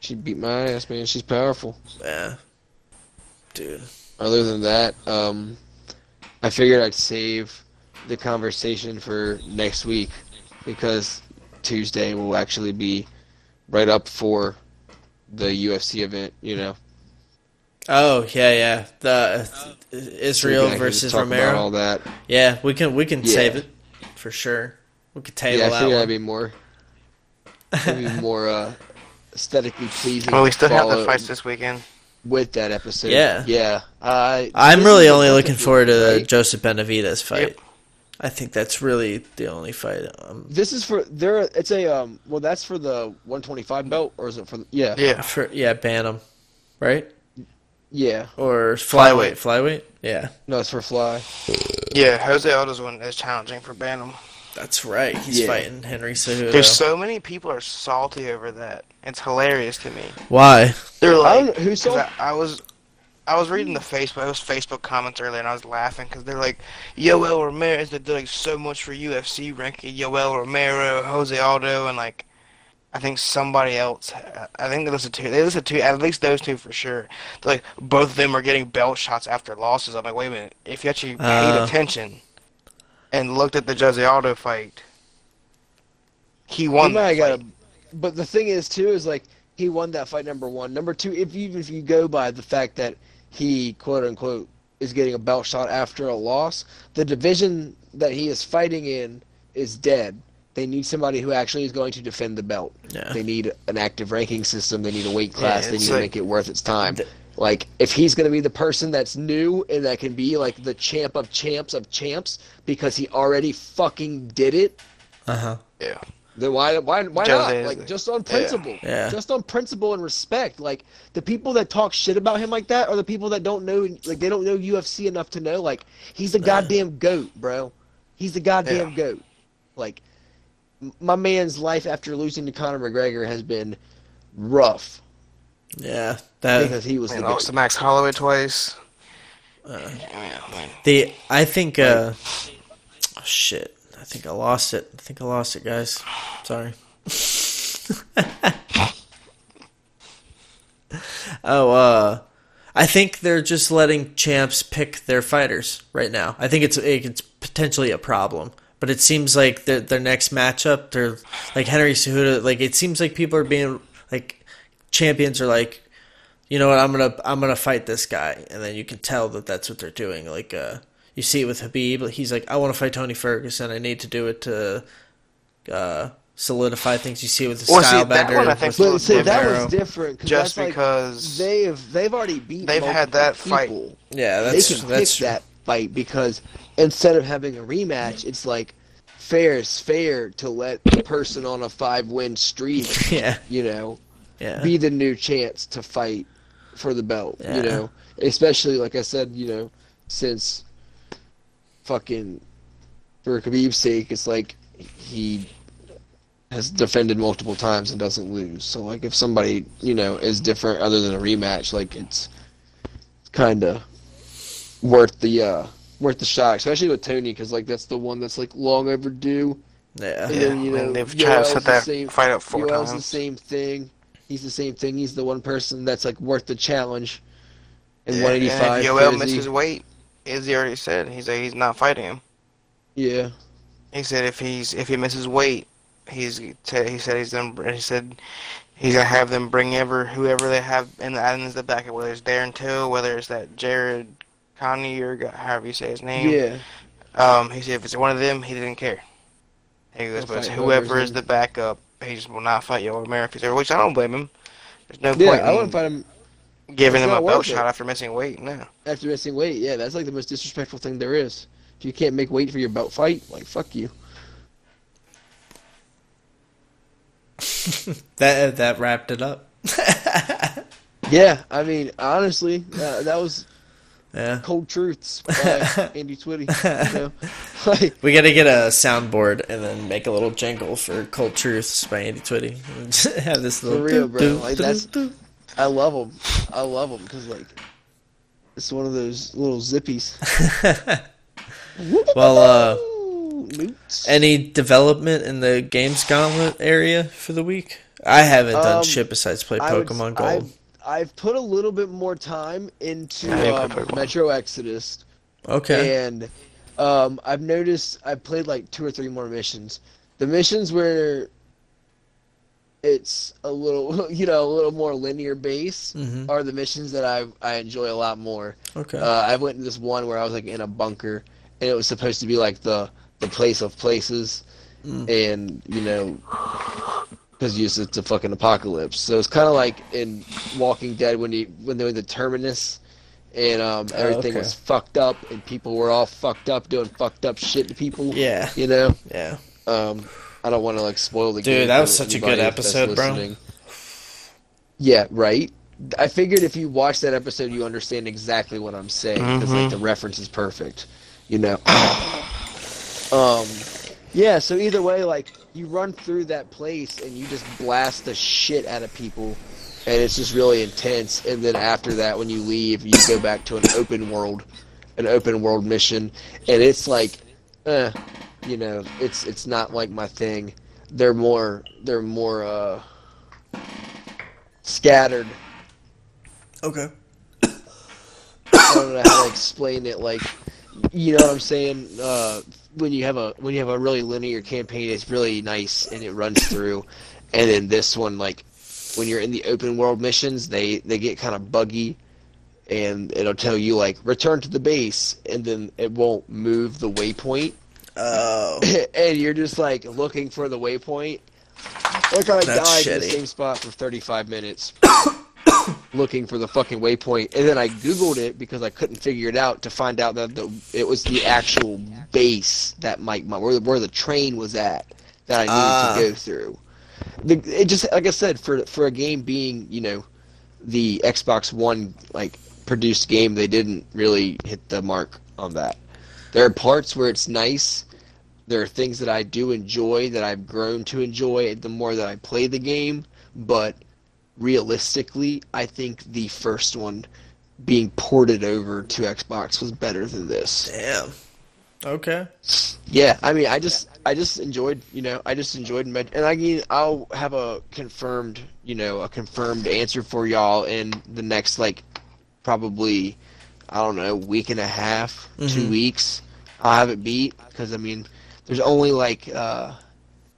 [SPEAKER 1] She beat my ass, man. She's powerful.
[SPEAKER 3] *laughs* yeah, dude.
[SPEAKER 1] Other than that, um, I figured I'd save the conversation for next week because Tuesday will actually be right up for the UFC event. You know,
[SPEAKER 3] Oh yeah, yeah. The uh,
[SPEAKER 1] So we can
[SPEAKER 3] Israel
[SPEAKER 1] actually
[SPEAKER 3] versus
[SPEAKER 1] talk about
[SPEAKER 3] Romero.
[SPEAKER 1] all that.
[SPEAKER 3] Yeah, we can we can
[SPEAKER 1] Yeah.
[SPEAKER 3] save it for sure. We could table
[SPEAKER 1] Yeah, I
[SPEAKER 3] that
[SPEAKER 1] figured
[SPEAKER 3] one.
[SPEAKER 1] that'd be more,
[SPEAKER 3] *laughs*
[SPEAKER 1] that'd be more uh, aesthetically pleasing.
[SPEAKER 2] Well, we still have the
[SPEAKER 1] follow
[SPEAKER 2] fights this weekend.
[SPEAKER 1] with that episode.
[SPEAKER 3] Yeah.
[SPEAKER 1] yeah. I
[SPEAKER 3] I'm
[SPEAKER 1] this
[SPEAKER 3] really
[SPEAKER 1] is
[SPEAKER 3] only
[SPEAKER 1] the
[SPEAKER 3] looking
[SPEAKER 1] perfect
[SPEAKER 3] forward to
[SPEAKER 1] one,
[SPEAKER 3] the
[SPEAKER 1] right?
[SPEAKER 3] Joseph Benavidez fight.
[SPEAKER 2] Yep.
[SPEAKER 3] I think that's really the only fight. Um,
[SPEAKER 1] This is for there. It's a um. Well, that's for the 125 belt, or is it for? The, yeah,
[SPEAKER 2] Yeah.
[SPEAKER 3] for yeah, Bantam, right?
[SPEAKER 1] yeah.
[SPEAKER 3] Or flyweight,
[SPEAKER 2] Flyweight.
[SPEAKER 3] flyweight. Yeah,
[SPEAKER 1] No, it's for Fly.
[SPEAKER 2] Yeah, Jose Aldo's one is challenging for Bantam.
[SPEAKER 3] that's right. He's
[SPEAKER 1] Yeah.
[SPEAKER 3] fighting Henry
[SPEAKER 2] There's
[SPEAKER 3] Cejudo.
[SPEAKER 2] so many people are salty over that. It's hilarious to me.
[SPEAKER 3] Why?
[SPEAKER 2] They're
[SPEAKER 1] I
[SPEAKER 2] like,
[SPEAKER 1] don't know who
[SPEAKER 2] 'cause
[SPEAKER 1] saw.
[SPEAKER 2] I, I was, I was reading the Facebook, it was Facebook comments earlier, and I was laughing because they're like, Yoel Romero is doing so much for UFC ranking. Yoel Romero, Jose Aldo, and like, I think somebody else. I- I think they listed two. They listed two, at least those two for sure. They're like, both of them are getting belt shots after losses. I'm like, wait a minute. If you actually paid
[SPEAKER 3] Uh.
[SPEAKER 2] attention and looked at the Jose Aldo fight, he won.
[SPEAKER 1] He
[SPEAKER 2] that
[SPEAKER 1] might have
[SPEAKER 2] fight.
[SPEAKER 1] got a, but the thing is too is like he won that fight number one. Number two, if you, if you go by the fact that he quote unquote is getting a belt shot after a loss, the division that he is fighting in is dead. They need somebody who actually is going to defend the belt.
[SPEAKER 3] Yeah.
[SPEAKER 1] They need an active ranking system. They need a weight class. they
[SPEAKER 2] it's
[SPEAKER 1] need to
[SPEAKER 2] like-
[SPEAKER 1] make it worth its time. like if he's going to be the person that's new and that can be like the champ of champs of champs because he already fucking did it,
[SPEAKER 3] Uh
[SPEAKER 1] Uh-huh.
[SPEAKER 3] huh.
[SPEAKER 2] Yeah.
[SPEAKER 1] then why why why
[SPEAKER 2] Jose
[SPEAKER 1] not?
[SPEAKER 2] is-
[SPEAKER 1] Like just on principle.
[SPEAKER 3] Yeah.
[SPEAKER 1] Just on principle and respect. Like the people that talk shit about him like that are the people that don't know like they don't know UFC enough to know like he's the goddamn goat, bro. He's the goddamn
[SPEAKER 2] Yeah.
[SPEAKER 1] goat. Like m- my man's life after losing to Conor McGregor has been rough
[SPEAKER 3] Yeah. That
[SPEAKER 1] because he was the
[SPEAKER 2] And
[SPEAKER 1] goat.
[SPEAKER 2] lost to Max Holloway twice.
[SPEAKER 1] Uh.
[SPEAKER 2] yeah, man.
[SPEAKER 3] the I think. uh oh, Shit. I think I lost it. I think I lost it, guys. Sorry. oh, uh I think they're just letting champs pick their fighters right now. I think it's it's potentially a problem, but it seems like their their next matchup, they're like Henry Cejudo. Like it seems like people are being like champions are like, you know what, I'm gonna I'm gonna fight this guy, and then you can tell that that's what they're doing. Like uh, you see it with Habib. He's like, I want to fight Tony Ferguson. I need to do it to uh, solidify things. You see it with the
[SPEAKER 2] Well, see,
[SPEAKER 3] style
[SPEAKER 2] that
[SPEAKER 3] bender.
[SPEAKER 2] one I think's a
[SPEAKER 3] with
[SPEAKER 1] But see, that
[SPEAKER 3] Romero.
[SPEAKER 1] was different cause
[SPEAKER 2] Just
[SPEAKER 1] that's, like,
[SPEAKER 2] because
[SPEAKER 1] they've they've already beat
[SPEAKER 2] they've had
[SPEAKER 1] multiple
[SPEAKER 2] that fight.
[SPEAKER 1] people.
[SPEAKER 3] yeah, that's
[SPEAKER 1] they can
[SPEAKER 3] that's
[SPEAKER 1] pick that fight because instead of having a rematch, it's like fair is fair to let the person on a five win
[SPEAKER 3] *laughs*
[SPEAKER 1] streak,
[SPEAKER 3] yeah
[SPEAKER 1] you know,
[SPEAKER 3] yeah.
[SPEAKER 1] be the new chance to fight for the belt.
[SPEAKER 3] Yeah.
[SPEAKER 1] You know, especially like I said, you know, since fucking for Khabib's sake, it's like he has defended multiple times and doesn't lose. So like if somebody you know is different other than a rematch, like it's kind of worth the uh worth the shot, especially with Tony, because like that's the one that's like long overdue.
[SPEAKER 3] Yeah. *laughs*
[SPEAKER 1] And
[SPEAKER 2] Yeah,
[SPEAKER 1] then, you
[SPEAKER 2] I mean,
[SPEAKER 1] know,
[SPEAKER 2] they've tried to
[SPEAKER 1] Yoel's
[SPEAKER 2] set
[SPEAKER 1] the
[SPEAKER 2] that
[SPEAKER 1] same-
[SPEAKER 2] fight up four
[SPEAKER 1] Yoel's the
[SPEAKER 2] times.
[SPEAKER 1] same thing. He's the same thing. He's the one person that's like worth the challenge. In
[SPEAKER 2] Yeah, and if
[SPEAKER 1] 185,
[SPEAKER 2] Yoel
[SPEAKER 1] Frizzy-
[SPEAKER 2] misses weight, as he already said, he said he's not fighting him.
[SPEAKER 1] yeah,
[SPEAKER 2] He said if he's if he misses weight, he's he said he's gonna he said he's gonna have them bring ever whoever they have in the islands the back whether it's Darren Till, whether it's that Jared Connie or go- however you say his name.
[SPEAKER 1] yeah,
[SPEAKER 2] Um, he said if it's one of them, he didn't care. He goes,
[SPEAKER 1] He'll
[SPEAKER 2] but it's
[SPEAKER 1] fight
[SPEAKER 2] whoever
[SPEAKER 1] whoever's
[SPEAKER 2] is
[SPEAKER 1] in.
[SPEAKER 2] the backup, he just will not fight Yoel Romero because which I don't blame him. There's no
[SPEAKER 1] yeah.
[SPEAKER 2] point
[SPEAKER 1] I
[SPEAKER 2] in
[SPEAKER 1] wouldn't fight him
[SPEAKER 2] giving
[SPEAKER 1] It's
[SPEAKER 2] him a
[SPEAKER 1] not
[SPEAKER 2] belt
[SPEAKER 1] worth it.
[SPEAKER 2] shot after missing weight. No,
[SPEAKER 1] after missing weight. Yeah, that's like the most disrespectful thing there is. If you can't make weight for your belt fight, like fuck you.
[SPEAKER 3] That that wrapped it up. *laughs*
[SPEAKER 1] Yeah, I mean, honestly, uh, that was
[SPEAKER 3] Yeah.
[SPEAKER 1] cold truths
[SPEAKER 2] *laughs*
[SPEAKER 1] by Andy Twitty. You know? *laughs* like,
[SPEAKER 3] We gotta get a soundboard and then make a little jingle for Cold Truths by Andy Twitty. *laughs* Just Have this little
[SPEAKER 1] real,
[SPEAKER 3] doop,
[SPEAKER 1] bro.
[SPEAKER 3] doop,
[SPEAKER 1] Like,
[SPEAKER 3] doop,
[SPEAKER 1] that's-
[SPEAKER 3] doop.
[SPEAKER 1] I love him. I love him because like it's one of those little zippies. *laughs*
[SPEAKER 3] Well, uh,
[SPEAKER 1] Ooh, loops.
[SPEAKER 3] *laughs* any development in the Games Gauntlet area for the week? I haven't done
[SPEAKER 1] Um,
[SPEAKER 3] shit besides play
[SPEAKER 1] I would-
[SPEAKER 3] Pokemon Gold.
[SPEAKER 1] I've, I've put a little bit more time into
[SPEAKER 2] I didn't play
[SPEAKER 1] um,
[SPEAKER 2] Pokemon.
[SPEAKER 1] Metro Exodus,
[SPEAKER 3] okay.
[SPEAKER 1] and um, I've noticed I played like two or three more missions. The missions where it's a little, *laughs* you know, a little more linear base
[SPEAKER 3] Mhm.
[SPEAKER 1] are the missions that I I enjoy a lot more.
[SPEAKER 3] okay.
[SPEAKER 1] Uh, I went to this one where I was like in a bunker, and it was supposed to be like the the place of places,
[SPEAKER 3] Mm.
[SPEAKER 1] and you know, because you it's a fucking apocalypse. So it's kind of like in Walking Dead when you when they were the terminus, and um, everything
[SPEAKER 3] Oh, okay.
[SPEAKER 1] was fucked up, and people were all fucked up doing fucked up shit to people.
[SPEAKER 3] Yeah.
[SPEAKER 1] you know.
[SPEAKER 3] yeah.
[SPEAKER 1] Um, I don't want to like spoil the
[SPEAKER 3] Dude,
[SPEAKER 1] game.
[SPEAKER 3] that
[SPEAKER 1] for
[SPEAKER 3] was such a good
[SPEAKER 1] anybody that's
[SPEAKER 3] episode, bro.
[SPEAKER 1] listening. Yeah, right. I figured if you watch that episode, you understand exactly what I'm saying because like
[SPEAKER 3] Mm-hmm.
[SPEAKER 1] the reference is perfect. You know. *sighs* um, yeah. So either way, like you run through that place and you just blast the shit out of people, and it's just really intense. And then after that, when you leave, you go back to an open world, an open world mission, and it's like, uh, you know, it's it's not like my thing. They're more they're more uh scattered.
[SPEAKER 3] Okay.
[SPEAKER 1] I don't know how to explain it. Like, you know what I'm saying? Uh, when you have a when you have a really linear campaign, it's really nice and it runs through. And then this one, like, when you're in the open world missions, they they get kind of buggy, and it'll tell you like return to the base, and then it won't move the waypoint,
[SPEAKER 3] Oh.
[SPEAKER 1] *laughs* and you're just like looking for the waypoint. Like I
[SPEAKER 3] That's
[SPEAKER 1] died in the
[SPEAKER 3] shitty.
[SPEAKER 1] same spot for 35 minutes *coughs* looking for the fucking waypoint, and then I googled it because I couldn't figure it out to find out that the it was the actual base that Mike my where, where the train was at that I needed
[SPEAKER 3] Ah.
[SPEAKER 1] to go through. The, it just like I said for for a game being you know the Xbox One like produced game, they didn't really hit the mark on that. There are parts where it's nice. There are things that I do enjoy that I've grown to enjoy the more that I play the game, but realistically, I think the first one being ported over to Xbox was better than this.
[SPEAKER 3] Damn. Okay.
[SPEAKER 1] Yeah, I mean, I just I just enjoyed, you know, I just enjoyed Met- and I mean, I'll have a confirmed, you know, a confirmed answer for y'all in the next like probably I don't know, week and a half, 2
[SPEAKER 3] Mhm.
[SPEAKER 1] weeks. I'll have it beat cuz I mean, there's only like uh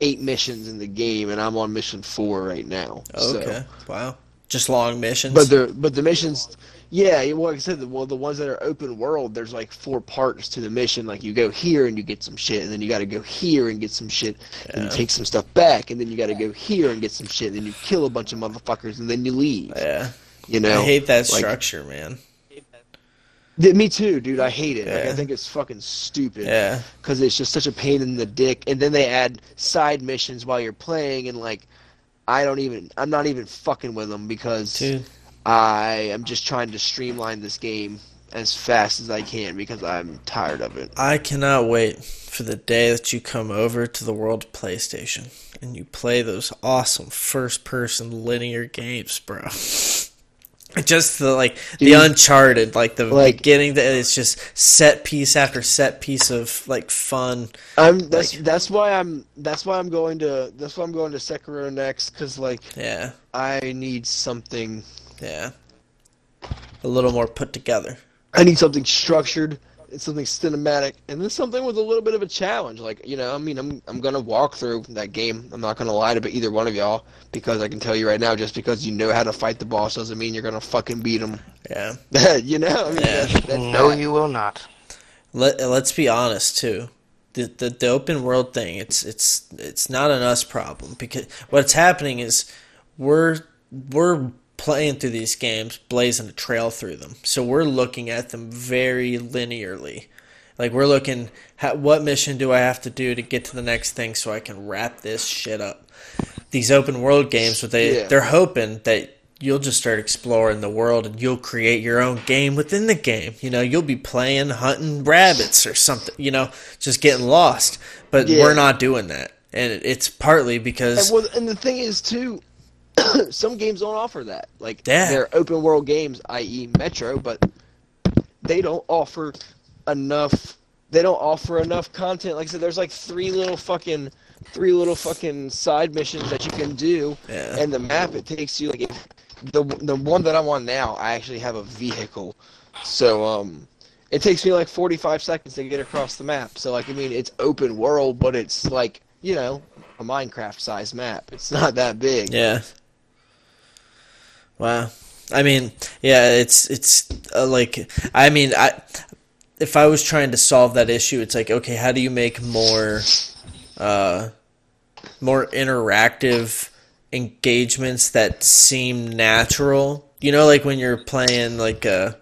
[SPEAKER 1] 8 missions in the game and I'm on mission 4 right now. So
[SPEAKER 3] Okay. Wow. Just long missions.
[SPEAKER 1] but the but the missions, yeah. you- Well, like I said, the, well, the ones that are open world, there's like four parts to the mission. Like you go here and you get some shit, and then you got to go here and get some shit, and you
[SPEAKER 3] Yeah.
[SPEAKER 1] take some stuff back, and then you got to go here and get some shit, and then you kill a bunch of motherfuckers, and then you leave.
[SPEAKER 3] yeah.
[SPEAKER 1] You know,
[SPEAKER 3] I hate that
[SPEAKER 1] like-
[SPEAKER 3] structure, man.
[SPEAKER 1] Th- me too, dude. I hate it. Like,
[SPEAKER 3] Yeah.
[SPEAKER 1] I think it's fucking stupid.
[SPEAKER 3] Yeah.
[SPEAKER 1] because it's just such a pain in the dick. And then they add side missions while you're playing, and like, I don't even, I'm not even fucking with them because
[SPEAKER 3] Dude.
[SPEAKER 1] I am just trying to streamline this game as fast as I can because I'm tired of it.
[SPEAKER 3] I cannot wait for the day that you come over to the World PlayStation and you play those awesome first-person linear games, bro. *laughs* Just the like the
[SPEAKER 1] Dude.
[SPEAKER 3] Uncharted, like the
[SPEAKER 1] Like-
[SPEAKER 3] beginning. That it's just set piece after set piece of like fun.
[SPEAKER 1] I'm that's
[SPEAKER 3] Like-
[SPEAKER 1] that's why I'm that's why I'm going to that's why I'm going to Sekiro next because like
[SPEAKER 3] Yeah,
[SPEAKER 1] I need something
[SPEAKER 3] yeah. A little more put together.
[SPEAKER 1] I need something structured and something cinematic and then something with a little bit of a challenge. Like, you know, I mean, I'm I'm gonna walk through that game. I'm not gonna lie to either one of y'all because I can tell you right now, just because you know how to fight the boss doesn't mean you're gonna fucking beat him.
[SPEAKER 3] Yeah.
[SPEAKER 1] *laughs* you know, I mean,
[SPEAKER 3] Yeah.
[SPEAKER 1] that's, that's
[SPEAKER 2] No,
[SPEAKER 1] that.
[SPEAKER 2] you will not.
[SPEAKER 3] Let Let's be honest too. The, the the open world thing it's it's it's not an us problem because what's happening is we're we're playing through these games blazing a trail through them so we're looking at them very linearly like we're looking ha what mission do I have to do to get to the next thing so I can wrap this shit up these open world games what they
[SPEAKER 1] Yeah.
[SPEAKER 3] they're hoping that you'll just start exploring the world and you'll create your own game within the game you know you'll be playing hunting rabbits or something you know just getting lost but
[SPEAKER 1] Yeah.
[SPEAKER 3] we're not doing that and it- it's partly because
[SPEAKER 1] And, well, and the thing is too, *clears throat* some games don't offer that. Like
[SPEAKER 3] Yeah.
[SPEAKER 1] they're open world games, i.e., Metro, but they don't offer enough. They don't offer enough content. Like I said, there's like three little fucking, three little fucking side missions that you can do,
[SPEAKER 3] Yeah.
[SPEAKER 1] and the map it takes you like. The the one that I'm on now, I actually have a vehicle, so um, it takes me like 45 seconds to get across the map. So like I mean, it's open world, but it's like you know a Minecraft sized map. It's not that big.
[SPEAKER 3] Yeah. Wow. I mean, yeah, it's it's uh, like I mean, I if I was trying to solve that issue, it's like okay, how do you make more uh more interactive engagements that seem natural? You know, like when you're playing like uh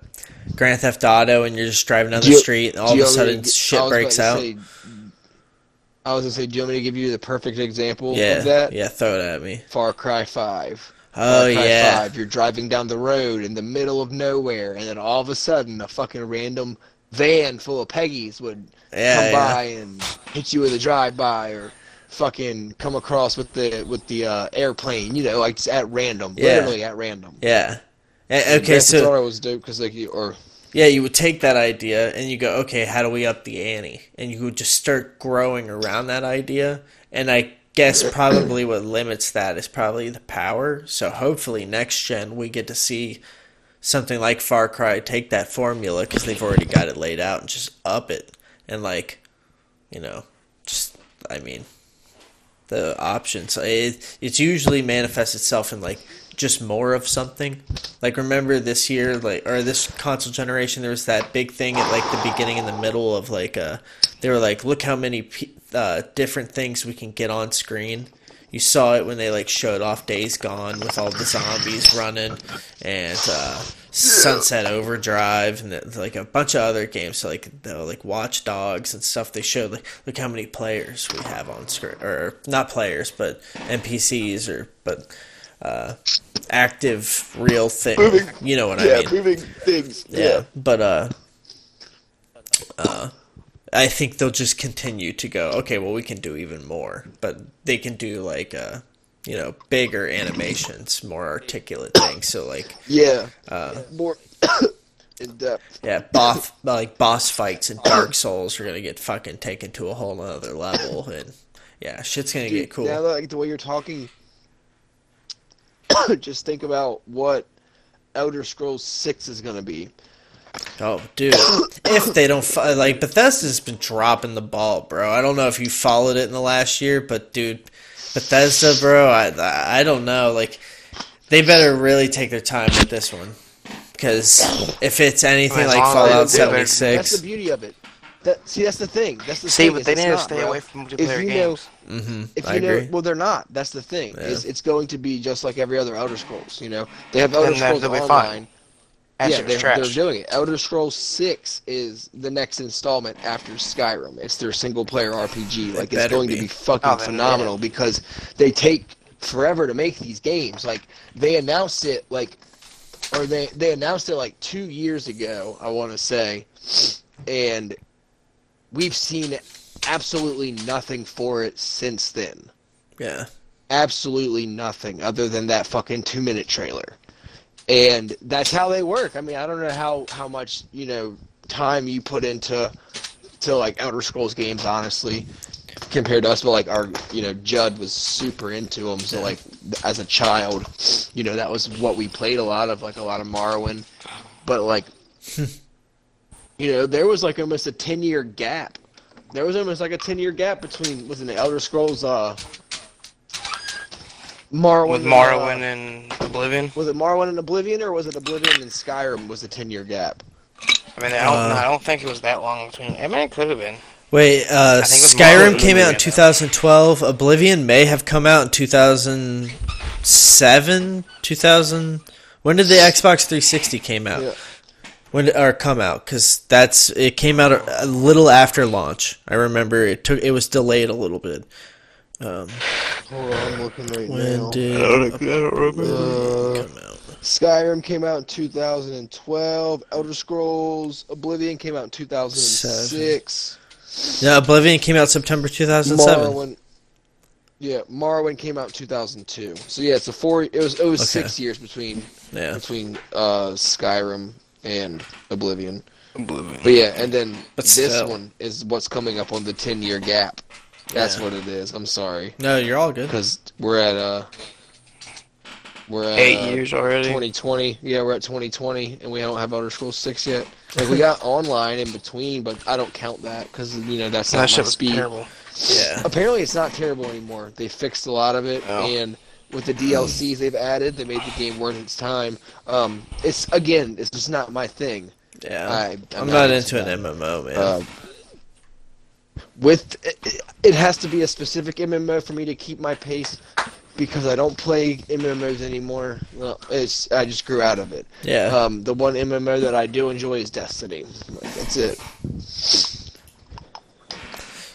[SPEAKER 3] Grand Theft Auto and you're just driving down the
[SPEAKER 1] Do you-
[SPEAKER 3] street and all
[SPEAKER 1] Do
[SPEAKER 3] of
[SPEAKER 1] you
[SPEAKER 3] a
[SPEAKER 1] want me
[SPEAKER 3] sudden
[SPEAKER 1] to gi-
[SPEAKER 3] shit
[SPEAKER 1] I was about
[SPEAKER 3] breaks
[SPEAKER 1] to
[SPEAKER 3] out.
[SPEAKER 1] say- I was gonna say, do you want me to give you the perfect example
[SPEAKER 3] yeah.
[SPEAKER 1] of that?
[SPEAKER 3] Yeah, throw it at me.
[SPEAKER 1] Far Cry Five.
[SPEAKER 3] Oh
[SPEAKER 1] Far Cry
[SPEAKER 3] yeah.
[SPEAKER 1] 5, you're driving down the road in the middle of nowhere, and then all of a sudden, a fucking random van full of Peggy's would
[SPEAKER 3] Yeah,
[SPEAKER 1] come
[SPEAKER 3] yeah.
[SPEAKER 1] by and hit you with a drive-by, or fucking come across with the with the uh, airplane. You know, like just at random,
[SPEAKER 3] Yeah.
[SPEAKER 1] literally at random.
[SPEAKER 3] Yeah. A- Okay,
[SPEAKER 1] Grand
[SPEAKER 3] so
[SPEAKER 1] Theft Auto was dope because like you or
[SPEAKER 3] Yeah, you would take that idea and you go, okay, how do we up the ante? And you would just start growing around that idea. And I guess probably what limits that is probably the power. So hopefully next gen we get to see something like Far Cry take that formula because they've already got it laid out and just up it and like, you know, just I mean, the options. It it's usually manifests itself in like just more of something. Like remember this year, like or this console generation, there was that big thing at like the beginning and the middle of like uh, they were like, look how many p- uh, different things we can get on screen. You saw it when they like showed off Days Gone with all the zombies running and uh, Sunset Overdrive and the, like a bunch of other games. So like the, like Watch Dogs and stuff. They showed like look how many players we have on screen or not players but NPCs or but uh, active real thing. You know what I mean?
[SPEAKER 1] moving things.
[SPEAKER 3] yeah. But uh, uh, I think they'll just continue to go. Okay, well, we can do even more, but they can do like uh, you know, bigger animations, more articulate things. So like, uh,
[SPEAKER 1] Yeah. More *coughs* in depth.
[SPEAKER 3] yeah, boss like boss fights in Dark Souls are gonna get fucking taken to a whole nother level, and yeah, shit's gonna get
[SPEAKER 1] Dude, Now
[SPEAKER 3] cool.
[SPEAKER 1] that like the way you're talking, *coughs* just think about what Elder Scrolls Six is gonna be.
[SPEAKER 3] Oh, dude, if they don't fi- like Bethesda's been dropping the ball, bro. I don't know if you followed it in the last year, but dude, Bethesda, bro, I I don't know. Like, they better really take their time with this one, because if it's anything
[SPEAKER 2] As
[SPEAKER 3] like
[SPEAKER 2] long as they
[SPEAKER 3] Fallout
[SPEAKER 2] do better- that's
[SPEAKER 1] That's
[SPEAKER 3] 76,
[SPEAKER 1] the beauty of it. That see, that's the thing. That's the
[SPEAKER 2] See,
[SPEAKER 1] thing,
[SPEAKER 2] but
[SPEAKER 1] is
[SPEAKER 2] they
[SPEAKER 1] it's
[SPEAKER 2] need to
[SPEAKER 1] not,
[SPEAKER 2] stay
[SPEAKER 1] bro.
[SPEAKER 2] away from
[SPEAKER 1] If
[SPEAKER 2] multiplayer
[SPEAKER 1] you know,
[SPEAKER 2] games.
[SPEAKER 3] mm-hmm,
[SPEAKER 1] if
[SPEAKER 3] I
[SPEAKER 1] you know,
[SPEAKER 3] agree.
[SPEAKER 1] well, they're not. That's the thing.
[SPEAKER 3] Yeah.
[SPEAKER 1] Is it's going to be just like every other Elder Scrolls. You know, they have Elder
[SPEAKER 2] Then they'll-
[SPEAKER 1] Scrolls
[SPEAKER 2] they'll be fine.
[SPEAKER 1] Online.
[SPEAKER 2] That
[SPEAKER 1] yeah,
[SPEAKER 2] shit was
[SPEAKER 1] they're,
[SPEAKER 2] trash.
[SPEAKER 1] they're doing it. Elder Scrolls Six is the next installment after Skyrim. It's their single player RPG. Like it's
[SPEAKER 3] better
[SPEAKER 1] going
[SPEAKER 3] be.
[SPEAKER 1] to be fucking
[SPEAKER 2] Oh, then,
[SPEAKER 1] phenomenal because they take forever to make these games. Like they announced it like or they they announced it like two years ago, I want to say, and we've seen absolutely nothing for it since then.
[SPEAKER 3] Yeah.
[SPEAKER 1] Absolutely nothing other than that fucking two minute trailer, and that's how they work. I mean, I don't know how how much you know time you put into to like Elder Scrolls games, honestly, compared to us. But like our, you know, Judd was super into them. So like as a child, you know, that was what we played a lot of, like a lot of Morrowind. But like, you know, there was like almost a ten year gap. There was almost like a ten year gap between was it Elder Scrolls, uh, Morrowind,
[SPEAKER 2] With
[SPEAKER 1] and, uh,
[SPEAKER 2] Morrowind and Oblivion.
[SPEAKER 1] was it Morrowind and Oblivion, or was it Oblivion and Skyrim? Was the ten year gap?
[SPEAKER 2] I mean, I don't,
[SPEAKER 3] Uh,
[SPEAKER 2] I don't think it was that long between. I mean, it could have been.
[SPEAKER 3] Wait, uh,
[SPEAKER 2] think it was
[SPEAKER 3] Skyrim
[SPEAKER 2] Morrowind
[SPEAKER 3] came out in
[SPEAKER 2] Oblivion, though.
[SPEAKER 3] 2012. Oblivion may have come out in 2007, 2000. When did the Xbox 360 came out?
[SPEAKER 1] Yeah.
[SPEAKER 3] When did, or come out? Because that's it came out a, a little after launch. I remember it took it was delayed a little bit.
[SPEAKER 1] Hold on, I'm looking right
[SPEAKER 3] When
[SPEAKER 1] now.
[SPEAKER 3] did
[SPEAKER 1] Uh,
[SPEAKER 3] it come out?
[SPEAKER 1] Skyrim came out in 2012. Elder Scrolls Oblivion came out in 2006.
[SPEAKER 3] No, Oblivion came out September 2007.
[SPEAKER 1] Morrowind, yeah, Morrowind came out in 2002. So yeah, it's a four. It was it was
[SPEAKER 3] Okay.
[SPEAKER 1] six years between
[SPEAKER 3] Yeah,
[SPEAKER 1] between uh, Skyrim and Oblivion.
[SPEAKER 2] Oblivion.
[SPEAKER 1] But yeah, and then
[SPEAKER 3] But
[SPEAKER 1] this
[SPEAKER 3] still.
[SPEAKER 1] one is what's coming up on the 10 year gap. That's
[SPEAKER 3] Yeah.
[SPEAKER 1] what it is. I'm sorry
[SPEAKER 3] no, you're all good.
[SPEAKER 1] because we're at uh we're at
[SPEAKER 2] Eight
[SPEAKER 1] uh,
[SPEAKER 2] years already.
[SPEAKER 1] 2020. Yeah, we're at 2020, and we don't have Elder Scrolls 6 yet. Like we got online in between, but I don't count that because you know that's
[SPEAKER 2] that
[SPEAKER 1] not my
[SPEAKER 2] shit was
[SPEAKER 1] speed.
[SPEAKER 2] terrible.
[SPEAKER 3] Yeah,
[SPEAKER 1] Apparently, it's not terrible anymore. They fixed a lot of it,
[SPEAKER 2] Oh.
[SPEAKER 1] and with the DLCs they've added, they made the game worth its time. Um, it's again, it's just not my thing.
[SPEAKER 3] yeah.
[SPEAKER 1] I,
[SPEAKER 3] I'm not
[SPEAKER 1] that.
[SPEAKER 3] into an MMO, man.
[SPEAKER 1] Uh, with it, it has to be a specific MMO for me to keep my pace because I don't play MMOs anymore. Well, it's I just grew out of it.
[SPEAKER 3] yeah.
[SPEAKER 1] Um, the one MMO that I do enjoy is Destiny. Like, that's it.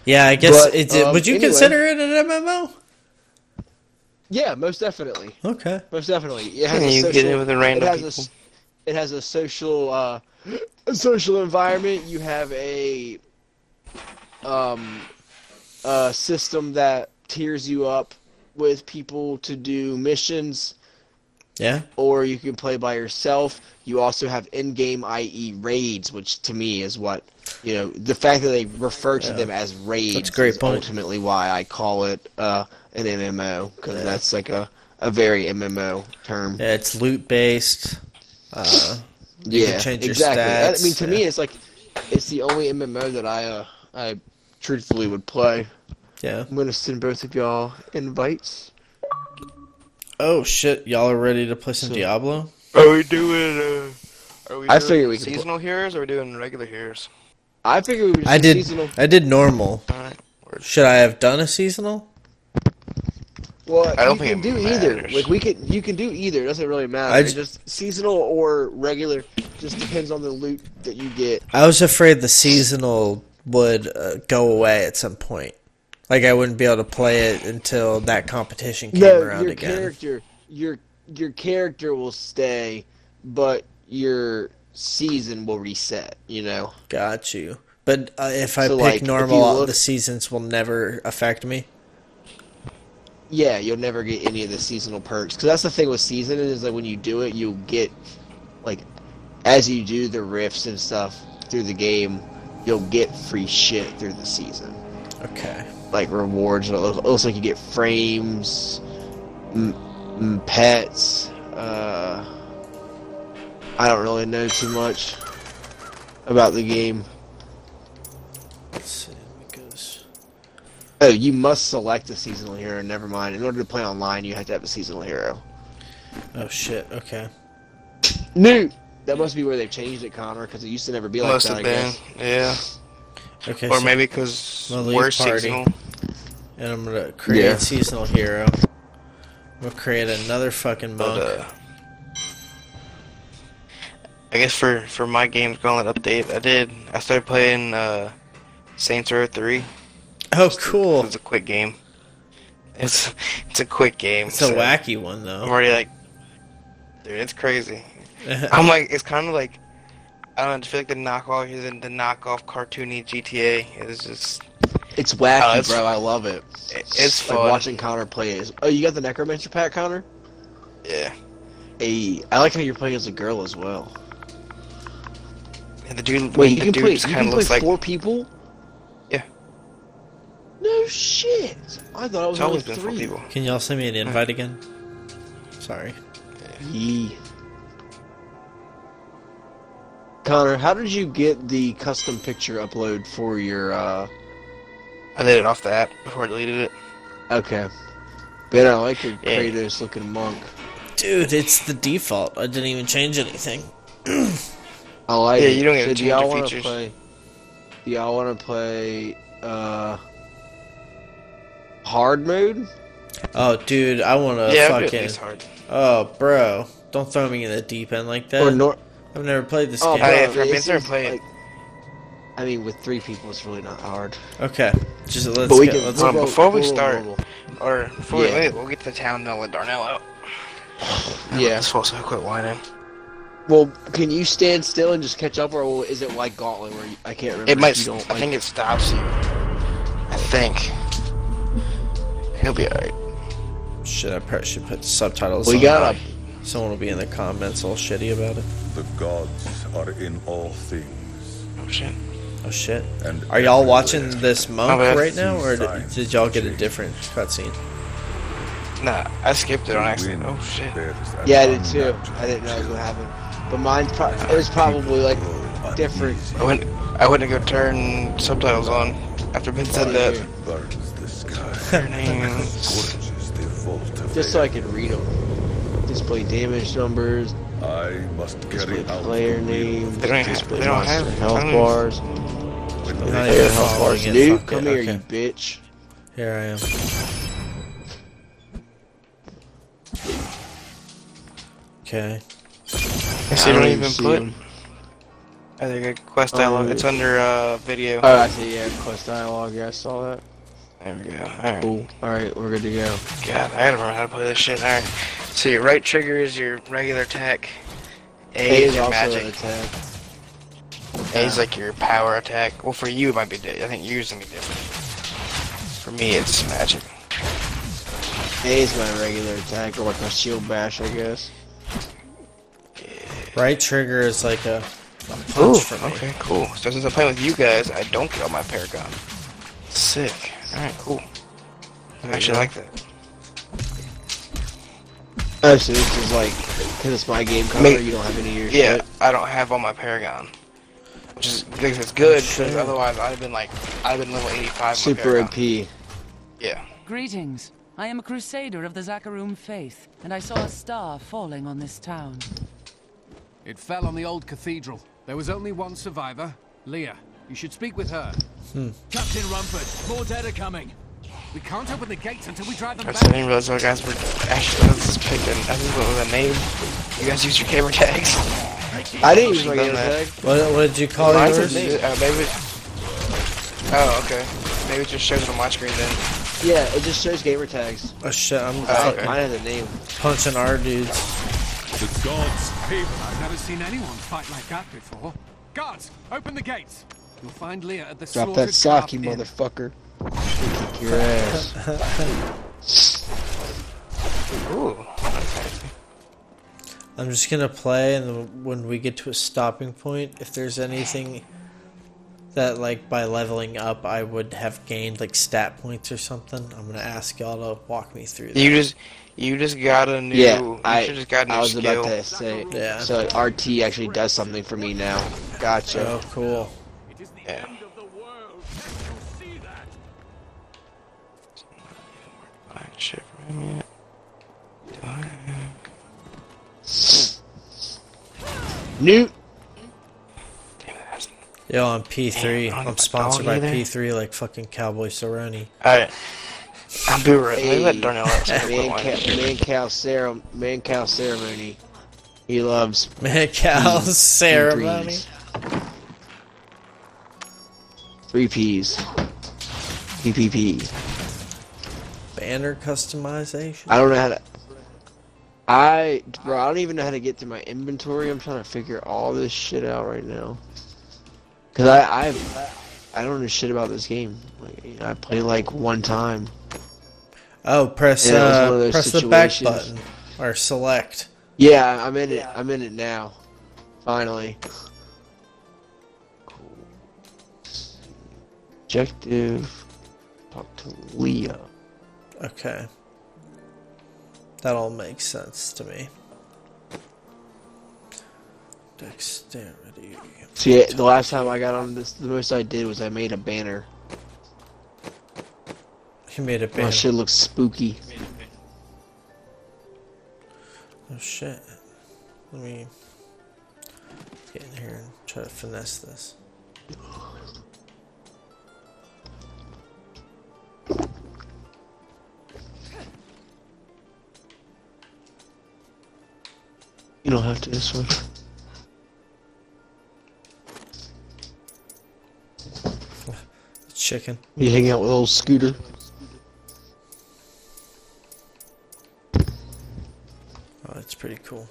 [SPEAKER 3] Yeah, I guess
[SPEAKER 1] But,
[SPEAKER 3] it, did
[SPEAKER 1] um,
[SPEAKER 3] would you
[SPEAKER 1] anyway.
[SPEAKER 3] consider it an MMO?
[SPEAKER 1] Yeah, most definitely,
[SPEAKER 3] Okay.
[SPEAKER 1] most definitely. It has
[SPEAKER 2] And
[SPEAKER 1] a
[SPEAKER 2] you
[SPEAKER 1] social,
[SPEAKER 2] get in with the
[SPEAKER 1] it
[SPEAKER 2] random
[SPEAKER 1] has a,
[SPEAKER 2] people.
[SPEAKER 1] s- it has a social uh, a social environment. You have a um a system that tiers you up with people to do missions.
[SPEAKER 3] Yeah.
[SPEAKER 1] or you can play by yourself. You also have in-game, i.e., raids, which to me is what you know. The fact that they refer to them as raids
[SPEAKER 3] That's a great
[SPEAKER 1] is
[SPEAKER 3] point.
[SPEAKER 1] ultimately why I call it uh, an MMO because that's like a, a very MMO term.
[SPEAKER 3] yeah it's loot based. Uh, you can change your
[SPEAKER 1] exactly. That-
[SPEAKER 3] stats,
[SPEAKER 1] I mean, to me,
[SPEAKER 3] yeah.
[SPEAKER 1] it's like it's the only MMO that I uh, I truthfully would play.
[SPEAKER 3] yeah.
[SPEAKER 1] I'm gonna send both of y'all invites.
[SPEAKER 3] Oh shit! Y'all are ready to play some
[SPEAKER 1] So-
[SPEAKER 3] Diablo?
[SPEAKER 2] Are we doing? Uh, are we
[SPEAKER 1] I
[SPEAKER 2] doing
[SPEAKER 1] figure we could pl-
[SPEAKER 2] seasonal heroes. Or are we doing regular heroes?
[SPEAKER 1] I figure we would just
[SPEAKER 3] I
[SPEAKER 1] do
[SPEAKER 3] did.
[SPEAKER 1] seasonal.
[SPEAKER 3] I did normal.
[SPEAKER 2] All right. Word.
[SPEAKER 3] Should I have done a seasonal?
[SPEAKER 1] Well,
[SPEAKER 2] I don't
[SPEAKER 1] you
[SPEAKER 2] think
[SPEAKER 1] can
[SPEAKER 2] it
[SPEAKER 1] do either.
[SPEAKER 2] matters.
[SPEAKER 1] Like we can, you can do either. It doesn't really matter.
[SPEAKER 3] I
[SPEAKER 1] It
[SPEAKER 3] j-
[SPEAKER 1] just seasonal or regular. Just depends on the loot that you get.
[SPEAKER 3] I was afraid the seasonal would uh, go away at some point. Like I wouldn't be able to play it until that competition came
[SPEAKER 1] no,
[SPEAKER 3] around
[SPEAKER 1] your
[SPEAKER 3] again.
[SPEAKER 1] character, your your character will stay, but your season will reset. You know.
[SPEAKER 3] Got you. But uh, if I
[SPEAKER 1] So,
[SPEAKER 3] pick
[SPEAKER 1] like, if you
[SPEAKER 3] normal,
[SPEAKER 1] look-
[SPEAKER 3] the seasons will never affect me.
[SPEAKER 1] Yeah, you'll never get any of the seasonal perks because that's the thing with season is like when you do it, you'll get like as you do the rifts and stuff through the game, you'll get free shit through the season.
[SPEAKER 3] Okay.
[SPEAKER 1] like rewards. It looks, it looks like you get frames, m- m- pets. Uh, I don't really know too much about the game.
[SPEAKER 3] Let's see. It goes.
[SPEAKER 1] Oh, you must select a seasonal hero. Never mind. In order to play online, you have to have a seasonal hero.
[SPEAKER 3] Oh shit. Okay.
[SPEAKER 1] New. That must be where they've changed it, Connor, because it used to never be like
[SPEAKER 2] Must have
[SPEAKER 1] that.
[SPEAKER 2] been.
[SPEAKER 1] I guess.
[SPEAKER 2] Yeah.
[SPEAKER 3] Okay.
[SPEAKER 2] Or
[SPEAKER 3] so-
[SPEAKER 2] maybe because
[SPEAKER 3] Well, leave
[SPEAKER 2] we're
[SPEAKER 3] party.
[SPEAKER 2] seasonal.
[SPEAKER 3] and I'm gonna create
[SPEAKER 1] Yeah.
[SPEAKER 3] seasonal hero. We'll create another fucking monk.
[SPEAKER 2] But uh, I guess for for my games going update, I did. I started playing uh, Saints Row Three.
[SPEAKER 3] oh, cool!
[SPEAKER 2] It's a quick game. *laughs* It's it's a quick game.
[SPEAKER 3] It's a
[SPEAKER 2] so
[SPEAKER 3] wacky one
[SPEAKER 2] I'm
[SPEAKER 3] though.
[SPEAKER 2] already like, dude, it's crazy. I'm like, it's kind of like, I don't know, I feel like the knockoff is in the knockoff cartoony GTA. It's just,
[SPEAKER 1] It's wacky,
[SPEAKER 2] Oh, it's-
[SPEAKER 1] bro. I love it.
[SPEAKER 2] it- it's
[SPEAKER 1] like
[SPEAKER 2] fun.
[SPEAKER 1] watching Connor play. Is, oh, you got the Necromancer pack, Connor?
[SPEAKER 2] Yeah.
[SPEAKER 1] Hey, I like how you're playing as a girl as well.
[SPEAKER 2] And the dude,
[SPEAKER 1] Wait, you
[SPEAKER 2] the
[SPEAKER 1] can
[SPEAKER 2] dude
[SPEAKER 1] play. You
[SPEAKER 2] just kind
[SPEAKER 1] can
[SPEAKER 2] of
[SPEAKER 1] play
[SPEAKER 2] looks like,
[SPEAKER 1] four people.
[SPEAKER 2] Yeah.
[SPEAKER 1] No shit. I thought it
[SPEAKER 2] it's
[SPEAKER 1] was only
[SPEAKER 2] always been four
[SPEAKER 1] three.
[SPEAKER 2] people.
[SPEAKER 3] *laughs* Can y'all send me an invite again? Sorry.
[SPEAKER 1] Yee. Connor, how did you get the custom picture upload for your? uh
[SPEAKER 2] I did it off the app before I deleted it.
[SPEAKER 1] Okay. Ben, I like your
[SPEAKER 2] Yeah.
[SPEAKER 1] Kratos-looking monk.
[SPEAKER 3] Dude, it's the default. I didn't even change anything.
[SPEAKER 1] I like
[SPEAKER 2] Yeah,
[SPEAKER 1] it.
[SPEAKER 2] you don't get to
[SPEAKER 1] do
[SPEAKER 2] change
[SPEAKER 1] y'all
[SPEAKER 2] your
[SPEAKER 1] wanna
[SPEAKER 2] features.
[SPEAKER 1] Play, do y'all want to play uh, hard mode?
[SPEAKER 3] Oh, dude, I want
[SPEAKER 1] Uh,
[SPEAKER 3] to
[SPEAKER 2] yeah, it
[SPEAKER 3] fucking.
[SPEAKER 2] it's hard.
[SPEAKER 3] Oh, bro, don't throw me in the deep end like that.
[SPEAKER 1] Or nor-
[SPEAKER 3] I've never played this
[SPEAKER 1] oh,
[SPEAKER 3] game.
[SPEAKER 1] bro,
[SPEAKER 2] yeah, if you're a
[SPEAKER 1] this
[SPEAKER 2] Benzer,
[SPEAKER 1] is,
[SPEAKER 2] play it.
[SPEAKER 1] like- I mean, with three people, it's really not hard.
[SPEAKER 3] Okay, just let's
[SPEAKER 1] But we
[SPEAKER 3] go.
[SPEAKER 1] can.
[SPEAKER 3] let's
[SPEAKER 1] we'll
[SPEAKER 2] um,
[SPEAKER 1] go-
[SPEAKER 2] before we
[SPEAKER 1] we'll go
[SPEAKER 2] start-
[SPEAKER 1] mobile.
[SPEAKER 2] Or before we
[SPEAKER 1] Yeah.
[SPEAKER 2] leave, we'll get to town and I'll let Darnell out.
[SPEAKER 1] Yeah.
[SPEAKER 2] I'm supposed to quit whining.
[SPEAKER 1] Well, can you stand still and just catch up, or will- is it like Gauntlet where you, I can't remember?
[SPEAKER 2] It
[SPEAKER 1] if
[SPEAKER 2] might.
[SPEAKER 1] You
[SPEAKER 2] St-
[SPEAKER 1] don't,
[SPEAKER 2] I
[SPEAKER 1] like-
[SPEAKER 2] think it stops you. I think. He'll be alright.
[SPEAKER 3] Shit, I probably should put subtitles.
[SPEAKER 1] we
[SPEAKER 3] on.
[SPEAKER 1] got a.
[SPEAKER 3] Someone will be in the comments all shitty about it.
[SPEAKER 5] The gods are in all things.
[SPEAKER 2] Oh shit.
[SPEAKER 3] Oh shit.
[SPEAKER 5] And
[SPEAKER 3] Are y'all
[SPEAKER 5] everywhere.
[SPEAKER 3] watching this monk
[SPEAKER 2] bad.
[SPEAKER 3] right now, or did,
[SPEAKER 5] Signs
[SPEAKER 3] did y'all get a
[SPEAKER 5] change.
[SPEAKER 3] different cutscene?
[SPEAKER 2] Nah, I skipped it on accident.
[SPEAKER 5] Wind
[SPEAKER 2] Oh shit.
[SPEAKER 5] bears an
[SPEAKER 1] Yeah, I did too.
[SPEAKER 5] unnatural
[SPEAKER 1] I didn't know it was gonna
[SPEAKER 5] chill.
[SPEAKER 1] happen. But mine's pro- it was probably like
[SPEAKER 5] People
[SPEAKER 1] *laughs* different.
[SPEAKER 5] uneasy.
[SPEAKER 2] I went. I went to go turn subtitles on after Ben
[SPEAKER 1] Oh,
[SPEAKER 2] said that.
[SPEAKER 5] Burns
[SPEAKER 2] *laughs*
[SPEAKER 5] the sky.
[SPEAKER 2] Her name.
[SPEAKER 5] Scorches the vault of
[SPEAKER 1] just so I could read them. Display damage numbers,
[SPEAKER 5] air. I must carry
[SPEAKER 1] display
[SPEAKER 5] out
[SPEAKER 1] player
[SPEAKER 5] the will
[SPEAKER 1] names,
[SPEAKER 5] of
[SPEAKER 2] They don't have-
[SPEAKER 1] display
[SPEAKER 2] they don't
[SPEAKER 1] monster
[SPEAKER 2] have- I
[SPEAKER 1] health
[SPEAKER 2] don't even-
[SPEAKER 1] bars,
[SPEAKER 5] when
[SPEAKER 3] Not
[SPEAKER 5] they-
[SPEAKER 3] even
[SPEAKER 1] player health
[SPEAKER 3] following
[SPEAKER 1] bars.
[SPEAKER 3] it,
[SPEAKER 1] Dude,
[SPEAKER 3] fuck
[SPEAKER 1] come
[SPEAKER 3] it,
[SPEAKER 1] here,
[SPEAKER 3] okay.
[SPEAKER 1] you bitch.
[SPEAKER 3] Here I am. Okay.
[SPEAKER 2] I see. Don't even
[SPEAKER 1] see
[SPEAKER 2] put.
[SPEAKER 1] 'em.
[SPEAKER 2] I think a quest dialogue.
[SPEAKER 1] Oh.
[SPEAKER 2] It's under uh video.
[SPEAKER 1] Oh, I see. Yeah, quest dialogue. Yeah, I saw that.
[SPEAKER 2] There we go. Alright.
[SPEAKER 1] Cool. All right, we're good to go.
[SPEAKER 2] God, I gotta remember how to play this shit. Alright. So your right trigger is your regular attack. A,
[SPEAKER 1] It
[SPEAKER 2] is
[SPEAKER 1] is
[SPEAKER 2] your
[SPEAKER 1] also
[SPEAKER 2] magic.
[SPEAKER 1] an attack.
[SPEAKER 2] A is like your power attack. Well, for you it might be different. I think yours gonna be different. For me, it's magic.
[SPEAKER 1] A is my regular attack, or like my shield bash, I guess.
[SPEAKER 3] Right trigger is like a, a punch for me.
[SPEAKER 2] okay, cool. So since I'm playing with you guys, I don't get all my paragon. Sick. Alright, cool. I actually like that.
[SPEAKER 1] Oh, so this is like, because it's my game cover,
[SPEAKER 2] Uh, Mate.
[SPEAKER 1] you don't have any of your
[SPEAKER 2] Yeah,
[SPEAKER 1] shit.
[SPEAKER 2] I don't have all my paragon. Which is, because it's good, because
[SPEAKER 3] Sure.
[SPEAKER 2] otherwise I'd have been like, I'd have been level 85 with
[SPEAKER 1] Super
[SPEAKER 2] paragon.
[SPEAKER 1] OP. Hey,
[SPEAKER 2] Yeah.
[SPEAKER 6] Greetings. I am a crusader of the Zakharum faith, and I saw a star falling on this town.
[SPEAKER 7] It fell on the old cathedral. There was only one survivor, Leah. You should speak with her.
[SPEAKER 1] Hmm.
[SPEAKER 7] Captain Rumford, more dead are coming. We can't open the gates until we drive them
[SPEAKER 2] I
[SPEAKER 7] back.
[SPEAKER 2] didn't realize you guys were actually let's just pick an I just went with a name. You guys use your gamer
[SPEAKER 1] *laughs*
[SPEAKER 2] tags.
[SPEAKER 1] I didn't use
[SPEAKER 2] Should've
[SPEAKER 1] my
[SPEAKER 2] done
[SPEAKER 1] game
[SPEAKER 2] that.
[SPEAKER 1] tag.
[SPEAKER 3] What, what did you call
[SPEAKER 2] Mine
[SPEAKER 3] yours?
[SPEAKER 2] says use- uh, maybe. Oh, okay. Maybe it just shows it on my screen then.
[SPEAKER 1] Yeah, it just shows gamer tags.
[SPEAKER 3] Oh shit, I'm
[SPEAKER 2] Oh,
[SPEAKER 3] fucking
[SPEAKER 2] okay.
[SPEAKER 1] Mine has a name.
[SPEAKER 3] punching our dudes.
[SPEAKER 5] The gods paved
[SPEAKER 7] I've never seen anyone fight like that before. Guards, open the gates. You'll find Leah at the
[SPEAKER 1] Drop
[SPEAKER 7] slaughtered
[SPEAKER 1] that sock,
[SPEAKER 7] calf
[SPEAKER 1] you
[SPEAKER 7] inn.
[SPEAKER 1] motherfucker. Kick your ass.
[SPEAKER 2] Ooh.
[SPEAKER 3] I'm just gonna play, and then when we get to a stopping point, if there's anything that, like, by leveling up, I would have gained, like, stat points or something, I'm gonna ask y'all to walk me through that.
[SPEAKER 2] You just you just got a new.
[SPEAKER 1] Yeah,
[SPEAKER 2] you
[SPEAKER 1] I,
[SPEAKER 2] should've just got a new
[SPEAKER 1] I was
[SPEAKER 2] skill.
[SPEAKER 1] about to say.
[SPEAKER 3] Yeah.
[SPEAKER 1] So like, RT actually does something for me now. Gotcha.
[SPEAKER 3] Oh, cool.
[SPEAKER 2] Yeah. Alright, shit for a minute.
[SPEAKER 1] Newt.
[SPEAKER 2] Damn it, that's-
[SPEAKER 3] Yo, I'm P3.
[SPEAKER 2] Damn, I don't
[SPEAKER 3] I'm
[SPEAKER 2] have a
[SPEAKER 3] sponsored
[SPEAKER 2] dog
[SPEAKER 3] by
[SPEAKER 2] either.
[SPEAKER 3] P3 like fucking Cowboy Cerrone. *laughs*
[SPEAKER 2] Alright. I'm be right. Maybe
[SPEAKER 1] Hey.
[SPEAKER 2] let Darnell out.
[SPEAKER 1] Man, Cal, man, Cal, Sarah, man, Cal ceremony. He loves
[SPEAKER 3] Man, Cal ceremony.
[SPEAKER 1] P's. Three P's. PPP.
[SPEAKER 3] Banner customization.
[SPEAKER 1] I don't know how to. I bro, I don't even know how to get to my inventory. I'm trying to figure all this shit out right now. Cause I I I don't know shit about this game. Like I played like one time.
[SPEAKER 3] Oh, press
[SPEAKER 1] Yeah, it was one of
[SPEAKER 3] uh,
[SPEAKER 1] those
[SPEAKER 3] press the back
[SPEAKER 1] situations.
[SPEAKER 3] button or select.
[SPEAKER 1] Yeah, I'm in it. I'm in it now. Finally. Objective. Talk to Leah.
[SPEAKER 3] Okay, that all makes sense to me. Dexterity.
[SPEAKER 1] See, the last time I got on this, the most I did was I made a banner.
[SPEAKER 3] He made a
[SPEAKER 1] That
[SPEAKER 3] banner.
[SPEAKER 1] shit looks spooky.
[SPEAKER 3] Oh shit. Let me get in here and try to finesse this.
[SPEAKER 1] You don't have to this one.
[SPEAKER 3] Chicken.
[SPEAKER 1] You hang out with old Scooter.
[SPEAKER 3] Oh, that's pretty cool.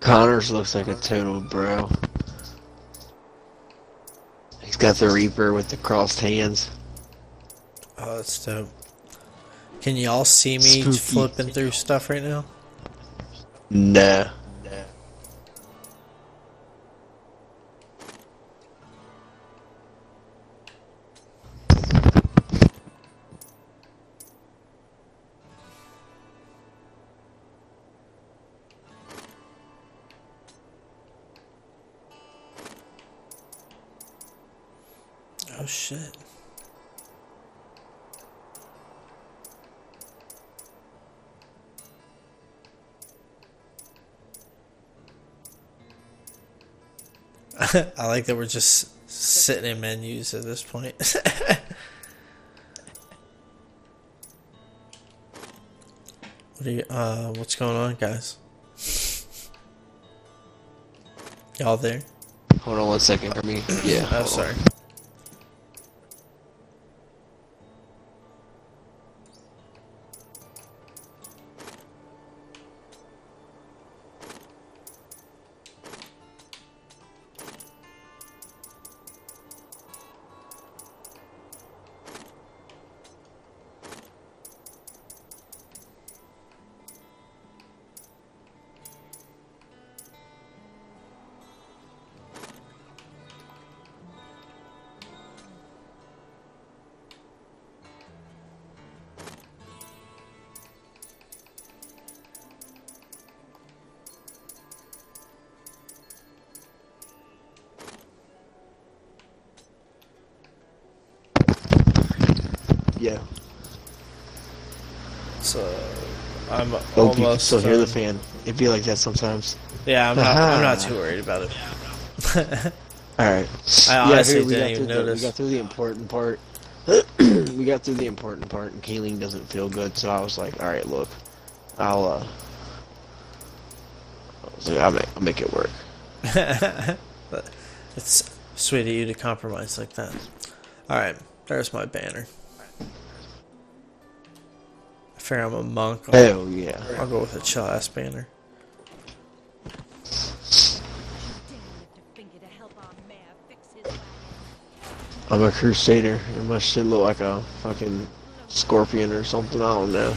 [SPEAKER 1] Connors looks like a total bro. He's got the Reaper with the crossed hands.
[SPEAKER 3] Oh, that's dope. Can y'all see me
[SPEAKER 1] Spooky.
[SPEAKER 3] flipping through stuff right now?
[SPEAKER 1] Nah.
[SPEAKER 3] Oh shit. *laughs* I like that we're just sitting in menus at this point. *laughs* what do you, uh, what's going on, guys? Y'all there?
[SPEAKER 1] Hold on one second for me. Yeah.
[SPEAKER 3] Oh,
[SPEAKER 1] hold on.
[SPEAKER 3] sorry.
[SPEAKER 1] Yeah.
[SPEAKER 3] So I'm
[SPEAKER 1] Oh, you can
[SPEAKER 3] almost um,
[SPEAKER 1] still hear the
[SPEAKER 3] done.
[SPEAKER 1] fan. It'd be like that sometimes.
[SPEAKER 3] Yeah, I'm not. I'm not too worried about it. *laughs*
[SPEAKER 1] All right.
[SPEAKER 3] I honestly
[SPEAKER 1] we
[SPEAKER 3] didn't
[SPEAKER 1] got
[SPEAKER 3] even
[SPEAKER 1] through the-
[SPEAKER 3] notice.
[SPEAKER 1] we got through the important part. *clears throat* we got through the important part, and Kayleen doesn't feel good, so I was like, all right, look, I'll. uh I was like, I'll make, I'll make it work.
[SPEAKER 3] It's sweet of you to compromise like that. All right, there's my banner. I figure I'm a monk. I'll,
[SPEAKER 1] Hell yeah.
[SPEAKER 3] I'll go with a chill ass banner.
[SPEAKER 1] I'm a crusader, and my shit look like a fucking scorpion or something. I don't know.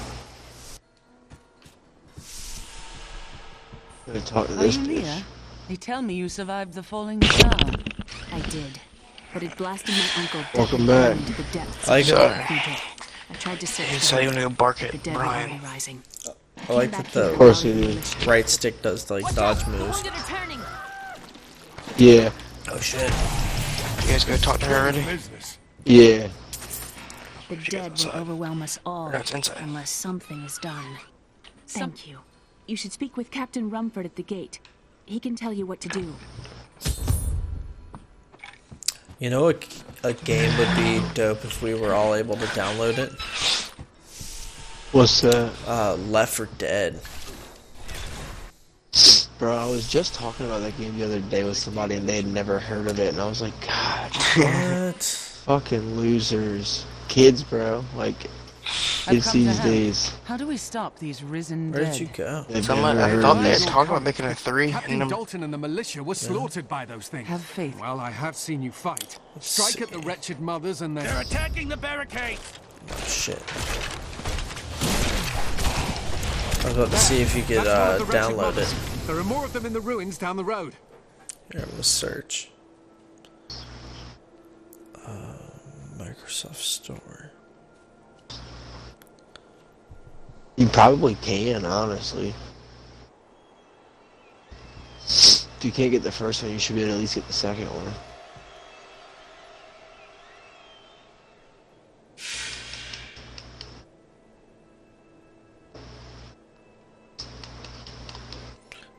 [SPEAKER 1] I'm gonna talk to
[SPEAKER 8] Are
[SPEAKER 1] this
[SPEAKER 8] you
[SPEAKER 1] bitch.
[SPEAKER 8] Leah? They tell me you survived the falling star.
[SPEAKER 9] I did. But it blasted my uncle deep
[SPEAKER 1] Welcome back.
[SPEAKER 9] into the depths
[SPEAKER 3] I like,
[SPEAKER 2] Sorry.
[SPEAKER 9] of evil. I tried to search
[SPEAKER 2] He
[SPEAKER 9] for
[SPEAKER 2] said he
[SPEAKER 9] him.
[SPEAKER 2] wanted to go bark
[SPEAKER 9] The
[SPEAKER 2] at
[SPEAKER 9] dead were already
[SPEAKER 2] Brian.
[SPEAKER 9] rising.
[SPEAKER 3] I like that
[SPEAKER 1] Of
[SPEAKER 3] the
[SPEAKER 1] course he did.
[SPEAKER 3] right stick does like dodge moves.
[SPEAKER 1] Yeah,
[SPEAKER 3] Oh shit!
[SPEAKER 2] You guys go talk to her already?
[SPEAKER 10] Business.
[SPEAKER 1] yeah.
[SPEAKER 9] The dead will
[SPEAKER 2] inside.
[SPEAKER 9] overwhelm us all
[SPEAKER 2] That's inside.
[SPEAKER 9] unless something is done. Thank you. You should speak with Captain Rumford at the gate. He can tell you what to do.
[SPEAKER 3] You know, a, a game would be dope if we were all able to download it.
[SPEAKER 1] What's that?
[SPEAKER 3] Uh, Left for Dead.
[SPEAKER 1] Bro, I was just talking about that game the other day with somebody and they had never heard of it, and I was like, God,
[SPEAKER 3] What?
[SPEAKER 1] fucking losers. Kids, bro. Like,
[SPEAKER 5] kids
[SPEAKER 6] come to
[SPEAKER 5] these
[SPEAKER 6] hand.
[SPEAKER 5] days.
[SPEAKER 6] How do we stop these risen
[SPEAKER 3] Where'd
[SPEAKER 6] dead?
[SPEAKER 3] you go?
[SPEAKER 5] They've
[SPEAKER 2] Someone,
[SPEAKER 5] never
[SPEAKER 2] I
[SPEAKER 5] heard
[SPEAKER 2] thought
[SPEAKER 5] of
[SPEAKER 2] they had
[SPEAKER 5] these.
[SPEAKER 2] talked about making a three,
[SPEAKER 7] Captain
[SPEAKER 2] and I'm,
[SPEAKER 7] Dalton and the militia were slaughtered by those things.
[SPEAKER 6] Have faith.
[SPEAKER 7] Well, I have seen you fight. Strike at the wretched mothers and their...
[SPEAKER 11] attacking the barricades!
[SPEAKER 3] Shit. I was about to see if you could
[SPEAKER 7] That's one of
[SPEAKER 3] uh,
[SPEAKER 7] the wretched
[SPEAKER 3] download
[SPEAKER 7] mothers.
[SPEAKER 3] it.
[SPEAKER 7] There are more of them in the ruins down the road.
[SPEAKER 3] Here, I'm gonna search. Uh, Microsoft Store.
[SPEAKER 5] You probably can, honestly. If you can't get the first one, you should be able to at least get the second one.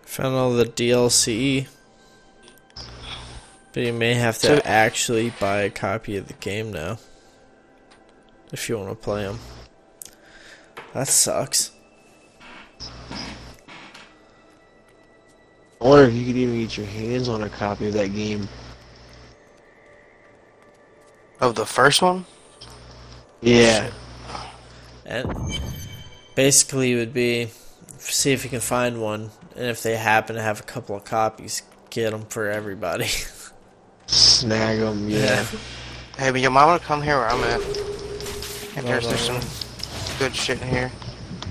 [SPEAKER 3] Found all the DLC. But you may have to
[SPEAKER 2] So-
[SPEAKER 3] actually buy a copy of the game now. If you want to play them. That sucks.
[SPEAKER 5] I wonder if you could even get your hands on a copy of that game.
[SPEAKER 2] of the first one.
[SPEAKER 5] Yeah.
[SPEAKER 3] And basically, it would be see if you can find one, and if they happen to have a couple of copies, get them for everybody. *laughs*
[SPEAKER 5] Snag them, yeah.
[SPEAKER 2] Hey, but your mom would come here where I'm at. And there's, there's some good shit in here.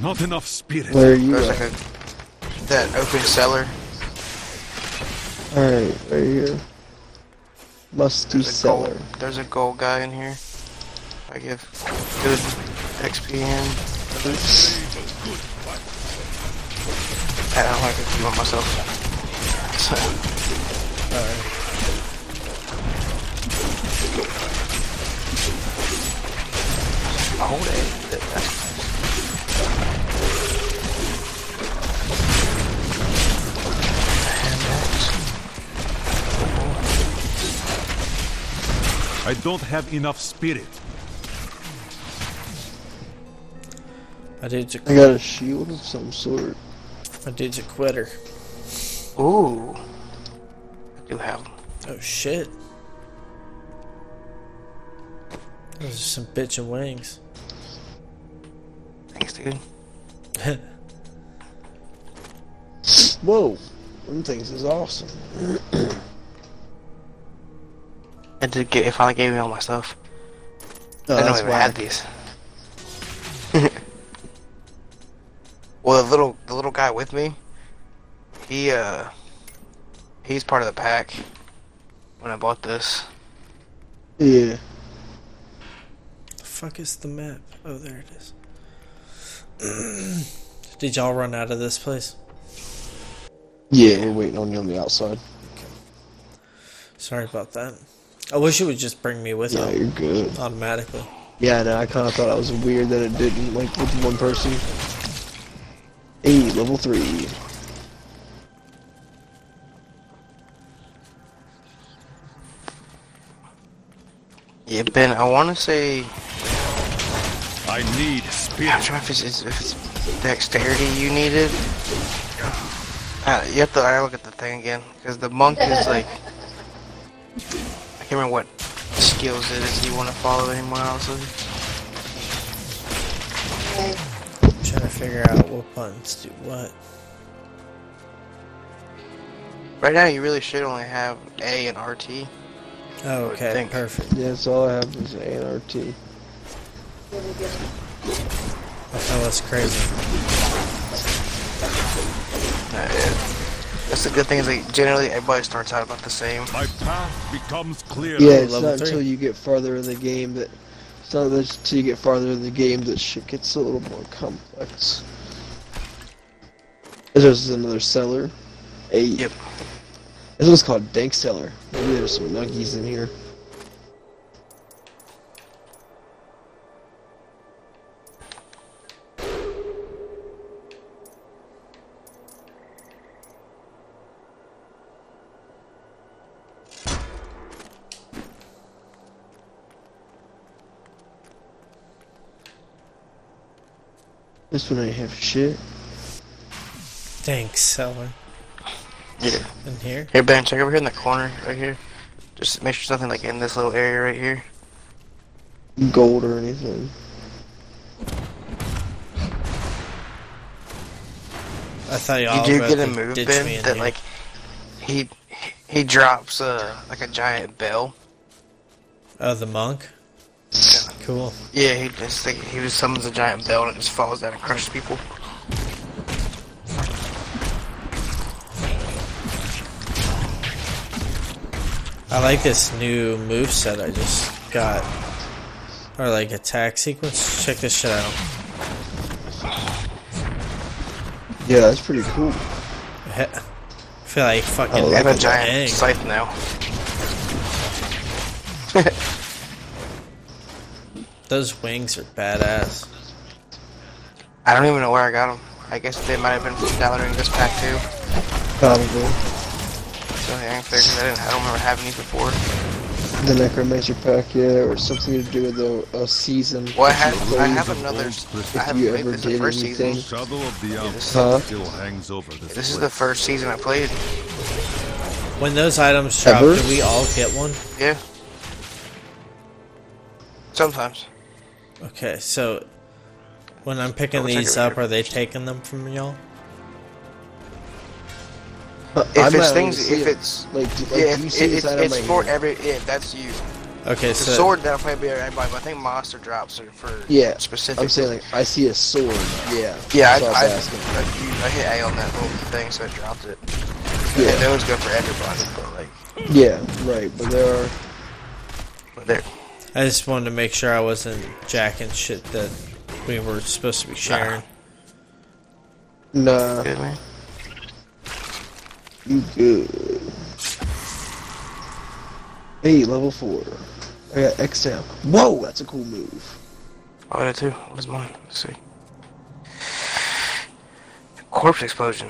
[SPEAKER 12] Not enough spirit.
[SPEAKER 5] Where are you
[SPEAKER 2] There's
[SPEAKER 5] at?
[SPEAKER 2] like a that open cellar.
[SPEAKER 5] Alright, right here. Must do
[SPEAKER 2] There's a gold.
[SPEAKER 5] cellar.
[SPEAKER 2] There's a gold guy in here. I give good XP in. I don't like to do it myself. *laughs* So, hold it.
[SPEAKER 12] I don't have enough spirit.
[SPEAKER 3] My dude's a,
[SPEAKER 5] I got a shield of some sort.
[SPEAKER 3] my dude's a quitter.
[SPEAKER 2] Ooh. I do have
[SPEAKER 3] Oh shit. Those are some bitchin' wings.
[SPEAKER 2] Thanks, dude.
[SPEAKER 5] Whoa! Them things is awesome.
[SPEAKER 2] I did get. It finally gave me all my stuff.
[SPEAKER 5] No,
[SPEAKER 1] Oh,
[SPEAKER 2] I don't
[SPEAKER 5] that's
[SPEAKER 2] even had these.
[SPEAKER 5] whack.
[SPEAKER 2] *laughs* well, the little the little guy with me, he uh, he's part of the pack. When I bought this,
[SPEAKER 5] Yeah.
[SPEAKER 3] The fuck is the map? Oh, there it is. *clears throat* Did y'all run out of this place?
[SPEAKER 5] Yeah, we're waiting on you on the outside.
[SPEAKER 3] Sorry about that. I wish it would just bring me with
[SPEAKER 2] Oh.
[SPEAKER 5] Yeah,
[SPEAKER 3] it
[SPEAKER 5] you're good.
[SPEAKER 3] automatically.
[SPEAKER 5] Yeah, no, I kinda thought that was weird that it didn't, like, with one person. Hey, level 3.
[SPEAKER 2] yeah, Ben. I want to say
[SPEAKER 12] I need
[SPEAKER 2] I'm
[SPEAKER 12] spirit.
[SPEAKER 2] trying if it's, it's- if it's dexterity you needed. Uh, you have to. I look at the thing again because the monk is like I can't remember what skills it is you want to follow anyone else's.
[SPEAKER 3] trying to figure out what buttons do what.
[SPEAKER 2] Right now, you really should only have A and RT.
[SPEAKER 3] Oh, okay,
[SPEAKER 2] think.
[SPEAKER 3] perfect.
[SPEAKER 5] Yeah, that's all I have is ANRT.
[SPEAKER 3] I thought that's Oh, crazy.
[SPEAKER 2] That's the good thing is like generally everybody starts out about the same.
[SPEAKER 12] My path becomes clear.
[SPEAKER 5] Yeah, it's
[SPEAKER 3] level
[SPEAKER 5] not
[SPEAKER 3] three.
[SPEAKER 5] until you get farther in the game that. It's not until you get farther in the game that shit gets a little more complex. There's another cellar. Hey.
[SPEAKER 2] Yep.
[SPEAKER 5] This one's called Dank Cellar. Maybe there's some nuggies in here. This one ain't have shit.
[SPEAKER 3] Thanks, seller.
[SPEAKER 2] Yeah.
[SPEAKER 3] In here?
[SPEAKER 2] Here, Ben, check over here in the corner, right here. Just make sure something like in this little area right here.
[SPEAKER 5] Gold or anything.
[SPEAKER 3] I thought y'all
[SPEAKER 2] You do
[SPEAKER 1] Oh,
[SPEAKER 3] were
[SPEAKER 2] get a
[SPEAKER 3] about to
[SPEAKER 2] move
[SPEAKER 3] ditch me
[SPEAKER 2] in
[SPEAKER 3] in
[SPEAKER 2] that
[SPEAKER 3] here.
[SPEAKER 2] like he he drops uh like a giant bell.
[SPEAKER 3] Oh, the monk. Cool.
[SPEAKER 2] Yeah, he just like, he just summons a giant bell and it just falls down and crushes people.
[SPEAKER 3] I like this new move set I just got, or like attack sequence. Check this shit out.
[SPEAKER 1] Yeah, that's pretty cool.
[SPEAKER 3] I feel like fucking.
[SPEAKER 2] I have a giant
[SPEAKER 3] dang.
[SPEAKER 2] scythe now.
[SPEAKER 3] Those wings are badass.
[SPEAKER 2] I don't even know where I got them. I guess they might have been from down during this pack too.
[SPEAKER 1] Probably.
[SPEAKER 2] So yeah, I figured I didn't. I don't remember having these before.
[SPEAKER 1] The Necromancer pack, yeah, or something to do with a, a season.
[SPEAKER 2] Well, I
[SPEAKER 1] that you
[SPEAKER 2] have I have
[SPEAKER 1] played.
[SPEAKER 2] another.
[SPEAKER 13] If
[SPEAKER 2] I have
[SPEAKER 1] you
[SPEAKER 2] played
[SPEAKER 1] ever
[SPEAKER 2] this the
[SPEAKER 1] did
[SPEAKER 2] first
[SPEAKER 1] anything-
[SPEAKER 2] season.
[SPEAKER 13] Shadow of the Alps
[SPEAKER 1] Huh?
[SPEAKER 13] still hangs over this.
[SPEAKER 2] This is the
[SPEAKER 13] place.
[SPEAKER 2] first season I played.
[SPEAKER 3] When those items drop,
[SPEAKER 1] Ever?
[SPEAKER 3] do we all get one?
[SPEAKER 2] Yeah. Sometimes.
[SPEAKER 3] Okay, so when I'm picking
[SPEAKER 2] Double check
[SPEAKER 3] these
[SPEAKER 2] it
[SPEAKER 3] up,
[SPEAKER 2] here.
[SPEAKER 3] are they taking them from y'all?
[SPEAKER 1] But
[SPEAKER 2] If
[SPEAKER 1] I'm
[SPEAKER 2] it's
[SPEAKER 1] not
[SPEAKER 2] things-
[SPEAKER 1] really
[SPEAKER 2] if
[SPEAKER 1] seeing-
[SPEAKER 2] it's-
[SPEAKER 1] like, do- like
[SPEAKER 2] yeah,
[SPEAKER 1] do you
[SPEAKER 2] it-
[SPEAKER 1] see
[SPEAKER 2] it-
[SPEAKER 1] this
[SPEAKER 2] it's,
[SPEAKER 1] item
[SPEAKER 2] it's
[SPEAKER 1] right
[SPEAKER 2] for
[SPEAKER 1] here?
[SPEAKER 2] every. Yeah, that's you.
[SPEAKER 3] Okay,
[SPEAKER 2] The
[SPEAKER 3] so
[SPEAKER 2] sword that I play by everybody, but I think monster drops are for
[SPEAKER 1] Yeah,
[SPEAKER 2] specific.
[SPEAKER 1] I'm saying like I see a sword. Yeah.
[SPEAKER 2] yeah, I,
[SPEAKER 1] that's all
[SPEAKER 2] I, I,
[SPEAKER 1] was asking.
[SPEAKER 2] you- I hit A on that little thing, so it dropped it.
[SPEAKER 1] Yeah.
[SPEAKER 2] And those go for everybody, but like,
[SPEAKER 1] Yeah, right. But there are.
[SPEAKER 2] but they're
[SPEAKER 3] I just wanted to make sure I wasn't jacking shit that we were supposed to be sharing.
[SPEAKER 1] Nah,
[SPEAKER 2] good, man.
[SPEAKER 1] you good. Hey, level four. I got XM. Whoa, that's a cool move.
[SPEAKER 2] Oh, that too. What's mine? Let's see. Corpse explosion.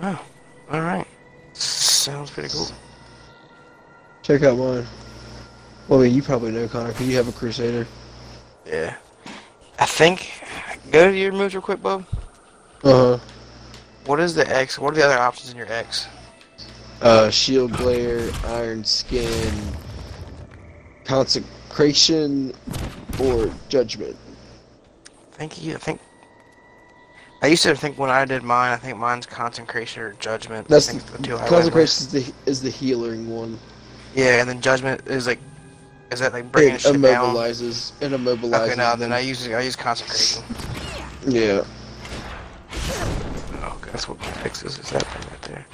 [SPEAKER 2] Oh, all right. Sounds pretty cool.
[SPEAKER 1] Check out mine. Well, I mean, you probably know Connor. 'cause you have a Crusader?
[SPEAKER 2] Yeah. I think. Go to your moves real quick, Bob.
[SPEAKER 1] Uh huh.
[SPEAKER 2] What is the X? What are the other options in your X?
[SPEAKER 1] Uh, shield glare, iron skin, consecration, or judgment.
[SPEAKER 2] Thank you. I think. I used to think when I did mine, I think mine's consecration or judgment.
[SPEAKER 1] That's
[SPEAKER 2] I
[SPEAKER 1] the,
[SPEAKER 2] think it's the two I went with.
[SPEAKER 1] consecration is the is the healing one.
[SPEAKER 2] Yeah, and then judgment is like, is that like bringing
[SPEAKER 1] It
[SPEAKER 2] shit down?
[SPEAKER 1] immobilizes. It immobilizes.
[SPEAKER 2] Okay, no, then
[SPEAKER 1] them.
[SPEAKER 2] I use I use concentration.
[SPEAKER 1] yeah.
[SPEAKER 2] Oh, okay, that's what fixes is that thing right there.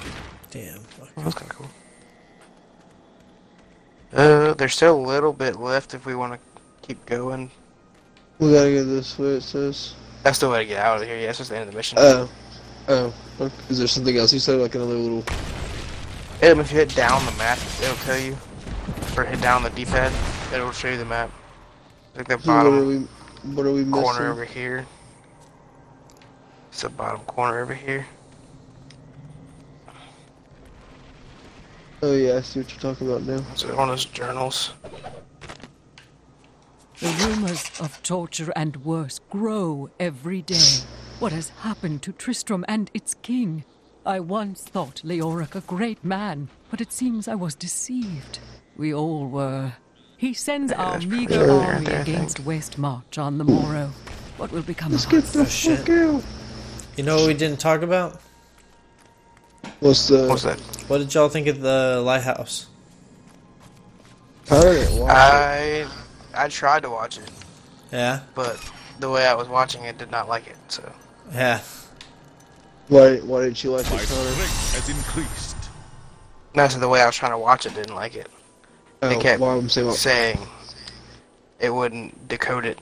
[SPEAKER 3] Damn.
[SPEAKER 2] Oh, that's kind of cool. Uh, there's still a little bit left if we want to keep going.
[SPEAKER 1] We gotta go this way. It says.
[SPEAKER 2] That's the way to get out of here. Yeah, that's just the end of the mission.
[SPEAKER 1] Oh. Oh. okay. Is there something else you said? Like another little.
[SPEAKER 2] Um, if you hit down the map, it'll tell you. Or hit down the D-pad, it'll show you the map. Like the
[SPEAKER 1] What are
[SPEAKER 2] bottom
[SPEAKER 1] we? What are we missing?
[SPEAKER 2] corner over here. It's the bottom corner over here.
[SPEAKER 1] Oh yeah, I see what you're talking about now.
[SPEAKER 2] It's one of those journals.
[SPEAKER 8] The rumors of torture and worse grow every day. What has happened to Tristram and its king? I once thought Leoric a great man, but it seems I was deceived. We all were. He sends our
[SPEAKER 2] that's pretty
[SPEAKER 8] meager
[SPEAKER 2] early right
[SPEAKER 8] army
[SPEAKER 2] there, I
[SPEAKER 8] against West March on the morrow. What will become
[SPEAKER 1] Let's
[SPEAKER 8] of us?
[SPEAKER 1] get
[SPEAKER 2] Oh,
[SPEAKER 1] the
[SPEAKER 3] shit.
[SPEAKER 1] fuck out.
[SPEAKER 3] You know what we didn't talk about?
[SPEAKER 1] What's the?
[SPEAKER 2] What's that?
[SPEAKER 3] What did y'all think of the lighthouse?
[SPEAKER 1] I didn't watch it.
[SPEAKER 2] I I tried to watch it,
[SPEAKER 3] Yeah,
[SPEAKER 2] but the way I was watching it did not like it. So
[SPEAKER 3] yeah.
[SPEAKER 1] Why? Why didn't you watch
[SPEAKER 13] My
[SPEAKER 1] it, Connor?
[SPEAKER 13] strength has increased.
[SPEAKER 2] no, so the way I was trying to watch it didn't like it,
[SPEAKER 1] Oh,
[SPEAKER 2] kept
[SPEAKER 1] why I'm saying. About,
[SPEAKER 2] saying it wouldn't decode it.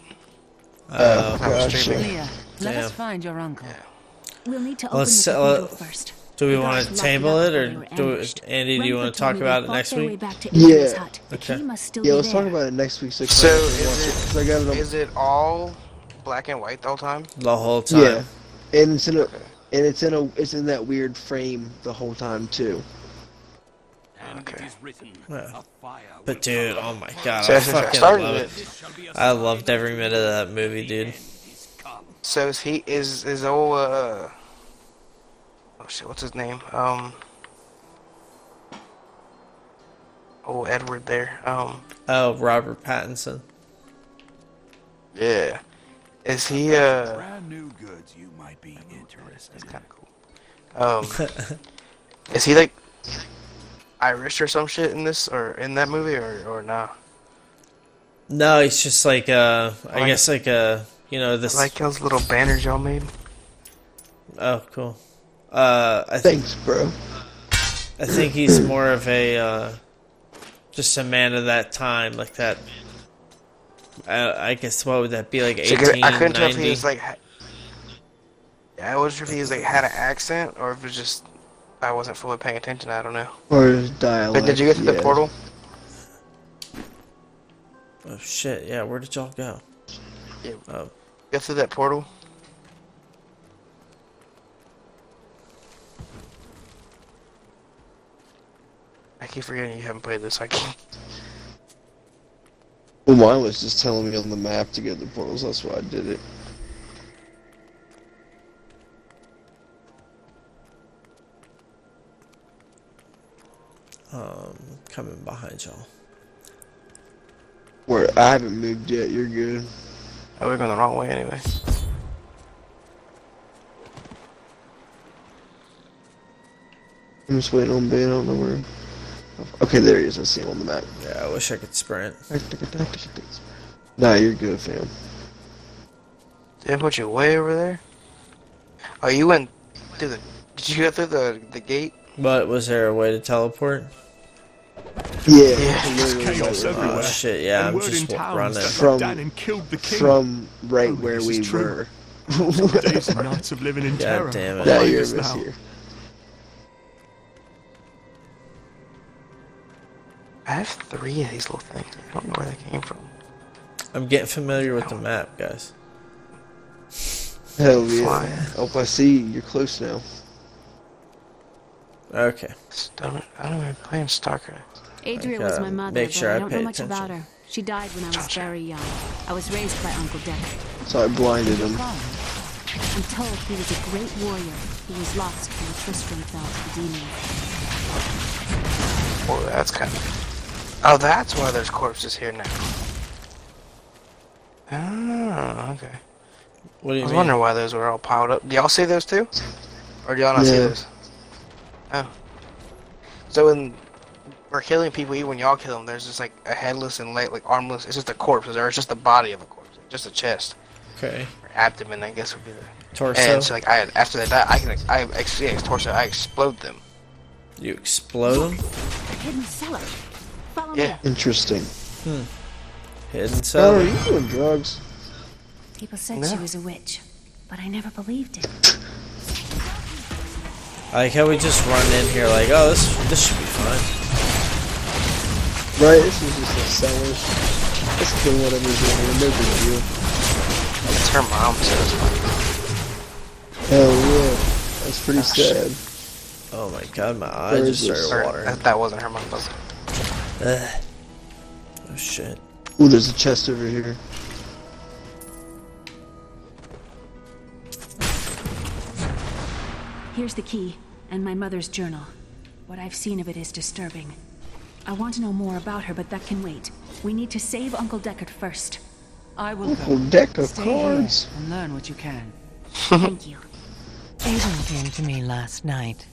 [SPEAKER 3] Uh,
[SPEAKER 2] I was
[SPEAKER 1] Gotcha.
[SPEAKER 2] streaming.
[SPEAKER 8] Leah, let
[SPEAKER 3] Damn.
[SPEAKER 8] us find your uncle.
[SPEAKER 6] We'll need to open
[SPEAKER 3] Let's
[SPEAKER 6] the
[SPEAKER 3] sell it.
[SPEAKER 6] cathedral first.
[SPEAKER 3] uh, do we
[SPEAKER 6] The
[SPEAKER 3] want
[SPEAKER 6] guards
[SPEAKER 3] to
[SPEAKER 6] locked
[SPEAKER 3] table
[SPEAKER 6] up
[SPEAKER 3] it,
[SPEAKER 6] when they were
[SPEAKER 3] or do we,
[SPEAKER 6] ambushed.
[SPEAKER 3] Andy? Do you
[SPEAKER 6] Renford
[SPEAKER 3] want to
[SPEAKER 6] told
[SPEAKER 3] talk
[SPEAKER 6] me
[SPEAKER 3] about
[SPEAKER 6] they
[SPEAKER 3] it
[SPEAKER 6] fought
[SPEAKER 3] next
[SPEAKER 6] their way
[SPEAKER 3] week?
[SPEAKER 6] back to
[SPEAKER 1] Yeah.
[SPEAKER 6] Adrian's hut. The
[SPEAKER 3] Okay.
[SPEAKER 6] key must still
[SPEAKER 1] yeah,
[SPEAKER 6] be
[SPEAKER 1] let's talk
[SPEAKER 6] there.
[SPEAKER 1] about it next week. So,
[SPEAKER 2] So
[SPEAKER 1] Connor can
[SPEAKER 2] is
[SPEAKER 1] watch
[SPEAKER 2] it-
[SPEAKER 1] 'cause I got it on
[SPEAKER 2] Is it all black and white the whole time?
[SPEAKER 3] The whole time.
[SPEAKER 1] Yeah, and it's in a and it's in a it's in that weird frame the whole time too.
[SPEAKER 2] Okay.
[SPEAKER 3] But dude, oh my god,
[SPEAKER 2] So
[SPEAKER 3] I
[SPEAKER 2] that's just- I
[SPEAKER 3] fucking
[SPEAKER 2] started
[SPEAKER 3] love
[SPEAKER 2] it.
[SPEAKER 3] it. I loved every minute of that movie, dude.
[SPEAKER 2] So is he is is old uh oh shit, what's his name? Um Oh Edward there. Um
[SPEAKER 3] Oh, Robert Pattinson.
[SPEAKER 2] Yeah. Is he uh
[SPEAKER 12] Brand new goods you might be interested in.
[SPEAKER 2] kinda cool. Um, is he like Irish or some shit in this or in that movie or or nah?
[SPEAKER 3] No, it's just like uh, I guess like uh, you know this.
[SPEAKER 2] I like those little banners y'all made.
[SPEAKER 3] oh, cool. Uh, I think
[SPEAKER 5] Thanks, bro.
[SPEAKER 3] I think he's more of a uh, just a man of that time, like that. I, I guess what would that be like?
[SPEAKER 2] So I could-
[SPEAKER 3] Eighteen
[SPEAKER 2] I couldn't tell if he
[SPEAKER 3] ninety.
[SPEAKER 2] was like. ha- Yeah, I wasn't sure if he was like had an accent or if it was just I wasn't fully paying attention. I don't know.
[SPEAKER 5] Or dialect.
[SPEAKER 2] But did you get to the
[SPEAKER 5] yeah.
[SPEAKER 2] portal?
[SPEAKER 3] Oh shit! Yeah, where did y'all go?
[SPEAKER 2] Yeah.
[SPEAKER 3] Oh.
[SPEAKER 2] Get through that portal. I keep forgetting you haven't played this. I can't.
[SPEAKER 5] Well, mine was just telling me on the map to get the portals. That's why I did it.
[SPEAKER 3] Coming behind y'all.
[SPEAKER 5] Where I haven't moved yet. You're good.
[SPEAKER 2] Oh, we're going the wrong way anyway.
[SPEAKER 5] I'm just waiting on Ben. I don't know where. Okay, there he is. I see him on the map.
[SPEAKER 3] Yeah, I wish I could sprint.
[SPEAKER 5] Nah, you're good, fam.
[SPEAKER 2] Did I put you way over there? Oh, you went through the. Did you go through the the gate?
[SPEAKER 3] But was there a way to teleport?
[SPEAKER 5] Yeah.
[SPEAKER 1] Chaos
[SPEAKER 3] Oh
[SPEAKER 1] everywhere.
[SPEAKER 3] shit! Yeah,
[SPEAKER 1] and
[SPEAKER 3] I'm
[SPEAKER 1] word in
[SPEAKER 3] just wa-
[SPEAKER 1] town
[SPEAKER 3] running.
[SPEAKER 1] is that
[SPEAKER 5] From-
[SPEAKER 1] Danan killed the king.
[SPEAKER 5] From right
[SPEAKER 1] Oh,
[SPEAKER 5] where
[SPEAKER 1] this
[SPEAKER 5] we
[SPEAKER 1] is true.
[SPEAKER 5] were.
[SPEAKER 1] Days
[SPEAKER 5] *laughs*
[SPEAKER 1] and nights of living in terror.
[SPEAKER 3] damn it.
[SPEAKER 5] Yeah,
[SPEAKER 1] Find
[SPEAKER 5] you're
[SPEAKER 1] us
[SPEAKER 5] miss
[SPEAKER 1] now.
[SPEAKER 5] here.
[SPEAKER 2] I have three of these little things. I don't know where they came from.
[SPEAKER 3] I'm getting familiar with the map, guys.
[SPEAKER 5] Hell yeah.
[SPEAKER 2] Flying.
[SPEAKER 5] Oh, I see. you. You're close now.
[SPEAKER 3] Okay.
[SPEAKER 2] Stomach. I don't even play in Stalker.
[SPEAKER 9] Adria
[SPEAKER 3] I
[SPEAKER 9] was
[SPEAKER 3] gotta
[SPEAKER 9] my mother,
[SPEAKER 3] uh, make
[SPEAKER 9] but
[SPEAKER 3] sure
[SPEAKER 9] I
[SPEAKER 3] I
[SPEAKER 9] don't
[SPEAKER 3] pay
[SPEAKER 9] know much about
[SPEAKER 3] attention.
[SPEAKER 9] her. She died when I was
[SPEAKER 2] Gotcha.
[SPEAKER 9] very young. I was raised by Uncle Decker.
[SPEAKER 5] So I blinded him.
[SPEAKER 9] I'm told he was a great warrior who was lost when Tristram fell to the demon.
[SPEAKER 2] Oh, that's kind of. Oh, that's why there's corpses here now. Oh, okay.
[SPEAKER 3] What do
[SPEAKER 2] I
[SPEAKER 3] you
[SPEAKER 2] was
[SPEAKER 3] mean?
[SPEAKER 2] wondering why those were all piled up. Do y'all see those too? Or do y'all not see
[SPEAKER 5] No.
[SPEAKER 2] those? Oh. So when we're killing people, even when y'all kill them, there's just like a headless and like, like armless. It's just a corpse, or it's just the body of a corpse, just a chest
[SPEAKER 3] Okay.
[SPEAKER 2] or abdomen, I guess would be the.
[SPEAKER 3] Torso.
[SPEAKER 2] And so like I after they die, I can I ex- yeah, torso, I explode them.
[SPEAKER 3] You explode them?
[SPEAKER 9] A hidden cellar. Follow
[SPEAKER 2] Yeah.
[SPEAKER 9] me.
[SPEAKER 5] Interesting.
[SPEAKER 3] Hidden
[SPEAKER 5] Oh, are
[SPEAKER 3] cell?
[SPEAKER 5] you doing drugs?
[SPEAKER 9] People said
[SPEAKER 2] No.
[SPEAKER 9] she was a witch, but I never believed it.
[SPEAKER 3] I like how we just run in here like, oh, this this should be fun.
[SPEAKER 5] Right? This is just a sellers. Let's kill whatever's in here. No big deal.
[SPEAKER 2] It's her mom says.
[SPEAKER 5] Hell yeah. That's pretty sad.
[SPEAKER 3] Oh my god, my
[SPEAKER 5] Where
[SPEAKER 3] eyes
[SPEAKER 5] is
[SPEAKER 3] just started
[SPEAKER 5] this?
[SPEAKER 2] Or, uh,
[SPEAKER 3] watering.
[SPEAKER 2] that, that wasn't her mom. That was
[SPEAKER 3] Oh shit.
[SPEAKER 5] Ooh, there's a chest over here.
[SPEAKER 9] Here's the key and my mother's journal. What I've seen of it is disturbing. I want to know more about her, but that can wait. We need to save Uncle Deckard first.
[SPEAKER 6] I will
[SPEAKER 5] Whole
[SPEAKER 6] go.
[SPEAKER 5] deck of
[SPEAKER 6] Stay here
[SPEAKER 5] cards.
[SPEAKER 6] and learn what you can.
[SPEAKER 9] Thank you.
[SPEAKER 14] Aiden came to me last night.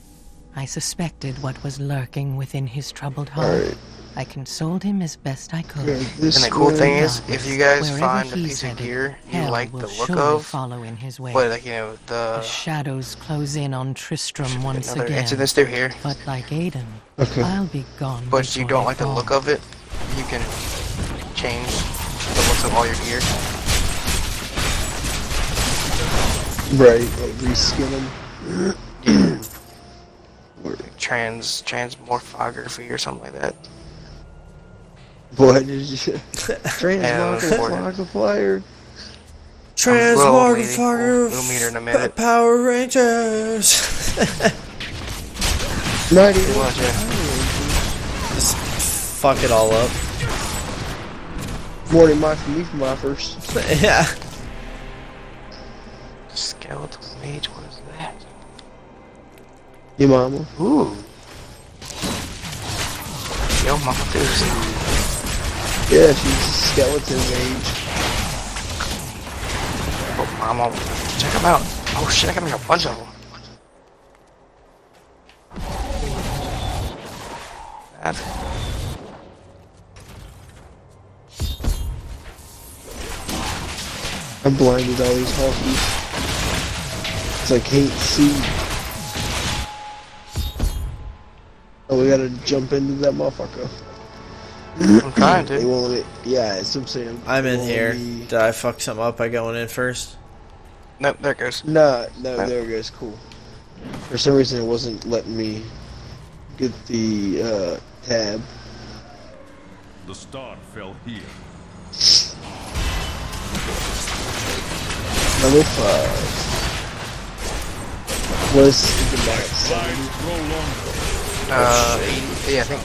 [SPEAKER 14] I suspected what was lurking within his troubled heart.
[SPEAKER 5] Alright.
[SPEAKER 14] I consoled him as best I could.
[SPEAKER 5] Yeah, this
[SPEAKER 2] And the cool
[SPEAKER 5] way.
[SPEAKER 2] thing is, if
[SPEAKER 14] Darkness,
[SPEAKER 2] you guys
[SPEAKER 14] wherever
[SPEAKER 2] find a
[SPEAKER 14] he's
[SPEAKER 2] piece of
[SPEAKER 14] headed,
[SPEAKER 2] gear you
[SPEAKER 14] hell
[SPEAKER 2] like
[SPEAKER 14] will
[SPEAKER 2] the look
[SPEAKER 14] surely
[SPEAKER 2] of,
[SPEAKER 14] follow in his wake.
[SPEAKER 2] but like you know
[SPEAKER 14] the
[SPEAKER 2] the
[SPEAKER 14] shadows close in on Tristram once
[SPEAKER 2] another
[SPEAKER 14] again.
[SPEAKER 2] into this through here,
[SPEAKER 14] But like Aiden,
[SPEAKER 5] Okay.
[SPEAKER 14] I'll be gone.
[SPEAKER 2] but you
[SPEAKER 14] before
[SPEAKER 2] don't
[SPEAKER 14] they
[SPEAKER 2] like the
[SPEAKER 14] fall.
[SPEAKER 2] look of it, you can change the looks of all your gear.
[SPEAKER 5] Right, like reskin them.
[SPEAKER 2] Trans transmorphography or something like that.
[SPEAKER 5] What did
[SPEAKER 1] *laughs*
[SPEAKER 5] you
[SPEAKER 2] Yeah,
[SPEAKER 5] Transmogger
[SPEAKER 2] that's
[SPEAKER 5] flyer.
[SPEAKER 2] Well, maybe
[SPEAKER 3] Transmorgifier
[SPEAKER 2] we'll- we'll meet her in a
[SPEAKER 3] f-
[SPEAKER 2] minute.
[SPEAKER 3] Power
[SPEAKER 5] *laughs*
[SPEAKER 3] Rangers!
[SPEAKER 5] Ninety
[SPEAKER 2] You want to-
[SPEAKER 3] just fuck it all
[SPEAKER 5] *laughs*
[SPEAKER 3] up.
[SPEAKER 5] morning my for me for my first.
[SPEAKER 3] yeah.
[SPEAKER 2] Skeletal mage, what is that?
[SPEAKER 5] Your mama.
[SPEAKER 2] Ooh. Yo, Mama Deuce.
[SPEAKER 5] Yeah, she's a skeleton mage.
[SPEAKER 2] Oh, Mama. Check them out. Oh shit, I got like a bunch of them. God.
[SPEAKER 1] I'm blinded all these honkies. Cause I can't see. Oh, we gotta jump into that motherfucker.
[SPEAKER 2] I'm trying
[SPEAKER 1] They won't let me. Yeah, it's what I'm saying.
[SPEAKER 5] I'm
[SPEAKER 1] They
[SPEAKER 5] in
[SPEAKER 1] won't
[SPEAKER 5] here.
[SPEAKER 1] let me-
[SPEAKER 5] Did I fuck something up by going in first?
[SPEAKER 2] Nope, there it goes.
[SPEAKER 1] No, no, there it goes. Cool. For some reason, it wasn't letting me get the uh, tab.
[SPEAKER 7] The star fell here.
[SPEAKER 1] Number five. Was the max?
[SPEAKER 2] Uh, eight- yeah, I think.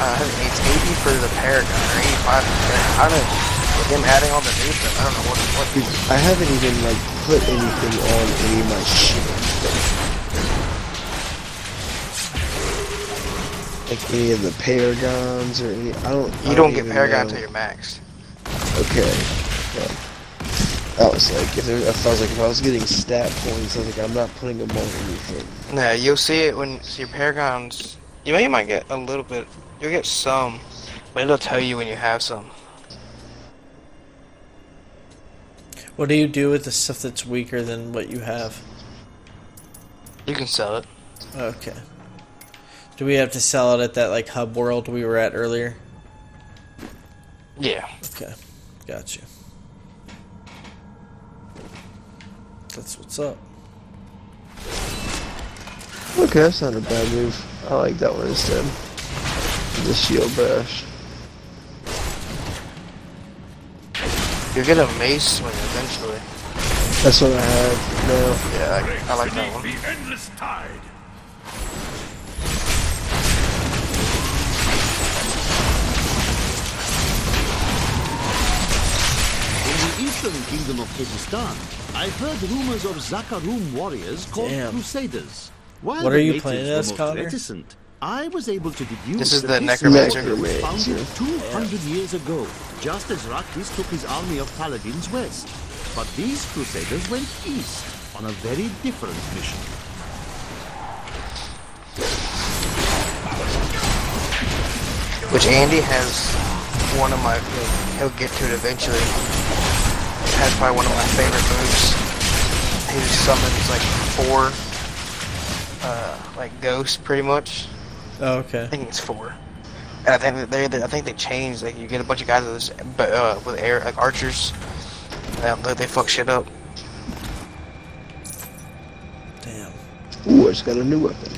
[SPEAKER 2] Uh, I think it's 80 for the Paragon or 85 for the Paragon. I don't know. With him adding all the new stuff, I don't know what. what
[SPEAKER 1] I haven't even like put anything on any of my shit. Like any of the paragons or any. I don't. I
[SPEAKER 2] you don't get
[SPEAKER 1] even
[SPEAKER 2] Paragon
[SPEAKER 1] know.
[SPEAKER 2] until you're maxed.
[SPEAKER 1] Okay. okay. I was like, if, there, if I was like, if I was getting stat points, I was like, I'm not putting them on anything.
[SPEAKER 2] No, you'll see it when so your Paragons. You may you might get a little bit. You'll get some, but it'll tell you when you have some.
[SPEAKER 5] What do you do with the stuff that's weaker than what you have?
[SPEAKER 2] You can sell it.
[SPEAKER 5] Okay. Do we have to sell it at that like hub world we were at earlier?
[SPEAKER 2] Yeah.
[SPEAKER 5] Okay. Gotcha. That's what's up.
[SPEAKER 1] Okay, that's not a bad move. I like that one instead. The shield bash.
[SPEAKER 2] You'll get a Mace Swing eventually.
[SPEAKER 1] That's what I have now.
[SPEAKER 2] Yeah, I, I like that one.
[SPEAKER 7] endless tide.
[SPEAKER 13] In the eastern kingdom of Kyrgyzstan, I've heard rumors of Zakharum warriors called
[SPEAKER 5] Damn.
[SPEAKER 13] Crusaders. While
[SPEAKER 5] What
[SPEAKER 13] the
[SPEAKER 5] are you
[SPEAKER 13] natives
[SPEAKER 5] playing
[SPEAKER 13] were
[SPEAKER 5] as,
[SPEAKER 13] most
[SPEAKER 5] Connor?
[SPEAKER 13] reticent, I was able to deduce
[SPEAKER 2] This is
[SPEAKER 13] that
[SPEAKER 2] the
[SPEAKER 13] village
[SPEAKER 2] Necromancer.
[SPEAKER 13] was founded
[SPEAKER 2] Necromancer.
[SPEAKER 13] 200 years ago, just as Rakis took his army of paladins west. But these Crusaders went east on a very different mission.
[SPEAKER 2] Which Andy has one of my. He'll get to it eventually. Has probably one of my favorite moves. He summons like four, uh, like ghosts pretty much.
[SPEAKER 5] Oh, okay.
[SPEAKER 2] I think it's four. And I think that they, they, I think they changed. Like you get a bunch of guys with, this, but, uh, with air like archers. Uh, they- they fuck shit
[SPEAKER 1] *laughs*
[SPEAKER 2] up.
[SPEAKER 5] Damn.
[SPEAKER 1] Ooh, I just got a new weapon.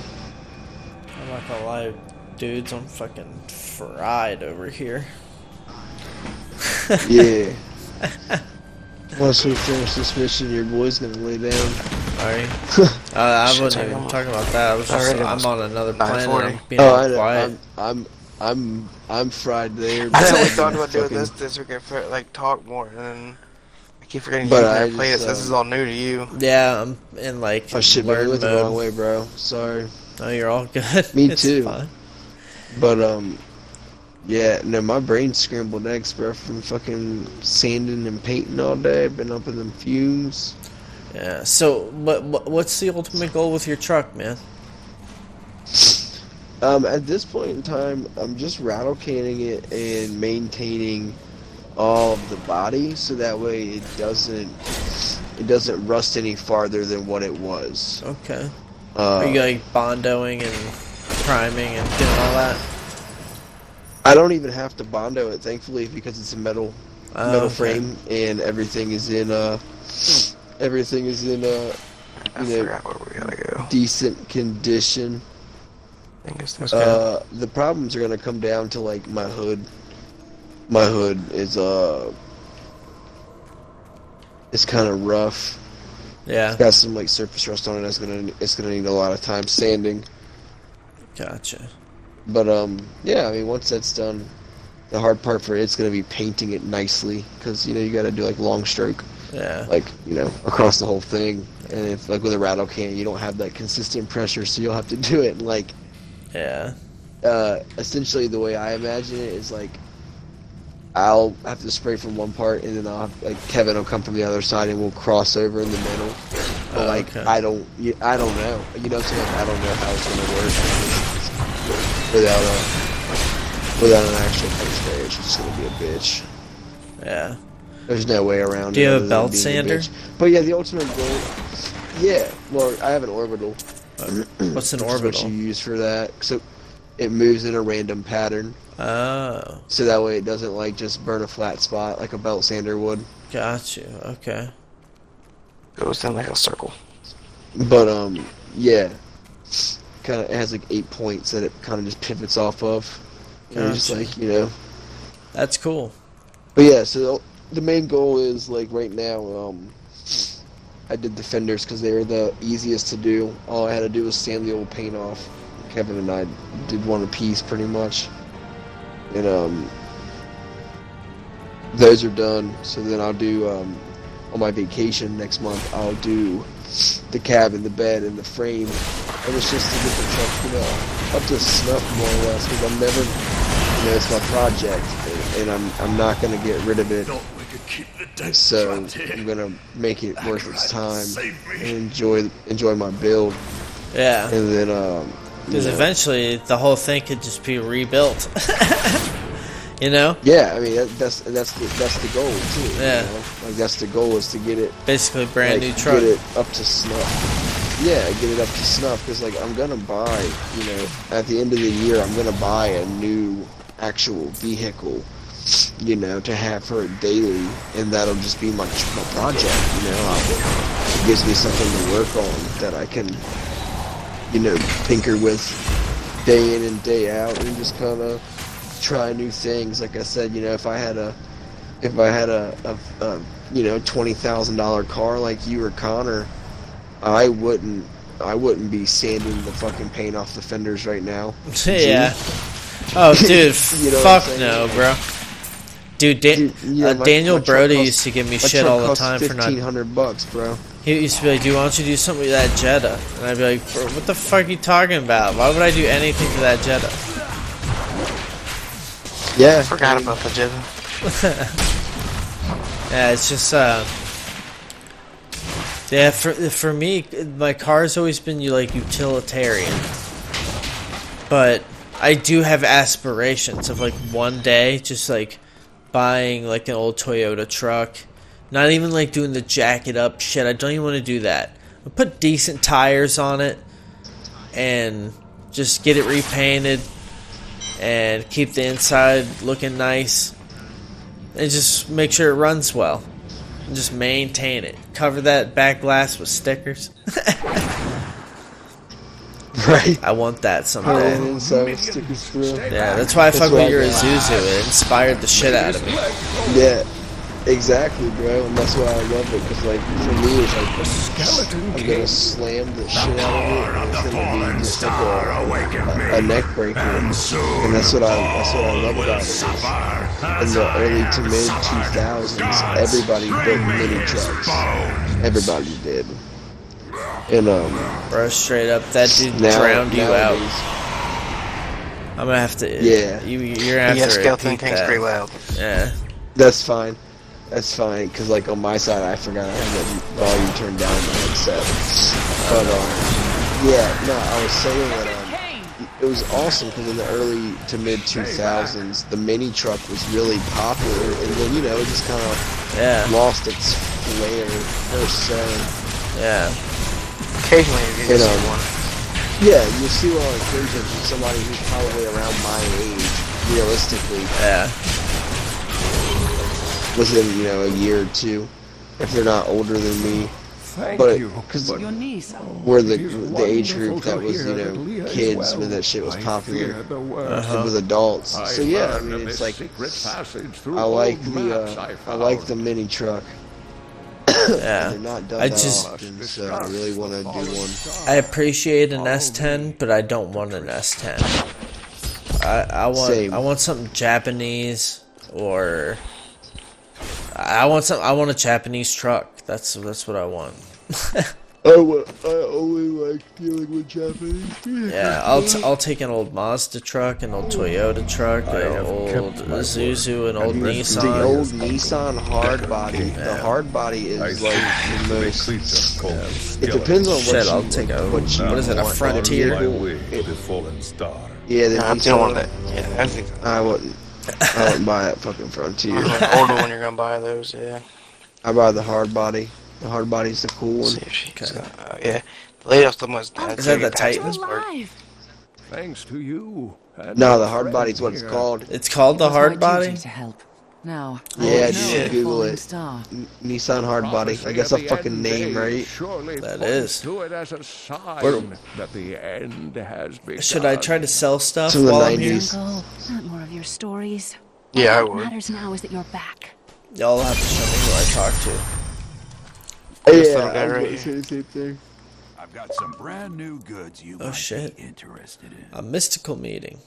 [SPEAKER 5] I'm not gonna lie, dudes, I'm fucking fried over here.
[SPEAKER 1] Yeah. *laughs* Once we finish this mission, your boy's gonna lay down. *laughs*
[SPEAKER 5] Sorry. Uh, I
[SPEAKER 1] Shit,
[SPEAKER 5] wasn't
[SPEAKER 1] I
[SPEAKER 5] even
[SPEAKER 1] know.
[SPEAKER 5] talking about that. I was
[SPEAKER 1] I
[SPEAKER 5] just,
[SPEAKER 1] already
[SPEAKER 5] I'm
[SPEAKER 1] was
[SPEAKER 5] on another planet. I'm
[SPEAKER 1] 940.
[SPEAKER 5] being
[SPEAKER 1] oh, I know.
[SPEAKER 5] quiet.
[SPEAKER 1] I'm, I'm, I'm, I'm fried there.
[SPEAKER 2] I know
[SPEAKER 1] but
[SPEAKER 2] we
[SPEAKER 1] *laughs* I'm
[SPEAKER 2] talked about doing
[SPEAKER 1] fucking-
[SPEAKER 2] this this we could fir- like talk more and then I keep forgetting
[SPEAKER 1] But
[SPEAKER 2] you
[SPEAKER 1] I
[SPEAKER 2] never play
[SPEAKER 1] just,
[SPEAKER 2] this. This
[SPEAKER 1] uh,
[SPEAKER 2] is all new to you.
[SPEAKER 5] Yeah, I'm in like
[SPEAKER 1] Oh shit, man, I
[SPEAKER 5] learn
[SPEAKER 1] went the
[SPEAKER 5] mode.
[SPEAKER 1] wrong way, bro. Sorry.
[SPEAKER 5] No, you're all good.
[SPEAKER 1] Me
[SPEAKER 5] *laughs* It's
[SPEAKER 1] too.
[SPEAKER 5] fine.
[SPEAKER 1] But um, yeah, no, my brain's scrambled eggs, bro, from fucking sanding and painting all day. Been up in them fumes.
[SPEAKER 5] Yeah. So, what, what what's the ultimate goal with your truck, man?
[SPEAKER 1] Um, at this point in time, I'm just rattle canning it and maintaining all of the body, so that way it doesn't it doesn't rust any farther than what it was.
[SPEAKER 5] Okay. Are
[SPEAKER 1] Uh,
[SPEAKER 5] you like bondoing and priming and doing all that?
[SPEAKER 1] I don't even have to bondo it, thankfully, because it's a metal
[SPEAKER 5] Oh,
[SPEAKER 1] metal
[SPEAKER 5] okay.
[SPEAKER 1] frame and everything is in uh everything is in uh
[SPEAKER 2] I
[SPEAKER 1] you know
[SPEAKER 2] forgot where we gotta go.
[SPEAKER 1] decent condition.
[SPEAKER 2] I think it's this guy.
[SPEAKER 1] Uh, the problems are gonna come down to like my hood. My hood is uh it's kind of rough.
[SPEAKER 5] Yeah.
[SPEAKER 1] It's got some like surface rust on it. It's gonna it's gonna need a lot of time sanding.
[SPEAKER 5] Gotcha.
[SPEAKER 1] But um, yeah, I mean, once that's done, the hard part for it's gonna be painting it nicely because you know you gotta do like long stroke,
[SPEAKER 5] Yeah.
[SPEAKER 1] like you know across the whole thing. And if like with a rattle can, you don't have that consistent pressure, so you'll have to do it like
[SPEAKER 5] Yeah.
[SPEAKER 1] uh, essentially the way I imagine it is like I'll have to spray from one part and then I'll have, like Kevin will come from the other side and we'll cross over in the middle. But
[SPEAKER 5] Oh,
[SPEAKER 1] like
[SPEAKER 5] okay.
[SPEAKER 1] I don't, you- I don't know. You know, what I'm saying? Like, I don't know how it's gonna work. It's without a without an actual post there, it's just gonna be a bitch.
[SPEAKER 3] Yeah.
[SPEAKER 1] There's no way around
[SPEAKER 3] Do
[SPEAKER 1] it.
[SPEAKER 3] you have a
[SPEAKER 1] other than
[SPEAKER 3] belt
[SPEAKER 1] being
[SPEAKER 3] sander?
[SPEAKER 1] bitch. But yeah, the ultimate goal. Yeah, well, I have an orbital.
[SPEAKER 3] what's an
[SPEAKER 1] Which is
[SPEAKER 3] orbital?
[SPEAKER 1] What you use for that? So it moves in a random pattern.
[SPEAKER 3] Oh,
[SPEAKER 1] So that way it doesn't like just burn a flat spot like a belt sander would.
[SPEAKER 3] got you. Okay.
[SPEAKER 5] Goes down like a circle.
[SPEAKER 1] But um, yeah, kind of it has like eight points that it kind of just pivots off of. Kind of just
[SPEAKER 3] Gotcha.
[SPEAKER 1] like you know.
[SPEAKER 3] That's cool.
[SPEAKER 1] But yeah, so the main goal is like right now. Um, I did defenders because they were the easiest to do. All I had to do was sand the old paint off. Kevin and I did one apiece pretty much, and um, those are done. So then I'll do um, on my vacation next month. I'll do the cabin, the bed, and the frame, and it's just to get the truck, you know, up to snuff more or less. Because I'm never, you know, it's my project, and, and I'm I'm not gonna get rid of it. So I'm gonna make it worth its time and enjoy enjoy my build.
[SPEAKER 3] Yeah.
[SPEAKER 1] And then um, you
[SPEAKER 3] Because
[SPEAKER 1] know,
[SPEAKER 3] eventually the whole thing could just be rebuilt. *laughs* you know?
[SPEAKER 1] yeah, I mean that, that's that's the that's the goal too.
[SPEAKER 3] Yeah.
[SPEAKER 1] You know? Like that's the goal is to get it
[SPEAKER 3] Basically, brand
[SPEAKER 1] like,
[SPEAKER 3] new truck.
[SPEAKER 1] Get it up to snuff. Yeah, get it up to snuff because like I'm gonna buy, you know, at the end of the year I'm gonna buy a new actual vehicle, you know, to have for a daily, and that'll just be my my project. You know, I'll, it gives me something to work on that I can, you know, tinker with day in and day out, and just kind of try new things. Like I said, you know, if I had a if I had a, a, a you know twenty thousand dollar car like you or Connor, I wouldn't I wouldn't be sanding the fucking paint off the fenders right now.
[SPEAKER 3] *laughs* yeah.
[SPEAKER 1] *laughs*
[SPEAKER 3] Oh, dude,
[SPEAKER 1] You know what I'm
[SPEAKER 3] fuck
[SPEAKER 1] saying?
[SPEAKER 3] no, bro. Dude, da-
[SPEAKER 1] Yeah,
[SPEAKER 3] uh,
[SPEAKER 1] my-
[SPEAKER 3] Daniel
[SPEAKER 1] my truck
[SPEAKER 3] Brody
[SPEAKER 1] cost-
[SPEAKER 3] used to give me
[SPEAKER 1] my
[SPEAKER 3] shit
[SPEAKER 1] truck
[SPEAKER 3] all the
[SPEAKER 1] cost
[SPEAKER 3] time for not
[SPEAKER 1] 1500 bucks, bro.
[SPEAKER 3] He used to be like, "Do you want you to do something with that Jetta?" And I'd be like, "Bro, "What the fuck are you talking about? Why would I do anything to that Jetta?"
[SPEAKER 1] Yeah.
[SPEAKER 5] Forgot about the Jedi.
[SPEAKER 3] Yeah, it's just uh, yeah. For for me, my car's always been you like utilitarian, but I do have aspirations of like one day just like buying like an old Toyota truck. Not even like doing the jacket up shit. I don't even want to do that. I'll put decent tires on it and just get it repainted and keep the inside looking nice and just make sure it runs well. And just maintain it. Cover that back glass with stickers.
[SPEAKER 1] *laughs* *laughs* right.
[SPEAKER 3] I want that
[SPEAKER 1] Put it
[SPEAKER 3] someday.
[SPEAKER 1] in, so stickers through.
[SPEAKER 3] Yeah, that's why I fuck
[SPEAKER 1] what
[SPEAKER 3] with your
[SPEAKER 1] got.
[SPEAKER 3] Isuzu. It inspired the shit out of me.
[SPEAKER 1] Yeah, exactly, bro. And that's why I love it because, like, for me, it's like I'm gonna slam the shit out of it. and It's gonna be just like a, a, a neck breaker, and, that's what I that's what I love about it. is In the early to mid 2000s, everybody built mini trucks. Everybody did. And um,
[SPEAKER 3] Bro, straight up, that dude
[SPEAKER 1] Now-
[SPEAKER 3] drowned you out.
[SPEAKER 1] nowadays-
[SPEAKER 3] I'm gonna have to.
[SPEAKER 1] Yeah.
[SPEAKER 3] You, you're gonna have
[SPEAKER 5] Yeah,
[SPEAKER 3] to.
[SPEAKER 5] skeleton
[SPEAKER 3] repeat
[SPEAKER 5] thing's
[SPEAKER 3] that.
[SPEAKER 5] pretty loud.
[SPEAKER 3] Yeah.
[SPEAKER 1] that's fine. That's fine, cause like on my side, I forgot I had the volume turned down my headset. But um, yeah, no, I was saying that um, it was awesome because in the early to mid 2000s, the mini truck was really popular, and then you know it just kind of
[SPEAKER 3] Yeah.
[SPEAKER 1] lost its flair per se.
[SPEAKER 3] Yeah.
[SPEAKER 5] Occasionally, you
[SPEAKER 1] You
[SPEAKER 5] just
[SPEAKER 1] know.
[SPEAKER 5] see one.
[SPEAKER 1] Yeah, you see on occasion from somebody who's probably around my age, realistically.
[SPEAKER 3] Yeah.
[SPEAKER 1] Within, you know, a year or two, if they're not older than me.
[SPEAKER 7] Thank
[SPEAKER 1] but
[SPEAKER 7] you.
[SPEAKER 1] because
[SPEAKER 7] Your niece.
[SPEAKER 5] Oh,
[SPEAKER 1] we're the
[SPEAKER 7] It is
[SPEAKER 1] the age
[SPEAKER 7] wonderful
[SPEAKER 1] group
[SPEAKER 7] to
[SPEAKER 1] that was,
[SPEAKER 7] hear
[SPEAKER 1] you
[SPEAKER 7] that Leah
[SPEAKER 1] know,
[SPEAKER 7] is
[SPEAKER 1] kids
[SPEAKER 7] well.
[SPEAKER 1] when that shit was
[SPEAKER 7] I
[SPEAKER 1] popular.
[SPEAKER 7] fear the worst.
[SPEAKER 3] Uh-huh.
[SPEAKER 1] It was adults.
[SPEAKER 7] I
[SPEAKER 1] so yeah, I
[SPEAKER 7] learned
[SPEAKER 1] mean,
[SPEAKER 7] of
[SPEAKER 1] it's
[SPEAKER 7] this
[SPEAKER 1] like
[SPEAKER 7] secret passage through
[SPEAKER 1] I like
[SPEAKER 7] old
[SPEAKER 1] the
[SPEAKER 7] maps
[SPEAKER 1] uh, I, like the mini truck.
[SPEAKER 3] Yeah.
[SPEAKER 1] *coughs* They're not done
[SPEAKER 3] I
[SPEAKER 1] that
[SPEAKER 3] just-
[SPEAKER 1] often, so I really want to do one.
[SPEAKER 3] I appreciate an S10, but I don't want an S10. I, I want
[SPEAKER 1] Same.
[SPEAKER 3] I want something Japanese or I want some I want a Japanese truck. That's that's what I want.
[SPEAKER 5] I, wa- I only like dealing with Japanese people.
[SPEAKER 3] Yeah, I'll, t- I'll take an old Mazda truck, an old Toyota truck,
[SPEAKER 5] I
[SPEAKER 3] an
[SPEAKER 5] have
[SPEAKER 3] old
[SPEAKER 5] kept my
[SPEAKER 3] Zuzu, an old
[SPEAKER 5] The-
[SPEAKER 3] Nissan.
[SPEAKER 5] The old Nissan hard body. The hard body is like the most.
[SPEAKER 1] uh,
[SPEAKER 5] It depends on what
[SPEAKER 3] Shit,
[SPEAKER 5] you,
[SPEAKER 3] I'll take a-
[SPEAKER 5] what you
[SPEAKER 3] what is it, a
[SPEAKER 5] want.
[SPEAKER 3] Frontier?
[SPEAKER 5] The vehicle-
[SPEAKER 7] the fallen star.
[SPEAKER 5] Yeah, the
[SPEAKER 2] Nah, I'm
[SPEAKER 5] Nissan-
[SPEAKER 2] doing one of that. Yeah, I think
[SPEAKER 5] I wouldn't. I wouldn't buy that fucking Frontier. *laughs*
[SPEAKER 2] the older one you're gonna buy those. Yeah.
[SPEAKER 5] I buy the hard body. The hard body's the cool one.
[SPEAKER 2] Uh, yeah. The lady I was talking about uh,
[SPEAKER 5] Is that
[SPEAKER 2] Terry
[SPEAKER 5] the
[SPEAKER 2] Patch
[SPEAKER 5] Titan?
[SPEAKER 2] was part-
[SPEAKER 7] *laughs* Thanks to you.
[SPEAKER 5] No, the hard body's what it's
[SPEAKER 7] Yeah.
[SPEAKER 5] called.
[SPEAKER 3] It's called the
[SPEAKER 5] It was
[SPEAKER 3] hard
[SPEAKER 5] my duty
[SPEAKER 3] body?
[SPEAKER 5] to
[SPEAKER 6] help. Now,
[SPEAKER 5] Yeah,
[SPEAKER 6] I
[SPEAKER 5] you
[SPEAKER 6] know
[SPEAKER 5] should
[SPEAKER 6] the
[SPEAKER 5] Google
[SPEAKER 6] falling
[SPEAKER 5] it.
[SPEAKER 6] star.
[SPEAKER 5] N- Nissan hard body. I guess a fucking name, right?
[SPEAKER 3] That is.
[SPEAKER 7] Do it as a sign
[SPEAKER 3] Where-
[SPEAKER 7] that the end has begun.
[SPEAKER 3] Should I try to sell stuff
[SPEAKER 5] It's in the
[SPEAKER 3] while I'm here?
[SPEAKER 5] 90s.
[SPEAKER 9] Uncle, not more of your stories.
[SPEAKER 3] Yeah, I
[SPEAKER 9] What
[SPEAKER 3] would.
[SPEAKER 9] matters now is that you're back.
[SPEAKER 3] Y'all have to show me who I talk to.
[SPEAKER 5] Yeah, I was gonna say the same thing.
[SPEAKER 12] I've got some brand new goods you
[SPEAKER 3] Oh
[SPEAKER 12] might
[SPEAKER 3] shit.
[SPEAKER 12] be interested in.
[SPEAKER 3] A mystical meeting.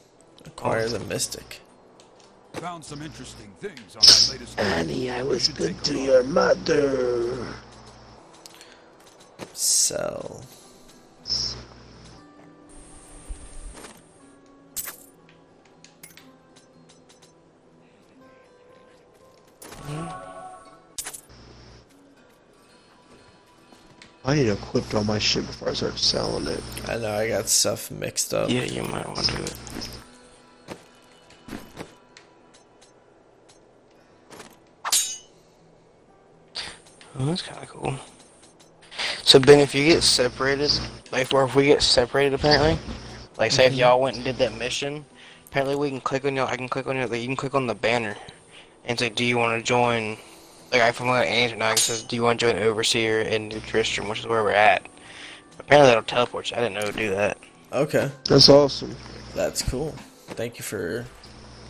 [SPEAKER 3] Acquire
[SPEAKER 5] Oh.
[SPEAKER 3] the mystic.
[SPEAKER 12] Found some interesting things on my latest.
[SPEAKER 5] Annie, I was good to your mother.
[SPEAKER 3] Sell.
[SPEAKER 5] I need to equip all my shit before I start selling it.
[SPEAKER 3] I know I got stuff mixed up.
[SPEAKER 2] Yeah, you might want to do it. Oh, that's kind of cool. So Ben, if you get separated, like, or if we get separated, apparently, like, say if y'all went and did that mission, apparently we can click on y'all. I can click on y'all. Like, you can click on the banner, and say, "Do you want to join?" Like, I from like Andrew now, it says, "Do you want to join Overseer and New Tristram?" Which is where we're at. Apparently, that'll teleport you. I didn't know it would do that.
[SPEAKER 3] Okay.
[SPEAKER 5] That's awesome.
[SPEAKER 3] That's cool. Thank you for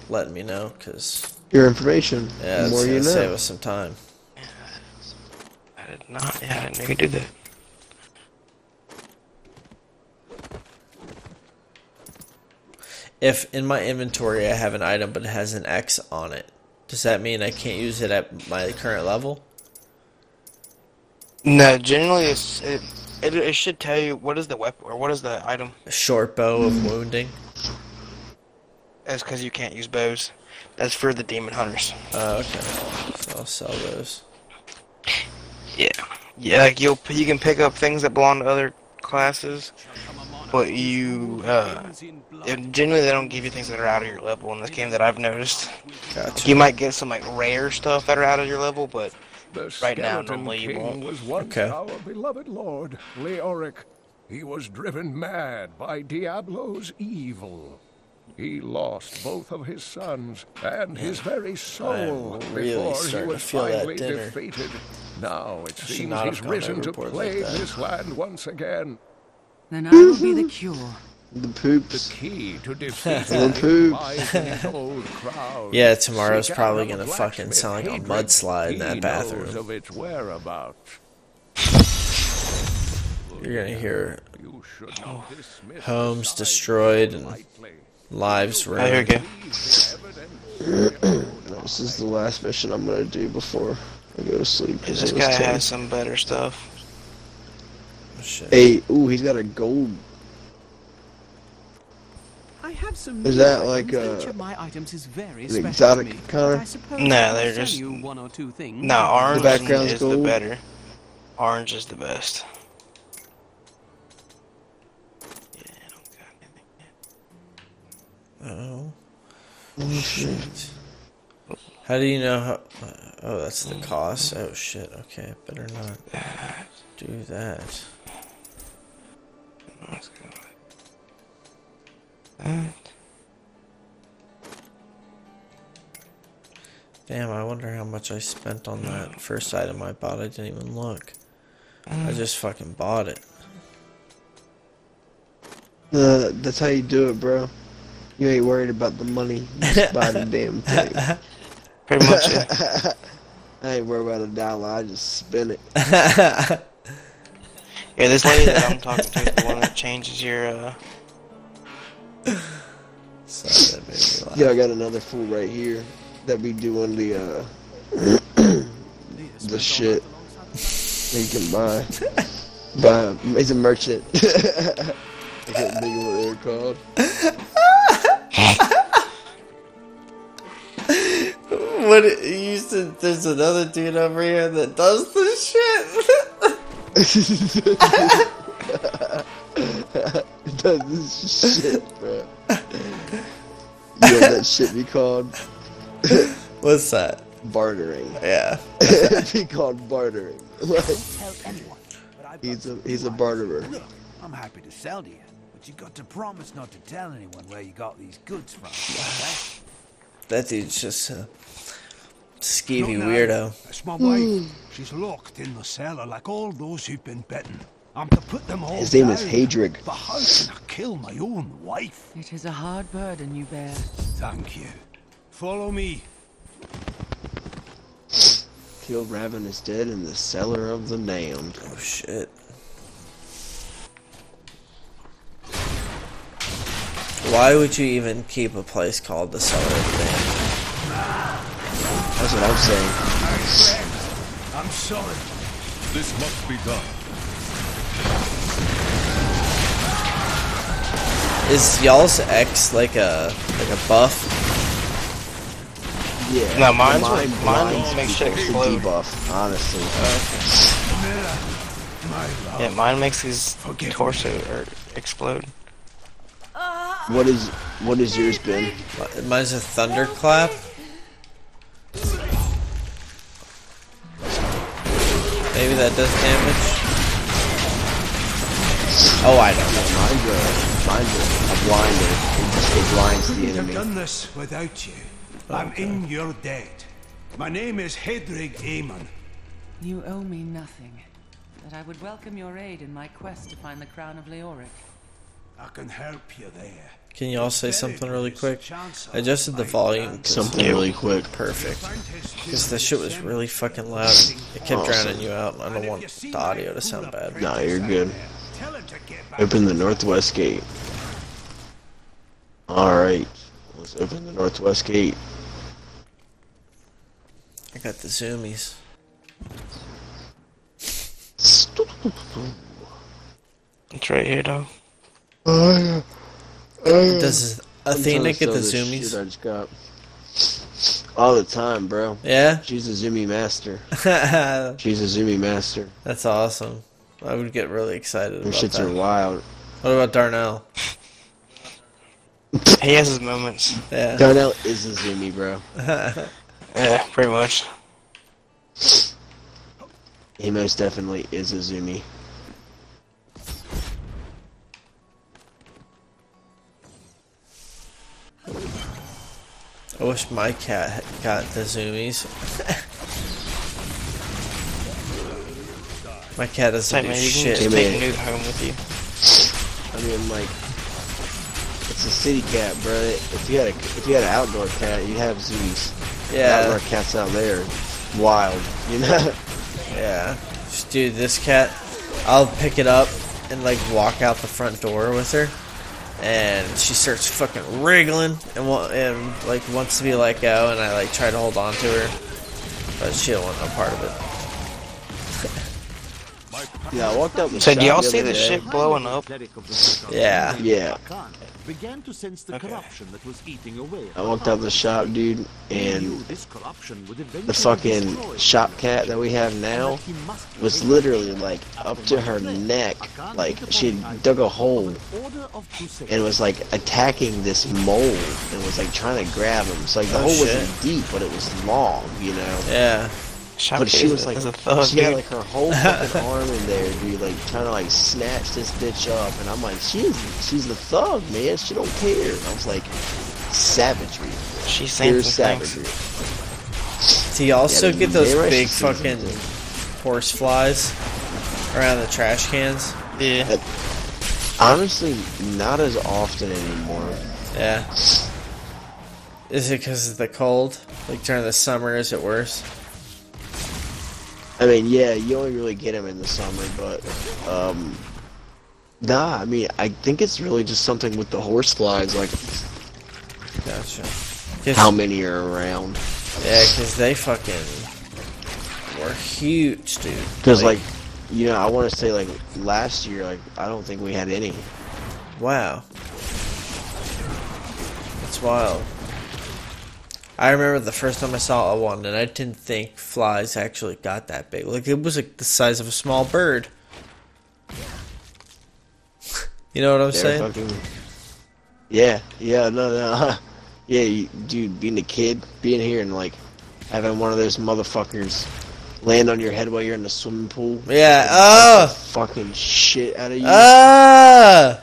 [SPEAKER 3] letting me know, cause
[SPEAKER 5] Your information.
[SPEAKER 3] yeah,
[SPEAKER 5] the
[SPEAKER 3] it's
[SPEAKER 5] more
[SPEAKER 3] gonna
[SPEAKER 5] you
[SPEAKER 3] save
[SPEAKER 5] know.
[SPEAKER 3] us some time.
[SPEAKER 2] I did not. Yeah, I didn't know you could do that.
[SPEAKER 3] If in my inventory I have an item but it has an X on it, does that mean I can't use it at my current level?
[SPEAKER 2] No, generally it's it, it, it should tell you what is the weapon or what is the item.
[SPEAKER 3] A short bow of wounding.
[SPEAKER 2] That's because you can't use bows. That's for the demon hunters.
[SPEAKER 3] Uh, okay. So I'll sell those.
[SPEAKER 2] Yeah. Yeah, like you'll you can pick up things that belong to other classes, but you uh, and generally they don't give you things that are out of your level in this game that I've noticed.
[SPEAKER 3] Gotcha.
[SPEAKER 2] You might get some like rare stuff that are out of your level, but
[SPEAKER 7] The
[SPEAKER 2] right now
[SPEAKER 7] Skeleton
[SPEAKER 2] normally you
[SPEAKER 7] King
[SPEAKER 2] won't.
[SPEAKER 7] was once
[SPEAKER 3] Okay.
[SPEAKER 7] our beloved lord, Leoric. He was driven mad by Diablo's evil. He lost both of his sons and his very soul
[SPEAKER 3] really
[SPEAKER 7] before he
[SPEAKER 3] starting to
[SPEAKER 7] was
[SPEAKER 3] feel that
[SPEAKER 7] finally
[SPEAKER 3] dinner.
[SPEAKER 7] defeated. Now it
[SPEAKER 3] should
[SPEAKER 7] seems
[SPEAKER 3] not have
[SPEAKER 7] he's
[SPEAKER 3] gone
[SPEAKER 7] risen to
[SPEAKER 3] overboard like
[SPEAKER 7] plague
[SPEAKER 3] that.
[SPEAKER 7] this land once again.
[SPEAKER 6] Then I will be the
[SPEAKER 5] *laughs*
[SPEAKER 6] cure.
[SPEAKER 5] The poops.
[SPEAKER 7] The key
[SPEAKER 3] *laughs*
[SPEAKER 7] to defeat
[SPEAKER 3] The
[SPEAKER 5] poop.
[SPEAKER 7] lies in
[SPEAKER 3] *laughs*
[SPEAKER 7] the old crowd.
[SPEAKER 3] Yeah, tomorrow's
[SPEAKER 7] Seek out
[SPEAKER 3] probably
[SPEAKER 7] the
[SPEAKER 3] gonna fucking
[SPEAKER 7] blacksmith
[SPEAKER 3] sound like a
[SPEAKER 7] Hadrian.
[SPEAKER 3] mudslide in
[SPEAKER 7] He
[SPEAKER 3] that
[SPEAKER 7] knows
[SPEAKER 3] bathroom.
[SPEAKER 7] of its whereabouts.
[SPEAKER 3] You're gonna hear
[SPEAKER 7] You should
[SPEAKER 3] Oh,
[SPEAKER 7] not dismiss
[SPEAKER 3] homes destroyed and lives
[SPEAKER 2] Oh, here we
[SPEAKER 3] ruined.
[SPEAKER 2] go.
[SPEAKER 5] this is the last mission I'm gonna do before I go to sleep. 'cause
[SPEAKER 2] This
[SPEAKER 5] it was
[SPEAKER 2] guy
[SPEAKER 5] 10.
[SPEAKER 2] has some better stuff.
[SPEAKER 3] Shit.
[SPEAKER 5] Hey, ooh, he's got a gold.
[SPEAKER 8] I have some
[SPEAKER 5] Is
[SPEAKER 8] new
[SPEAKER 5] that like
[SPEAKER 8] items. Each
[SPEAKER 5] a-
[SPEAKER 8] of my items is very
[SPEAKER 5] an
[SPEAKER 8] special
[SPEAKER 5] exotic
[SPEAKER 8] to me,
[SPEAKER 5] kinda?
[SPEAKER 8] but I suppose I
[SPEAKER 2] Nah,
[SPEAKER 8] can
[SPEAKER 2] they're
[SPEAKER 8] sell
[SPEAKER 2] just-
[SPEAKER 8] you one or two things.
[SPEAKER 2] No, orange
[SPEAKER 5] The background's
[SPEAKER 2] is the
[SPEAKER 5] gold.
[SPEAKER 2] better. Orange is the best.
[SPEAKER 3] Oh. Shit. How do you know how. Oh, that's the cost? Oh, shit. Okay, better not do that.
[SPEAKER 1] *laughs*
[SPEAKER 3] Damn, I wonder how much I spent on that first item I bought. I didn't even look. I just fucking bought it.
[SPEAKER 5] Uh, that's how you do it, bro. You ain't worried about the money. You Just
[SPEAKER 3] *laughs*
[SPEAKER 5] buy the damn thing.
[SPEAKER 2] Pretty much it.
[SPEAKER 5] I ain't worried about a dollar. I just spend it.
[SPEAKER 2] Yeah, this lady that I'm talking to is the one that changes your uh
[SPEAKER 3] Sorry, that made me laugh.
[SPEAKER 5] Yeah, I got another fool right here that be doing the uh the shit that you can buy.
[SPEAKER 1] But um, he's a merchant. *laughs* I can't think of what they're called.
[SPEAKER 3] What it- you used to, there's another dude over here that does this shit.
[SPEAKER 1] Does *laughs* this shit, bro. You know what that shit be called?
[SPEAKER 3] *laughs* What's that?
[SPEAKER 1] Bartering. *laughs*
[SPEAKER 3] Yeah.
[SPEAKER 1] It'd be called bartering. *laughs* Like, he's a he's a barterer.
[SPEAKER 12] Look, I'm happy to sell to you, but you got to promise not to tell anyone where you got these goods from. okay?
[SPEAKER 3] that dude's just a skeevy
[SPEAKER 12] Look now,
[SPEAKER 3] weirdo.
[SPEAKER 12] That's my wife.
[SPEAKER 1] Hmm.
[SPEAKER 12] She's locked in the cellar like all those who've been bitten. I'm to put them all
[SPEAKER 1] His name is
[SPEAKER 12] down.
[SPEAKER 1] Hadrig.
[SPEAKER 12] But how can I kill my own wife? It is a hard burden you bear. Thank you. Follow me.
[SPEAKER 1] Kill Raven is dead in the cellar of the damned.
[SPEAKER 3] Oh shit. Why would you even keep a place called the Cellar of the Damned?
[SPEAKER 1] That's what I'm saying.
[SPEAKER 12] I'm sorry.
[SPEAKER 7] This must be done.
[SPEAKER 3] Is y'all's ex like a like a buff?
[SPEAKER 1] Yeah.
[SPEAKER 2] No, mine's
[SPEAKER 1] mine
[SPEAKER 2] what- mine
[SPEAKER 1] blinds
[SPEAKER 2] makes shit
[SPEAKER 1] people to
[SPEAKER 2] explode.
[SPEAKER 1] debuff, honestly.
[SPEAKER 2] Yeah, mine makes his torso or explode.
[SPEAKER 1] What is what is yours been?
[SPEAKER 3] Mine's a thunderclap. Maybe that does damage. Oh, I don't know.
[SPEAKER 1] Mine's a mine's a, a blinder. It just it blinds the
[SPEAKER 12] Couldn't have
[SPEAKER 1] enemy.
[SPEAKER 12] done this without you. I'm in your debt. My name is Hedrig Eamon.
[SPEAKER 6] You owe me nothing, but I would welcome your aid in my quest to find the crown of Leoric.
[SPEAKER 12] I can help you there.
[SPEAKER 3] Can y'all say something really quick? I adjusted the volume. 'cause-
[SPEAKER 1] Something really quick.
[SPEAKER 3] Perfect. Because the shit was really fucking loud. It kept
[SPEAKER 1] Awesome.
[SPEAKER 3] drowning you out. and I don't want the audio to sound bad.
[SPEAKER 1] Nah, you're good. Open the northwest gate. Alright. Let's open the northwest gate.
[SPEAKER 3] I got the zoomies.
[SPEAKER 2] It's right here, dog.
[SPEAKER 3] Does Athena
[SPEAKER 1] I'm trying to
[SPEAKER 3] get the
[SPEAKER 1] sell
[SPEAKER 3] zoomies?
[SPEAKER 1] this shit I just got. All the time, bro.
[SPEAKER 3] Yeah? *laughs*
[SPEAKER 1] She's a zoomie master. She's a zoomie master.
[SPEAKER 3] That's awesome. I would get really excited
[SPEAKER 1] Them
[SPEAKER 3] about
[SPEAKER 1] shits
[SPEAKER 3] that.
[SPEAKER 1] are wild.
[SPEAKER 3] What about Darnell?
[SPEAKER 2] He has his moments.
[SPEAKER 3] Yeah.
[SPEAKER 1] Darnell is a zoomie, bro.
[SPEAKER 2] Yeah, pretty much.
[SPEAKER 1] He most definitely is a zoomie.
[SPEAKER 3] I wish my cat had got the zoomies. *laughs* my cat doesn't
[SPEAKER 2] Hey,
[SPEAKER 3] do
[SPEAKER 2] man, you can
[SPEAKER 3] shit.
[SPEAKER 2] just take Newt home with you.
[SPEAKER 1] I mean, like, it's a city cat, bro. If you had a if you had an outdoor cat, you'd have zoos.
[SPEAKER 3] Yeah.
[SPEAKER 1] Outdoor cats out there, wild. You know. *laughs*
[SPEAKER 3] Yeah. Just do this cat. I'll pick it up and like walk out the front door with her. And she starts fucking wriggling and wa- and like wants to be let go and I like try to hold on to her. But she don't want no part of it.
[SPEAKER 1] Yeah, I walked up. the
[SPEAKER 2] So, do
[SPEAKER 1] shop
[SPEAKER 2] y'all
[SPEAKER 1] the
[SPEAKER 2] see
[SPEAKER 1] other
[SPEAKER 2] this
[SPEAKER 1] day.
[SPEAKER 2] shit blowing up?
[SPEAKER 3] Yeah.
[SPEAKER 1] Yeah.
[SPEAKER 13] Khan began to sense the corruption that was eating away.
[SPEAKER 1] I walked out the shop, dude,
[SPEAKER 13] He knew
[SPEAKER 1] and
[SPEAKER 13] this corruption would
[SPEAKER 1] the
[SPEAKER 13] eventually
[SPEAKER 1] fucking
[SPEAKER 13] destroy
[SPEAKER 1] shop cat that we have now was literally like up to her neck. Like she had dug a hole
[SPEAKER 13] order of crusade.
[SPEAKER 1] and was like attacking this mole and was like trying to grab him. So like the
[SPEAKER 3] Oh,
[SPEAKER 1] hole
[SPEAKER 3] shit.
[SPEAKER 1] wasn't deep, but it was long, you know.
[SPEAKER 3] Yeah.
[SPEAKER 2] Shop
[SPEAKER 1] But she
[SPEAKER 2] is
[SPEAKER 1] was
[SPEAKER 2] a-
[SPEAKER 1] like,
[SPEAKER 2] is a thug,
[SPEAKER 1] she had
[SPEAKER 2] dude.
[SPEAKER 1] like her whole
[SPEAKER 2] *laughs*
[SPEAKER 1] fucking arm in there, dude, like trying to like snatch this bitch up, and I'm like, she is, she's the thug, man. She don't care. I was like, savagery.
[SPEAKER 2] She's saying
[SPEAKER 1] Pure
[SPEAKER 2] some things.
[SPEAKER 1] savagery.
[SPEAKER 3] Do y'all
[SPEAKER 1] Yeah,
[SPEAKER 3] still
[SPEAKER 1] the
[SPEAKER 3] get those
[SPEAKER 1] nearest
[SPEAKER 3] big
[SPEAKER 1] is-
[SPEAKER 3] fucking horse flies around the trash cans?
[SPEAKER 2] Yeah.
[SPEAKER 1] That- honestly, not as often anymore.
[SPEAKER 3] Yeah. Is it because of the cold? Like during the summer, is it worse?
[SPEAKER 1] I mean, yeah, you only really get them in the summer, but um, nah. I mean, I think it's really just something with the horse flies, like
[SPEAKER 3] Gotcha.
[SPEAKER 1] how many are around.
[SPEAKER 3] Yeah, because they fucking were huge, dude.
[SPEAKER 1] Because like, you know, I want to say like last year, like I don't think we had any.
[SPEAKER 3] Wow. That's wild. I remember the first time I saw a one, and I didn't think flies actually got that big. Like it was like the size of a small bird. *laughs* You know what I'm
[SPEAKER 1] They're
[SPEAKER 3] saying?
[SPEAKER 1] fucking- yeah, yeah, no, no, *laughs* yeah, you, dude, being a kid, being here, and like having one of those motherfuckers land on your head while you're in the swimming pool.
[SPEAKER 3] Yeah. uh.
[SPEAKER 1] Oh. Fucking shit out of you.
[SPEAKER 3] Ah.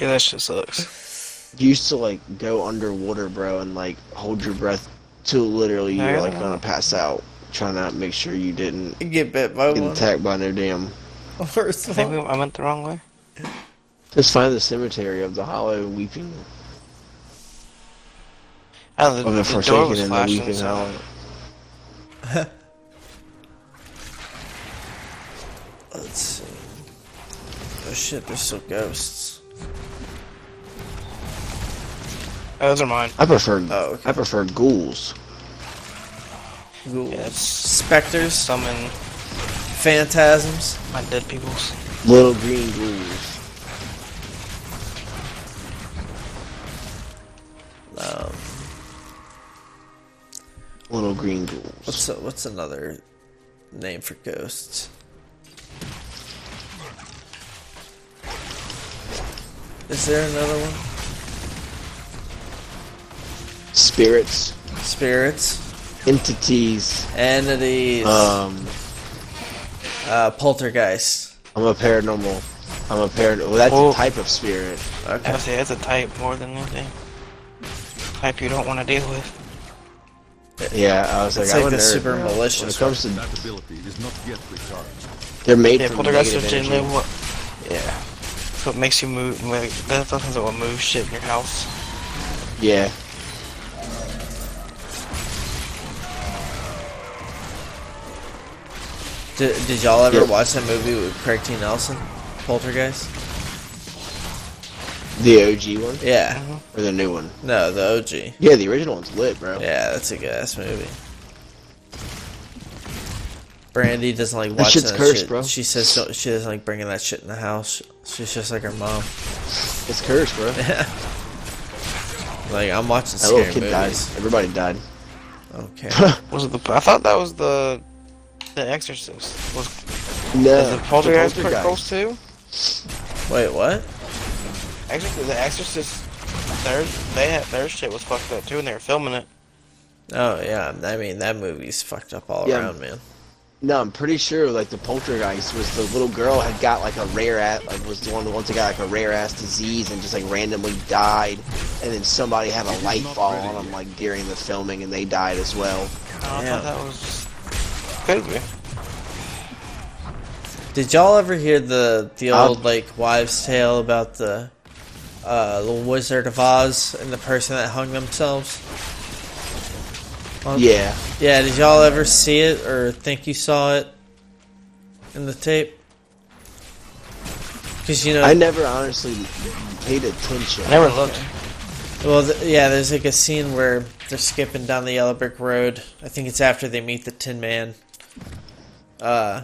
[SPEAKER 2] Yeah, that shit sucks.
[SPEAKER 1] used to like go underwater, bro, and like hold your breath till literally you were like gonna pass out, trying to make sure you didn't
[SPEAKER 3] get bit by
[SPEAKER 1] get
[SPEAKER 3] one.
[SPEAKER 1] attacked by no damn.
[SPEAKER 3] *laughs* First
[SPEAKER 2] I think we- I went the wrong way.
[SPEAKER 1] Let's find the cemetery of the Hollow Weeping
[SPEAKER 2] Oh, the,
[SPEAKER 1] of
[SPEAKER 2] the
[SPEAKER 1] the
[SPEAKER 2] door
[SPEAKER 1] Forsaken
[SPEAKER 2] was
[SPEAKER 1] and the
[SPEAKER 2] flashing.
[SPEAKER 1] Weeping
[SPEAKER 2] so-
[SPEAKER 1] Hollow.
[SPEAKER 3] Let's see. Oh shit, there's still ghosts.
[SPEAKER 2] Those are mine.
[SPEAKER 1] I prefer
[SPEAKER 3] Oh,
[SPEAKER 1] I prefer ghouls.
[SPEAKER 3] Specters.
[SPEAKER 2] Summon
[SPEAKER 3] Phantasms.
[SPEAKER 2] my dead peoples.
[SPEAKER 1] Little green ghouls.
[SPEAKER 3] Um,
[SPEAKER 1] Little green ghouls.
[SPEAKER 3] What's a, what's another name for ghosts? Is there another one?
[SPEAKER 1] Spirits.
[SPEAKER 3] Spirits.
[SPEAKER 1] Entities.
[SPEAKER 3] Entities.
[SPEAKER 1] Um
[SPEAKER 3] uh poltergeist.
[SPEAKER 1] I'm a paranormal I'm a paranormal well, that's
[SPEAKER 2] Oh.
[SPEAKER 1] a type of spirit.
[SPEAKER 2] I would say that's a type more than anything. Type you don't want to deal with.
[SPEAKER 1] Yeah, I was like,
[SPEAKER 3] It's
[SPEAKER 1] I'm
[SPEAKER 3] like
[SPEAKER 1] a
[SPEAKER 3] the
[SPEAKER 1] nerd,
[SPEAKER 3] super
[SPEAKER 1] bro.
[SPEAKER 3] malicious
[SPEAKER 1] When it comes to
[SPEAKER 7] That ability is not yet recharged.
[SPEAKER 1] they're made
[SPEAKER 2] yeah,
[SPEAKER 1] from
[SPEAKER 2] poltergeist is
[SPEAKER 1] negative
[SPEAKER 2] generally
[SPEAKER 1] energy.
[SPEAKER 2] what. Yeah. That's what makes you move. Like, that's what will move shit in your house.
[SPEAKER 1] Yeah.
[SPEAKER 3] Did, did y'all ever
[SPEAKER 1] Yeah.
[SPEAKER 3] watch that movie with Craig T. Nelson? Poltergeist?
[SPEAKER 1] The OG one?
[SPEAKER 3] Yeah.
[SPEAKER 1] Or the new one.
[SPEAKER 3] No, the OG.
[SPEAKER 1] Yeah, the original one's lit, bro.
[SPEAKER 3] Yeah, that's a good ass movie. Brandy doesn't like
[SPEAKER 1] That
[SPEAKER 3] watching
[SPEAKER 1] shit's
[SPEAKER 3] that
[SPEAKER 1] cursed,
[SPEAKER 3] shit.
[SPEAKER 1] bro.
[SPEAKER 3] She says don't, she doesn't like bringing that shit in the house. She's just like her mom.
[SPEAKER 1] It's cursed, bro.
[SPEAKER 3] Like I'm watching
[SPEAKER 1] That little
[SPEAKER 3] scary
[SPEAKER 1] kid died.
[SPEAKER 3] movies.
[SPEAKER 1] Everybody died.
[SPEAKER 3] Okay.
[SPEAKER 1] *laughs*
[SPEAKER 2] Was it the? I thought that was the, the Exorcist. Was
[SPEAKER 1] No,
[SPEAKER 2] is the
[SPEAKER 1] Uh, the
[SPEAKER 2] Poltergeist pretty
[SPEAKER 1] Poltergeist.
[SPEAKER 2] close too?
[SPEAKER 3] Wait, what?
[SPEAKER 2] Actually, the Exorcist, their they had, their shit was fucked up too, and they were filming it.
[SPEAKER 3] Oh yeah, I mean that movie's fucked up all
[SPEAKER 1] Yeah.
[SPEAKER 3] around, man.
[SPEAKER 1] No, I'm pretty sure like the poltergeist was the little girl had got like a rare ass like was the one the ones that got like a rare ass disease and just like randomly died and then somebody had a light fall on them like during the filming and they died as well.
[SPEAKER 2] I
[SPEAKER 3] Yeah.
[SPEAKER 2] thought that was just could be.
[SPEAKER 3] Did y'all ever hear the the
[SPEAKER 1] Um,
[SPEAKER 3] old like wives' tale about the uh, the Wizard of Oz and the person that hung themselves? Well,
[SPEAKER 1] Yeah.
[SPEAKER 3] Yeah. Did y'all ever see it or think you saw it in the tape? Because you know,
[SPEAKER 1] I never honestly paid attention.
[SPEAKER 2] I never looked.
[SPEAKER 3] Well, th- yeah, there's like a scene where they're skipping down the yellow brick road. I think it's after they meet the Tin Man. Uh,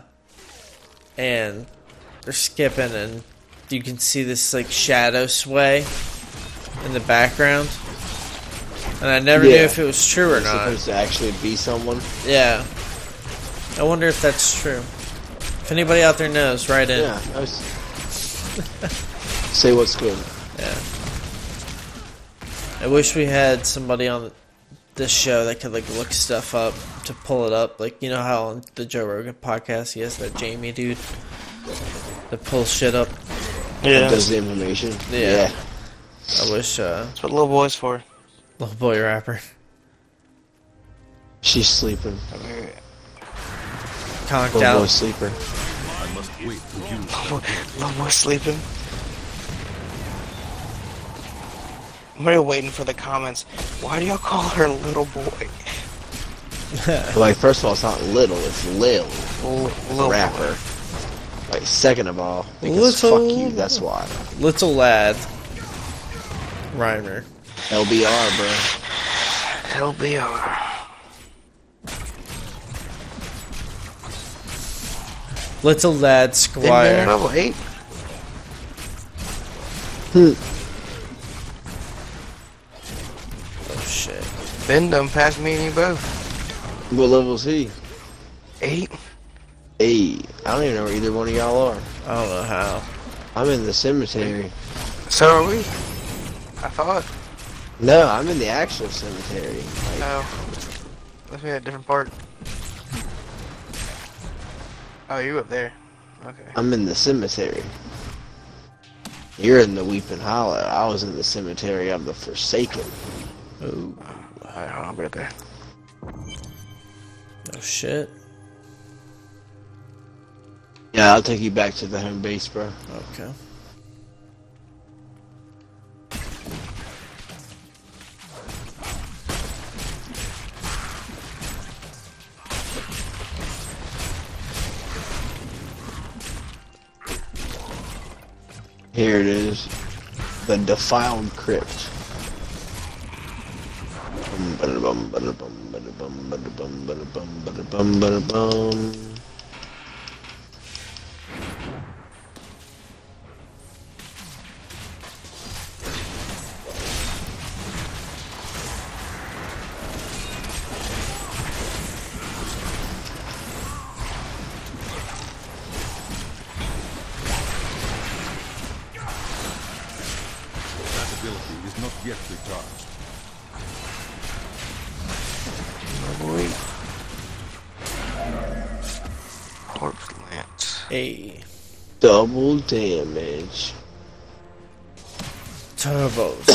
[SPEAKER 3] and they're skipping, and you can see this like shadow sway in the background. And I never knew
[SPEAKER 1] Yeah.
[SPEAKER 3] if it was true or
[SPEAKER 1] It's
[SPEAKER 3] not.
[SPEAKER 1] Supposed to actually be someone.
[SPEAKER 3] Yeah. I wonder if that's true. If anybody out there knows, write in.
[SPEAKER 1] Yeah. I was- Say what's good.
[SPEAKER 3] Yeah. I wish we had somebody on this show that could like look stuff up to pull it up. Like you know how on the Joe Rogan podcast he has that Jamie dude that pulls shit up.
[SPEAKER 1] Yeah. Does the information.
[SPEAKER 3] Yeah. I wish uh
[SPEAKER 2] That's what little boys for.
[SPEAKER 3] little boy rapper.
[SPEAKER 1] She's sleeping.
[SPEAKER 3] Conked
[SPEAKER 1] Little
[SPEAKER 3] out.
[SPEAKER 1] boy sleeper.
[SPEAKER 7] I must wait for you.
[SPEAKER 2] Little boy sleeping. I'm really waiting for the comments. Why do y'all call her little boy?
[SPEAKER 1] like first of all, it's not little. It's Lil.
[SPEAKER 2] L-
[SPEAKER 1] the
[SPEAKER 2] little boy.
[SPEAKER 1] rapper. Like second of all, because fuck
[SPEAKER 3] Little-
[SPEAKER 1] you. That's why.
[SPEAKER 3] Little lad. Rhymer.
[SPEAKER 1] LBR, bro.
[SPEAKER 2] LBR.
[SPEAKER 3] Little lad squire.
[SPEAKER 2] Level eight.
[SPEAKER 3] Hmm. Oh shit.
[SPEAKER 2] Ben done passed me and you both.
[SPEAKER 1] What level is he?
[SPEAKER 2] Eight.
[SPEAKER 1] Eight. I don't even know where either one of y'all are.
[SPEAKER 3] I don't know how.
[SPEAKER 1] I'm in the cemetery.
[SPEAKER 2] So are we. I thought.
[SPEAKER 1] No, I'm in the actual cemetery.
[SPEAKER 2] Oh. Let's be at a different part. Oh, you up there. Okay.
[SPEAKER 1] I'm in the cemetery. You're in the Weeping Hollow. I was in the cemetery of the Forsaken.
[SPEAKER 3] Oh.
[SPEAKER 2] Alright, hold on, right there.
[SPEAKER 3] Oh shit.
[SPEAKER 1] Yeah, I'll take you back to the home base, bro.
[SPEAKER 3] Okay.
[SPEAKER 1] Here it is. The Defiled Crypt. Bum, bada, bum, bada, bum, bada, bum, bada, bum, bada, bum, bada, bum, bada, bum.
[SPEAKER 7] That ability is not yet recharged.
[SPEAKER 2] Level eight. Corpse Lance.
[SPEAKER 3] Hey.
[SPEAKER 1] Double damage. *coughs*
[SPEAKER 3] Turbos.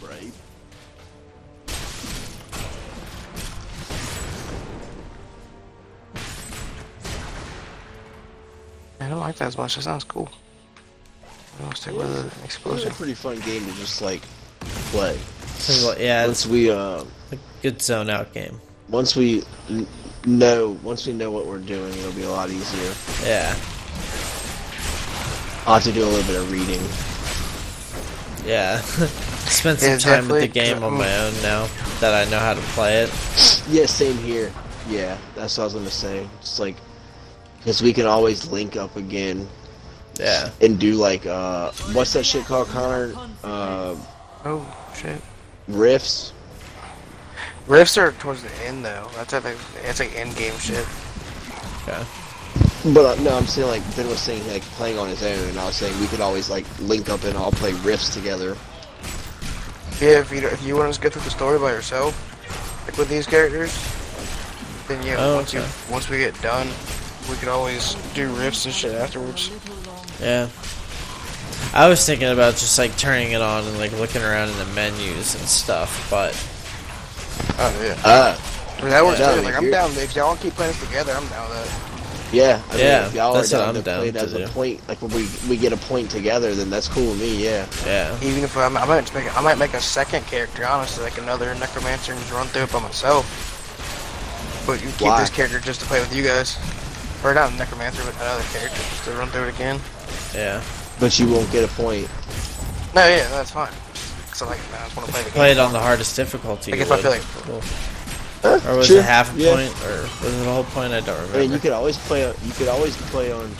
[SPEAKER 5] Brave.
[SPEAKER 2] I don't like that as much. That sounds cool. Let's take one of the
[SPEAKER 1] It was a
[SPEAKER 2] explosion.
[SPEAKER 1] pretty fun game to just like play.
[SPEAKER 3] So, yeah,
[SPEAKER 1] Once we uh,
[SPEAKER 3] Good zone out game.
[SPEAKER 1] once we n- know, once we know what we're doing, it'll be a lot easier.
[SPEAKER 3] Yeah.
[SPEAKER 1] I'll have to do a little bit of reading.
[SPEAKER 3] Yeah. *laughs* Spend some
[SPEAKER 1] Yeah,
[SPEAKER 3] time with the
[SPEAKER 1] definitely.
[SPEAKER 3] game on my own now that I know how to play it.
[SPEAKER 1] Yeah, same here. Yeah, that's what I was gonna say. It's like, because we can always link up again.
[SPEAKER 3] Yeah.
[SPEAKER 1] And do like, uh, what's that shit called, Connor? Uh,
[SPEAKER 2] Oh shit.
[SPEAKER 1] riffs.
[SPEAKER 2] Rifts are towards the end though. That's like that's like end game shit.
[SPEAKER 3] Yeah.
[SPEAKER 1] But uh, no, I'm saying like Ben was saying like playing on his own, and I was saying we could always like link up and all play riffs together.
[SPEAKER 2] Yeah, if you don't- if you want to go through the story by yourself, like with these characters, then yeah,
[SPEAKER 3] Oh,
[SPEAKER 2] once
[SPEAKER 3] okay.
[SPEAKER 2] you once we get done, we could always do riffs and shit afterwards.
[SPEAKER 3] Yeah. I was thinking about just like turning it on and like looking around in the menus and stuff, but
[SPEAKER 2] Oh yeah.
[SPEAKER 3] Ah.
[SPEAKER 1] Uh,
[SPEAKER 2] I mean, that works
[SPEAKER 1] Yeah,
[SPEAKER 2] too.
[SPEAKER 1] if
[SPEAKER 2] Like I'm
[SPEAKER 1] you're-
[SPEAKER 2] down. If y'all keep playing this together, I'm down with that.
[SPEAKER 1] Yeah, I
[SPEAKER 3] Yeah,
[SPEAKER 1] mean, if y'all
[SPEAKER 3] that's
[SPEAKER 1] are
[SPEAKER 3] what
[SPEAKER 1] down
[SPEAKER 3] I'm
[SPEAKER 1] to
[SPEAKER 3] down
[SPEAKER 1] play it
[SPEAKER 3] to
[SPEAKER 1] as a
[SPEAKER 3] do.
[SPEAKER 1] point, like when we we get a point together, then that's cool with me. Yeah.
[SPEAKER 3] yeah.
[SPEAKER 2] Even if I'm, I might just make a, I might make a second character, honestly, like another necromancer and just run through it by myself. But you keep
[SPEAKER 1] Why?
[SPEAKER 2] this character just to play with you guys, or not a necromancer, but another character just to run through it again.
[SPEAKER 3] Yeah.
[SPEAKER 1] But you won't get a point.
[SPEAKER 2] No, yeah, that's fine. Cause I like, I just want to play the game.
[SPEAKER 3] Play it on the hardest difficulty.
[SPEAKER 2] Like
[SPEAKER 3] you
[SPEAKER 2] if I
[SPEAKER 3] would.
[SPEAKER 2] feel like-
[SPEAKER 3] Cool. Or was
[SPEAKER 1] sure,
[SPEAKER 3] it half a
[SPEAKER 1] yeah.
[SPEAKER 3] point or was it a whole point? I don't
[SPEAKER 1] I mean, you
[SPEAKER 3] remember.
[SPEAKER 1] could always play. on- You could always play on.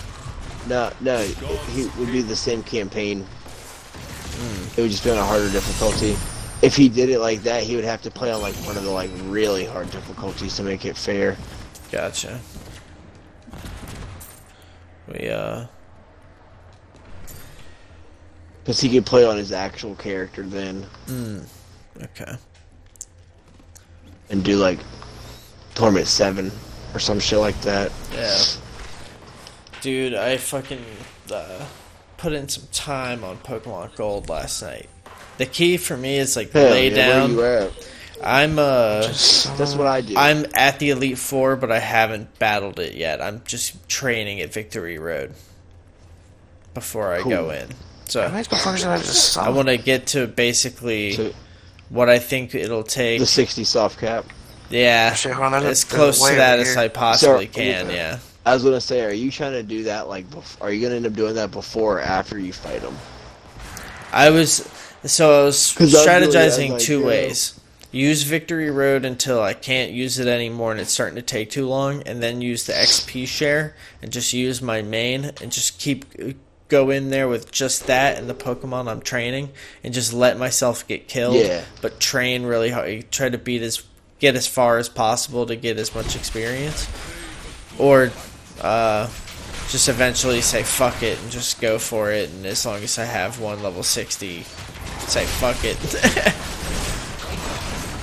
[SPEAKER 1] No, no, it, he would do the same campaign.
[SPEAKER 3] Hmm.
[SPEAKER 1] It would just be on a harder difficulty. If he did it like that, he would have to play on like one of the like really hard difficulties to make it fair.
[SPEAKER 3] Gotcha. We uh
[SPEAKER 1] Because he could play on his actual character then
[SPEAKER 3] mm, okay.
[SPEAKER 1] and do like Torment Seven or some shit like that.
[SPEAKER 3] Yeah. Dude, I fucking uh, put in some time on Pokemon Gold last night. The key for me is like
[SPEAKER 1] Hell
[SPEAKER 3] lay
[SPEAKER 1] yeah,
[SPEAKER 3] down.
[SPEAKER 1] Where you at?
[SPEAKER 3] I'm uh
[SPEAKER 1] That's what I do.
[SPEAKER 3] I'm at the Elite Four, but I haven't battled it yet. I'm just training at Victory Road before I go
[SPEAKER 2] Cool.
[SPEAKER 3] in. So
[SPEAKER 2] How many motherfuckers did I just summon?
[SPEAKER 3] I want to get to basically
[SPEAKER 1] So-
[SPEAKER 3] what I think it'll take.
[SPEAKER 1] the sixty soft cap.
[SPEAKER 3] Yeah,
[SPEAKER 2] Shit, hold on, there's
[SPEAKER 3] as
[SPEAKER 2] a-
[SPEAKER 3] close
[SPEAKER 2] way
[SPEAKER 3] to that
[SPEAKER 2] over
[SPEAKER 3] as
[SPEAKER 2] here.
[SPEAKER 3] I possibly
[SPEAKER 1] Sir,
[SPEAKER 3] can.
[SPEAKER 1] uh,
[SPEAKER 3] Yeah.
[SPEAKER 1] I was gonna say, are you trying to do that like? Bef- are you gonna end up doing that before or after you fight him?
[SPEAKER 3] I was so I was
[SPEAKER 1] 'Cause I was really- I was
[SPEAKER 3] strategizing
[SPEAKER 1] like,
[SPEAKER 3] two
[SPEAKER 1] yeah.
[SPEAKER 3] ways. Use Victory Road until I can't use it anymore and it's starting to take too long, and then use the XP share and just use my main and just keep uh, go in there with just that and the Pokemon I'm training and just let myself get killed.
[SPEAKER 1] Yeah.
[SPEAKER 3] But train really hard. Try to beat as get as far as possible to get as much experience, or uh, just eventually say fuck it and just go for it. And as long as I have one level sixty, say fuck it. *laughs*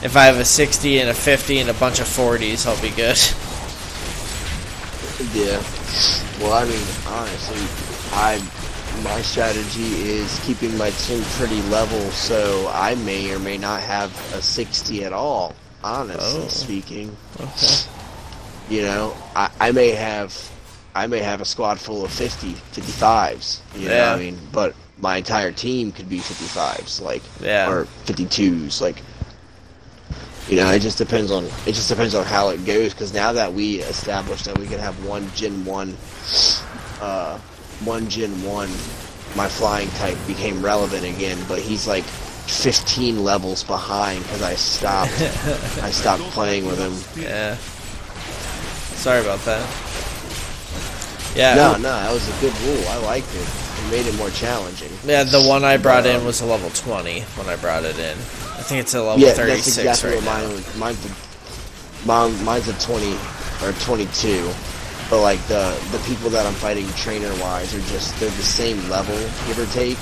[SPEAKER 3] If I have a 60 and a 50 and a bunch of 40s, I'll be good.
[SPEAKER 1] Yeah. Well, I mean, honestly, I my strategy is keeping my team pretty level, so I may or may not have a 60 at all. Honestly
[SPEAKER 3] Oh.
[SPEAKER 1] speaking,
[SPEAKER 3] Okay.
[SPEAKER 1] you know, I, I may have I may have a squad full of 50, 55s. You know,
[SPEAKER 3] Yeah.
[SPEAKER 1] what I mean, but my entire team could be 55s, like
[SPEAKER 3] Yeah.
[SPEAKER 1] or 52s, like you know, it just depends on it just depends on how it goes. Because now that we established that we can have one Gen one, uh, one Gen one, my flying type became relevant again. But he's like 15 levels behind because I stopped. I stopped playing with him.
[SPEAKER 3] Yeah. Sorry about that. Yeah.
[SPEAKER 1] No, no, that was a good rule. I liked it. It made it more challenging.
[SPEAKER 3] Yeah, the one I brought in
[SPEAKER 1] Um,
[SPEAKER 3] was a level 20 when I brought it in. I think it's a level
[SPEAKER 1] yeah,
[SPEAKER 3] 36
[SPEAKER 1] that's exactly
[SPEAKER 3] right
[SPEAKER 1] what
[SPEAKER 3] now.
[SPEAKER 1] mine was. Mine's a, mine, mine's a 20 or 22, but like the the people that I'm fighting trainer wise are just they're the same level give or take,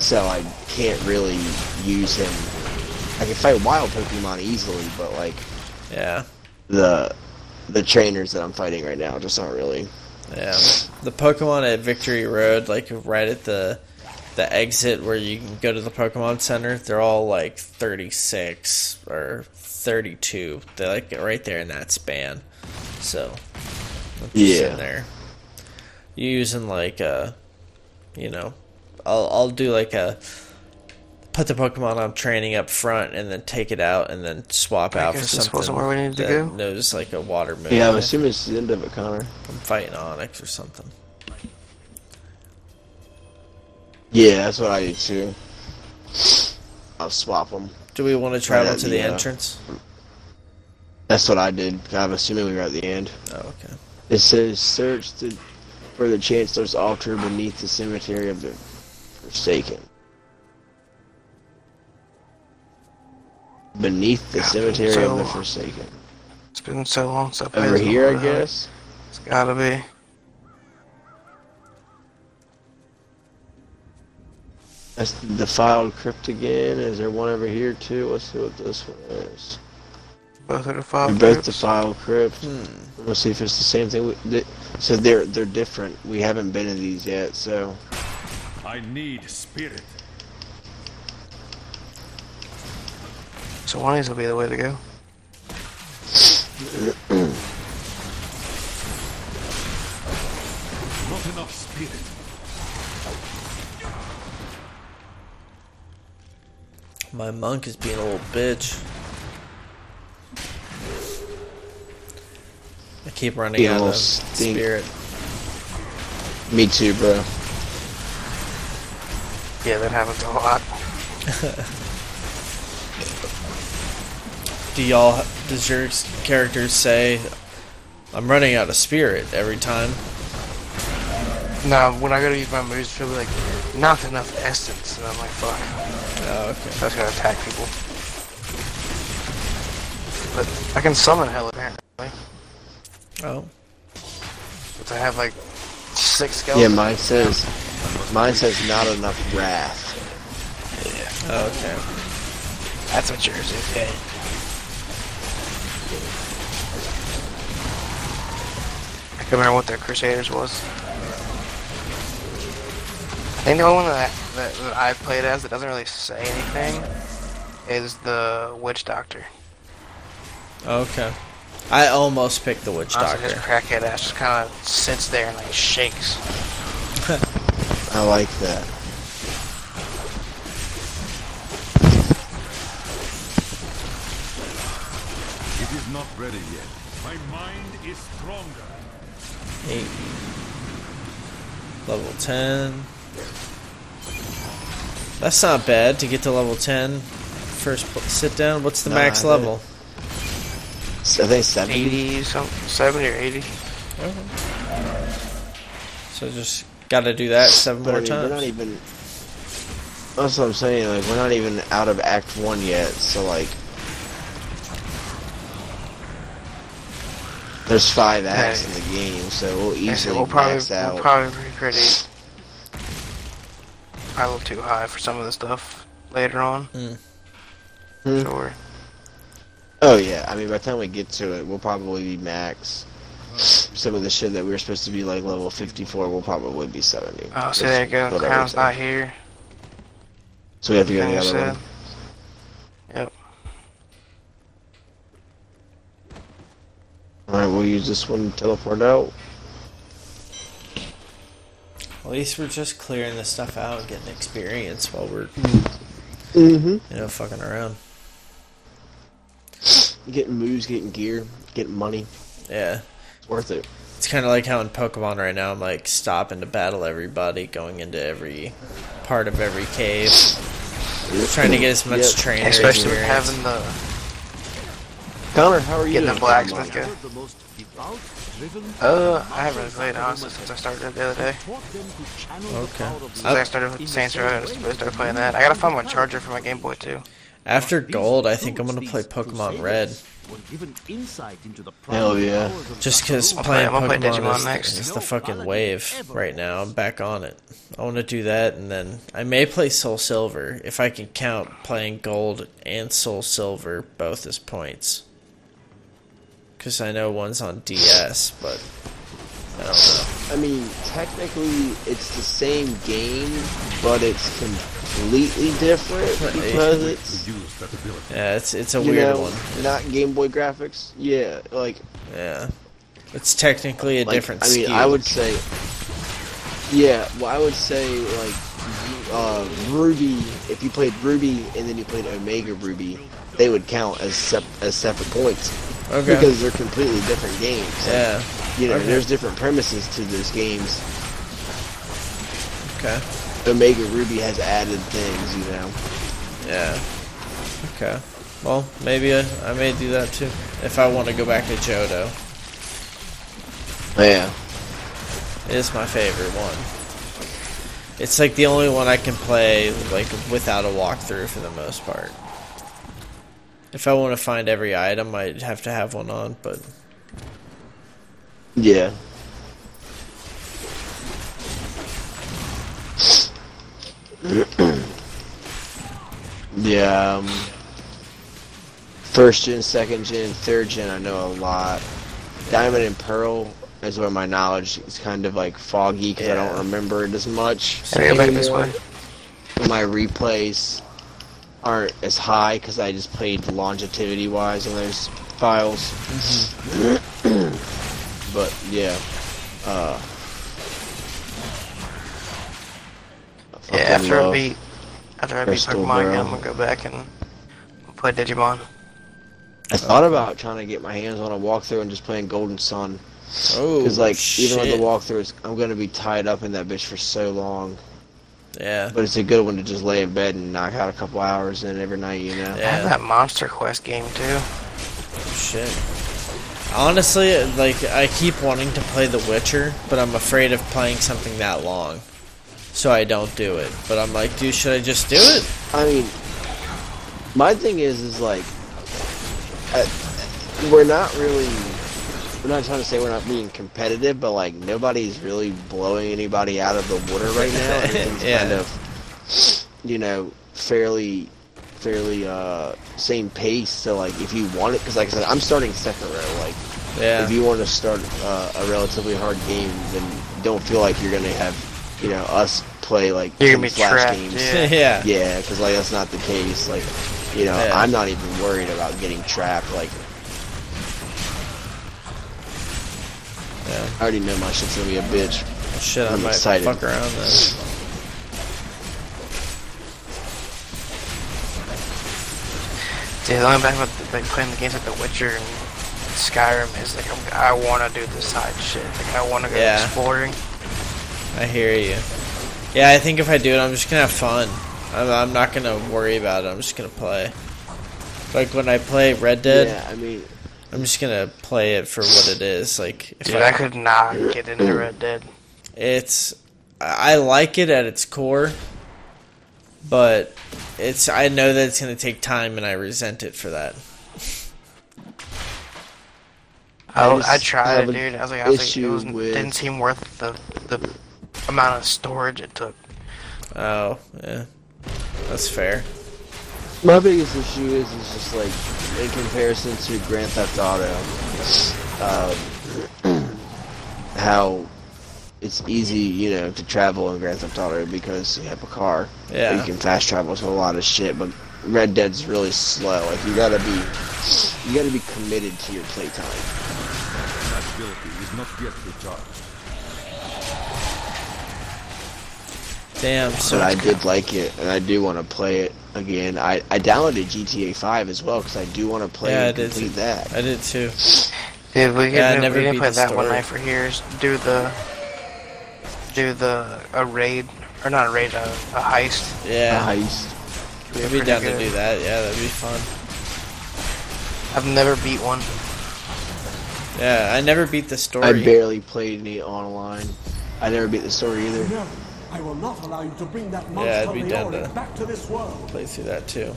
[SPEAKER 1] so I can't really use him. I can fight wild Pokemon easily, but like
[SPEAKER 3] yeah,
[SPEAKER 1] the the trainers that I'm fighting right now just aren't really.
[SPEAKER 3] Yeah. Um, The Pokemon at Victory Road, like right at the the exit where you can go to the Pokemon Center, they're all like 36 or 32. They're like right there in that span. So, that's
[SPEAKER 1] Yeah.
[SPEAKER 3] in there. you using like a, you know, I'll, I'll do like a put the Pokemon I'm training up front and then take it out and then swap
[SPEAKER 2] I
[SPEAKER 3] out for
[SPEAKER 2] guess
[SPEAKER 3] something
[SPEAKER 2] this wasn't where we needed to
[SPEAKER 3] that
[SPEAKER 2] go?
[SPEAKER 3] knows like a water move.
[SPEAKER 1] Yeah, I'm assuming it's the end of it, Connor.
[SPEAKER 3] I'm fighting Onyx or something.
[SPEAKER 1] Yeah, that's what I do too. I'll swap them.
[SPEAKER 3] Do we want to travel to the entrance?
[SPEAKER 1] That's what I did. I'm assuming we were at the end.
[SPEAKER 3] Oh, okay.
[SPEAKER 1] It says search the, for the Chancellor's altar beneath the cemetery of the Forsaken. Beneath the cemetery of the
[SPEAKER 2] So-
[SPEAKER 1] Forsaken.
[SPEAKER 2] It's been so long since I played
[SPEAKER 1] Over
[SPEAKER 2] this
[SPEAKER 1] here,
[SPEAKER 2] one.
[SPEAKER 1] I guess.
[SPEAKER 2] It's gotta be.
[SPEAKER 1] That's the defiled crypt again. Is there one over here too? Let's see what this one is.
[SPEAKER 2] Both are
[SPEAKER 1] They're
[SPEAKER 2] defiled
[SPEAKER 1] both
[SPEAKER 2] crypts.
[SPEAKER 1] defiled crypt.
[SPEAKER 2] Hmm.
[SPEAKER 1] Let's see if it's the same thing. We- th- So they're they're different. We haven't been to these yet, so
[SPEAKER 7] I need spirit.
[SPEAKER 2] So one of these will be the way to go.
[SPEAKER 7] Not enough spirit.
[SPEAKER 3] My monk is being a little bitch. I keep running
[SPEAKER 1] Being a
[SPEAKER 3] out
[SPEAKER 1] little
[SPEAKER 3] of
[SPEAKER 1] stink.
[SPEAKER 3] spirit.
[SPEAKER 1] me too, bro.
[SPEAKER 2] Yeah, that happens a lot.
[SPEAKER 3] Do y'all? Does your characters say, "I'm running out of spirit" every time?
[SPEAKER 2] No, when I go to use my moves, she'll be like, not enough essence. And I'm like, fuck.
[SPEAKER 3] Oh, okay.
[SPEAKER 2] That's gonna attack people. But I can summon hell apparently.
[SPEAKER 3] Oh,
[SPEAKER 2] But I have like six
[SPEAKER 1] Yeah,
[SPEAKER 2] skeletons.
[SPEAKER 1] mine says mine says not enough wrath.
[SPEAKER 3] oh okay.
[SPEAKER 2] That's what yours is, okay. I can't remember what the Crusaders was. I think the only one that, that, that I played as that doesn't really say anything is the Witch Doctor.
[SPEAKER 3] Okay. I almost picked the witch
[SPEAKER 2] Honestly,
[SPEAKER 3] doctor.
[SPEAKER 2] His crackhead ass just kind of sits there and like shakes.
[SPEAKER 1] I like that.
[SPEAKER 7] It is not ready yet. My mind is stronger.
[SPEAKER 3] Eight. Level 10. That's not bad to get to level 10 first pl- sit down? What's the
[SPEAKER 1] Nah,
[SPEAKER 3] max
[SPEAKER 1] I did.
[SPEAKER 3] level?
[SPEAKER 1] So I think 70.
[SPEAKER 2] 80 something, 70 or 80.
[SPEAKER 3] So just gotta do that seven
[SPEAKER 1] But I
[SPEAKER 3] more
[SPEAKER 1] mean, we're not
[SPEAKER 3] times.
[SPEAKER 1] even. That's what I'm saying. Like we're not even out of Act One yet, so like. There's five acts in the game, so we'll
[SPEAKER 2] Yeah, so
[SPEAKER 1] easily
[SPEAKER 2] we'll probably,
[SPEAKER 1] max out.
[SPEAKER 2] we'll probably be pretty. Probably a little too high for some of the stuff later on.
[SPEAKER 1] Hmm.
[SPEAKER 2] Sure.
[SPEAKER 1] Oh yeah, I mean by the time we get to it, we'll probably be max. Some of the shit that we were supposed to be like level 54, we'll probably be 70.
[SPEAKER 2] Oh, so
[SPEAKER 1] Just
[SPEAKER 2] there you go.
[SPEAKER 1] build
[SPEAKER 2] Crown's
[SPEAKER 1] everything.
[SPEAKER 2] not here.
[SPEAKER 1] So we have to go to the
[SPEAKER 2] Crown's
[SPEAKER 1] other
[SPEAKER 2] dead.
[SPEAKER 1] one.
[SPEAKER 2] Yep.
[SPEAKER 1] Alright, we'll use this one to teleport out.
[SPEAKER 3] At least we're just clearing this stuff out and getting experience while we're,
[SPEAKER 1] Mm-hmm.
[SPEAKER 3] you know, fucking around.
[SPEAKER 1] Getting moves, getting gear, getting money.
[SPEAKER 3] Yeah.
[SPEAKER 1] It's worth it.
[SPEAKER 3] It's kind of like how in Pokemon right now, I'm like stopping to battle everybody, going into every part of every cave, trying to get as much
[SPEAKER 2] Yep.
[SPEAKER 3] training.
[SPEAKER 2] Especially with
[SPEAKER 3] experience.
[SPEAKER 2] having the
[SPEAKER 1] Connor, how are you
[SPEAKER 2] getting
[SPEAKER 1] doing,
[SPEAKER 2] the blacksmith
[SPEAKER 1] Connor?
[SPEAKER 2] guy.
[SPEAKER 13] The most devout, driven.
[SPEAKER 2] Uh, I haven't really played honestly since I started it the other day.
[SPEAKER 3] Okay.
[SPEAKER 2] Since
[SPEAKER 1] Oh.
[SPEAKER 2] I started with Saints Row, I was supposed to start playing that. I gotta find my charger for my Game Boy too.
[SPEAKER 3] After Gold, I think I'm gonna play Pokemon Red.
[SPEAKER 13] Were given insight into the
[SPEAKER 3] Hell yeah! Just because playing
[SPEAKER 2] I'm gonna play
[SPEAKER 3] Pokemon
[SPEAKER 2] Digimon
[SPEAKER 3] is,
[SPEAKER 2] next.
[SPEAKER 3] is the fucking wave right now. I'm back on it. I want to do that, and then I may play Soul Silver if I can count playing Gold and Soul Silver both as points. Because I know one's on DS, but I don't know.
[SPEAKER 1] I mean, technically, it's the same game, but it's completely different because it's
[SPEAKER 3] Yeah, it's it's a
[SPEAKER 1] you
[SPEAKER 3] weird
[SPEAKER 1] know,
[SPEAKER 3] one.
[SPEAKER 1] not Game Boy graphics. Yeah, like
[SPEAKER 3] Yeah, it's technically a
[SPEAKER 1] like,
[SPEAKER 3] different.
[SPEAKER 1] I mean,
[SPEAKER 3] SKU.
[SPEAKER 1] I would say, yeah. Well, I would say like uh, Ruby. If you played Ruby and then you played Omega Ruby, they would count as sep- as separate points
[SPEAKER 3] Okay.
[SPEAKER 1] because they're completely different games.
[SPEAKER 3] Yeah.
[SPEAKER 1] you know,
[SPEAKER 3] Okay.
[SPEAKER 1] there's different premises to those games.
[SPEAKER 3] Okay.
[SPEAKER 1] Omega Ruby has added things, you know.
[SPEAKER 3] Yeah. Okay. Well, maybe I, I may do that too if I want to go back to Johto.
[SPEAKER 1] Yeah.
[SPEAKER 3] It's my favorite one. It's like the only one I can play like without a walkthrough for the most part. If I want to find every item, I'd have to have one on, but
[SPEAKER 1] Yeah. *clears throat* yeah. Um, first gen, second gen, third gen, I know a lot. Diamond and Pearl is where my knowledge is kind of like foggy because I don't remember it as much.
[SPEAKER 2] Hey, go back this
[SPEAKER 1] anymore.
[SPEAKER 2] way.
[SPEAKER 1] My replays aren't as high because I just played longevity wise on those files.
[SPEAKER 2] Mm-hmm.
[SPEAKER 1] but yeah. Uh,
[SPEAKER 2] Yeah,
[SPEAKER 1] fucking
[SPEAKER 2] after I
[SPEAKER 1] love
[SPEAKER 2] beat after I beat
[SPEAKER 1] Crystal
[SPEAKER 2] Pokemon, again, I'm
[SPEAKER 1] Bell.
[SPEAKER 2] gonna go back and play Digimon.
[SPEAKER 1] I thought about trying to get my hands on a walkthrough and just playing Golden Sun.
[SPEAKER 3] Oh,
[SPEAKER 1] Because, like, even on the
[SPEAKER 3] shit.
[SPEAKER 1] walkthroughs, I'm going to be tied up in that bitch for so long.
[SPEAKER 3] Yeah.
[SPEAKER 1] But it's a good one to just lay in bed and knock out a couple hours in every night, you know?
[SPEAKER 2] I have that Monster Quest game too.
[SPEAKER 3] Shit. Honestly, like I keep wanting to play The Witcher, but I'm afraid of playing something that long, so I don't do it. But I'm like, dude, should I just do it?
[SPEAKER 1] I mean, my thing is, is like, uh, we're not really, we're not trying to say we're not being competitive, but like nobody's really blowing anybody out of the water
[SPEAKER 3] *laughs*
[SPEAKER 1] right now. Everything's
[SPEAKER 3] Yeah.
[SPEAKER 1] kind of, you know, fairly, fairly uh same pace. So like, if you want it, because like I said, I'm starting Sekiro. Like,
[SPEAKER 3] Yeah.
[SPEAKER 1] if you want to start uh, a relatively hard game, then don't feel like you're gonna have, you know, us play like
[SPEAKER 2] You're gonna be
[SPEAKER 1] 10 flash
[SPEAKER 2] trapped,
[SPEAKER 1] games.
[SPEAKER 3] yeah. *laughs* Yeah.
[SPEAKER 1] Yeah, because like that's not the case. Like, you know,
[SPEAKER 3] Yeah.
[SPEAKER 1] I'm not even worried about getting trapped. Like,
[SPEAKER 3] Yeah.
[SPEAKER 1] I already know my shit's gonna be a bitch.
[SPEAKER 3] Shit, I
[SPEAKER 1] I'm
[SPEAKER 3] might
[SPEAKER 1] excited.
[SPEAKER 3] fuck around then.
[SPEAKER 2] Dude, the only bad about the, like playing the games like The Witcher and Skyrim is like I'm, I want to do the side shit. Like I want to go
[SPEAKER 3] Yeah.
[SPEAKER 2] exploring.
[SPEAKER 3] I hear you. Yeah, I think if I do it, I'm just gonna have fun. I'm, I'm not gonna worry about it. I'm just gonna play. Like when I play Red Dead.
[SPEAKER 5] Yeah, I mean-
[SPEAKER 3] I'm just gonna play it for what it is. Like,
[SPEAKER 2] Dude, I could not get into Red Dead.
[SPEAKER 3] It's I I like it at its core, but it's I know that it's gonna take time, and I resent it for that.
[SPEAKER 2] I,
[SPEAKER 3] I
[SPEAKER 2] Oh, I,
[SPEAKER 3] just
[SPEAKER 2] tried
[SPEAKER 3] have
[SPEAKER 2] it,
[SPEAKER 3] an
[SPEAKER 2] dude. I was like, I was like, it
[SPEAKER 3] issue
[SPEAKER 2] was,
[SPEAKER 3] with-
[SPEAKER 2] didn't seem worth the the amount of storage it took.
[SPEAKER 3] Oh, yeah, that's fair.
[SPEAKER 5] My biggest issue is is just like in comparison to Grand Theft Auto, um, *clears throat* how it's easy, you know, to travel in Grand Theft Auto because you have a car.
[SPEAKER 3] Yeah.
[SPEAKER 5] You can fast travel to a lot of shit, but Red Dead's really slow. Like you gotta be, you gotta be committed to your playtime.
[SPEAKER 7] That ability is not yet recharged.
[SPEAKER 3] Damn. So
[SPEAKER 5] but I
[SPEAKER 3] it's-
[SPEAKER 5] did like it, and I do want to play it again. I I downloaded GTA 5 as well because I do want to play
[SPEAKER 3] Yeah, I
[SPEAKER 5] and
[SPEAKER 3] did
[SPEAKER 5] complete
[SPEAKER 3] too.
[SPEAKER 5] that.
[SPEAKER 3] I did too.
[SPEAKER 2] Dude, we
[SPEAKER 5] Yeah, I
[SPEAKER 2] can
[SPEAKER 5] never
[SPEAKER 2] we can
[SPEAKER 5] beat
[SPEAKER 2] play
[SPEAKER 5] the
[SPEAKER 2] that one
[SPEAKER 5] story.
[SPEAKER 2] night for years. Do the do the a raid or not a raid, a, a heist.
[SPEAKER 3] Yeah.
[SPEAKER 5] A heist.
[SPEAKER 3] I'd be
[SPEAKER 2] Pretty
[SPEAKER 3] down to
[SPEAKER 2] good.
[SPEAKER 3] do that. Yeah, that'd be fun.
[SPEAKER 2] I've never beat one.
[SPEAKER 3] Yeah, I never beat the story.
[SPEAKER 5] I barely played any online. I never beat the story either.
[SPEAKER 15] No, I will not allow you to bring that
[SPEAKER 3] Yeah,
[SPEAKER 15] monster
[SPEAKER 3] I'd be down
[SPEAKER 15] Leoric
[SPEAKER 3] to
[SPEAKER 15] back to this world.
[SPEAKER 3] play through that too.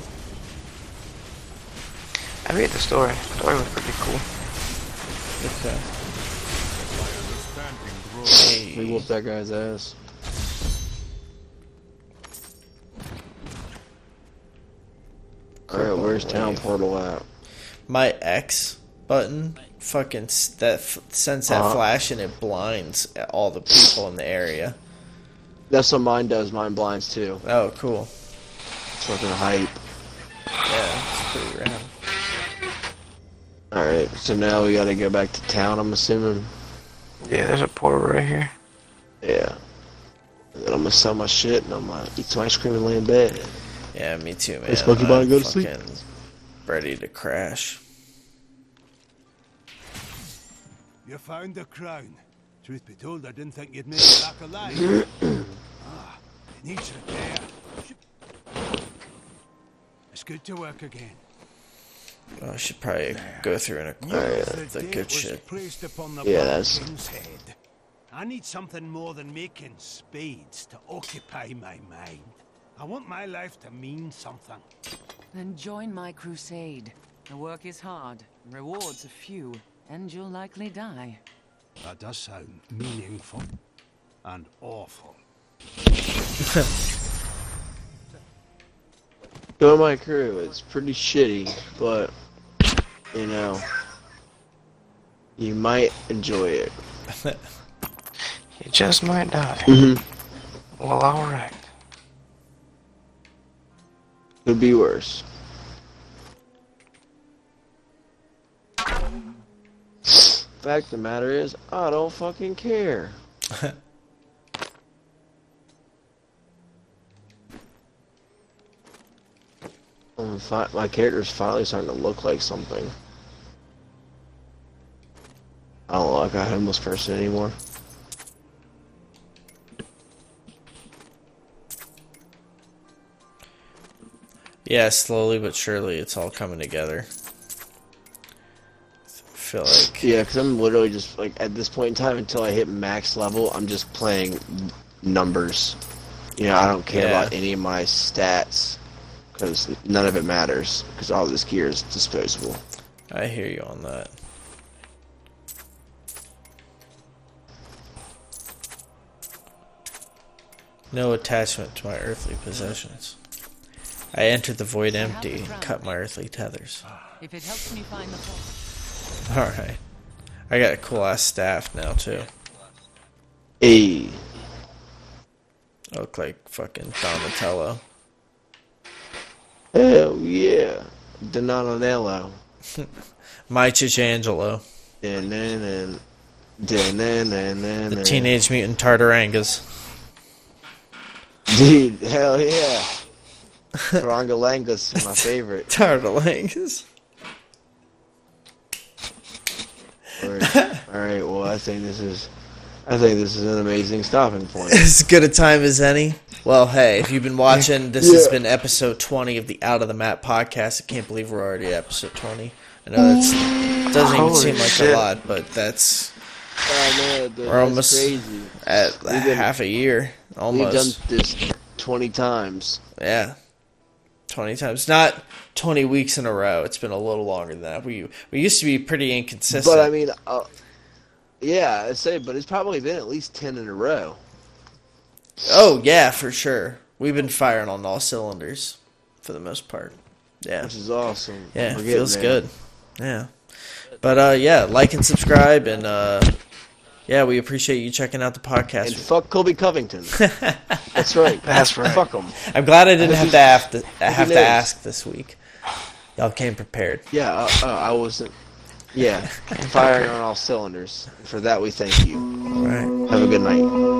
[SPEAKER 2] I beat the story. The story was pretty cool.
[SPEAKER 3] Okay.
[SPEAKER 5] We whooped that guy's ass. Alright, where's town portal at?
[SPEAKER 3] My X button fucking s- that f- sends that
[SPEAKER 5] Uh-huh.
[SPEAKER 3] flash and it blinds all the people in the area.
[SPEAKER 5] That's what mine does. Mine blinds too.
[SPEAKER 3] Oh, cool.
[SPEAKER 5] It's fucking hype.
[SPEAKER 3] Yeah, it's pretty rad.
[SPEAKER 5] Alright, so now we gotta go back to town, I'm assuming.
[SPEAKER 2] Yeah, there's a portal right here.
[SPEAKER 5] Yeah. And then I'm gonna sell my shit and I'm gonna eat some ice cream and lay in bed.
[SPEAKER 3] Yeah, me too, man.
[SPEAKER 5] Hey, Smokey Bun,
[SPEAKER 3] I'm
[SPEAKER 5] go to sleep.
[SPEAKER 3] fucking Ready to crash.
[SPEAKER 12] You found the crown. Truth be told, I didn't think you'd make it back
[SPEAKER 3] *coughs*
[SPEAKER 12] alive. ah, it needs repair. It's good to work again.
[SPEAKER 3] Oh, I should probably go through and acquire the good shit.
[SPEAKER 12] Placed upon the
[SPEAKER 3] Yeah,
[SPEAKER 12] Blood
[SPEAKER 3] that's-
[SPEAKER 12] King's head. I need something more than making spades to occupy my mind. I want my life to mean something.
[SPEAKER 6] Then join my crusade. The work is hard, and rewards are few, and you'll likely die.
[SPEAKER 12] That does sound meaningful and awful.
[SPEAKER 5] Join my crew. It's pretty shitty, but you know, you might enjoy it.
[SPEAKER 2] You just might die.
[SPEAKER 5] Mhm.
[SPEAKER 2] Well, alright.
[SPEAKER 5] Could be worse. Fact of the matter is, I don't fucking care. *laughs* Um, fi- my character's finally starting to look like something. I don't look like a homeless person anymore.
[SPEAKER 3] Yeah, slowly but surely, it's all coming together. I feel like
[SPEAKER 5] Yeah, because I'm literally just like at this point in time until I hit max level, I'm just playing numbers. You know, I don't care
[SPEAKER 3] Yeah.
[SPEAKER 5] about any of my stats because none of it matters because all this gear is disposable.
[SPEAKER 3] I hear you on that. No attachment to my earthly possessions. I entered the void empty and cut my earthly tethers. *laughs*
[SPEAKER 6] If it helps me find the vault,
[SPEAKER 3] Alright. I got a cool ass staff now, too.
[SPEAKER 5] Hey.
[SPEAKER 3] I look like fucking Donatello.
[SPEAKER 5] Hell yeah, Donatello.
[SPEAKER 3] My Angelo. The
[SPEAKER 5] The
[SPEAKER 3] Teenage Mutant Tartarangas. *laughs*
[SPEAKER 5] dude.
[SPEAKER 3] *laughs*
[SPEAKER 5] Hell yeah, Tarangalangas is my favorite.
[SPEAKER 3] Tartarangas. *laughs*
[SPEAKER 5] Alright, alright,
[SPEAKER 3] *laughs*
[SPEAKER 5] well I think this is, I think this is an amazing stopping point.
[SPEAKER 3] as good a time as any. Well, hey, if you've been watching, this has
[SPEAKER 5] Yeah.
[SPEAKER 3] been episode 20 of the Out of the Map podcast. I can't believe we're already at episode 20. I know that's doesn't even
[SPEAKER 1] Holy
[SPEAKER 3] seem like
[SPEAKER 1] shit.
[SPEAKER 3] a lot, but that's
[SPEAKER 1] I know, Oh, dude,
[SPEAKER 3] we're
[SPEAKER 1] that's
[SPEAKER 3] almost
[SPEAKER 1] crazy.
[SPEAKER 3] at
[SPEAKER 1] We've been-
[SPEAKER 3] half a year almost.
[SPEAKER 1] We've done this 20 times.
[SPEAKER 3] Yeah. 20 times. Not 20 weeks in a row. It's been a little longer than that. We we used to be pretty inconsistent.
[SPEAKER 1] But I mean, uh, yeah, I'd say, but it's probably been at least 10 in a row.
[SPEAKER 3] oh, yeah, for sure. We've been firing on all cylinders for the most part. Yeah.
[SPEAKER 1] Which is awesome.
[SPEAKER 3] Yeah,
[SPEAKER 1] We're
[SPEAKER 3] it
[SPEAKER 1] getting
[SPEAKER 3] feels
[SPEAKER 1] there.
[SPEAKER 3] good. Yeah. But uh yeah, like and subscribe and uh yeah, we appreciate you checking out the podcast.
[SPEAKER 1] And fuck
[SPEAKER 3] *laughs*
[SPEAKER 1] Colby Covington. That's right.
[SPEAKER 3] That's right.
[SPEAKER 1] Fuck him.
[SPEAKER 3] I'm glad I didn't
[SPEAKER 1] If
[SPEAKER 3] have
[SPEAKER 1] he-
[SPEAKER 3] to have to
[SPEAKER 1] if he
[SPEAKER 3] have to
[SPEAKER 1] knows.
[SPEAKER 3] ask this week. Y'all came prepared.
[SPEAKER 1] Yeah, uh, uh, I wasn't. Yeah, firing on all cylinders. For that, we thank you.
[SPEAKER 3] All right.
[SPEAKER 1] Have a good night.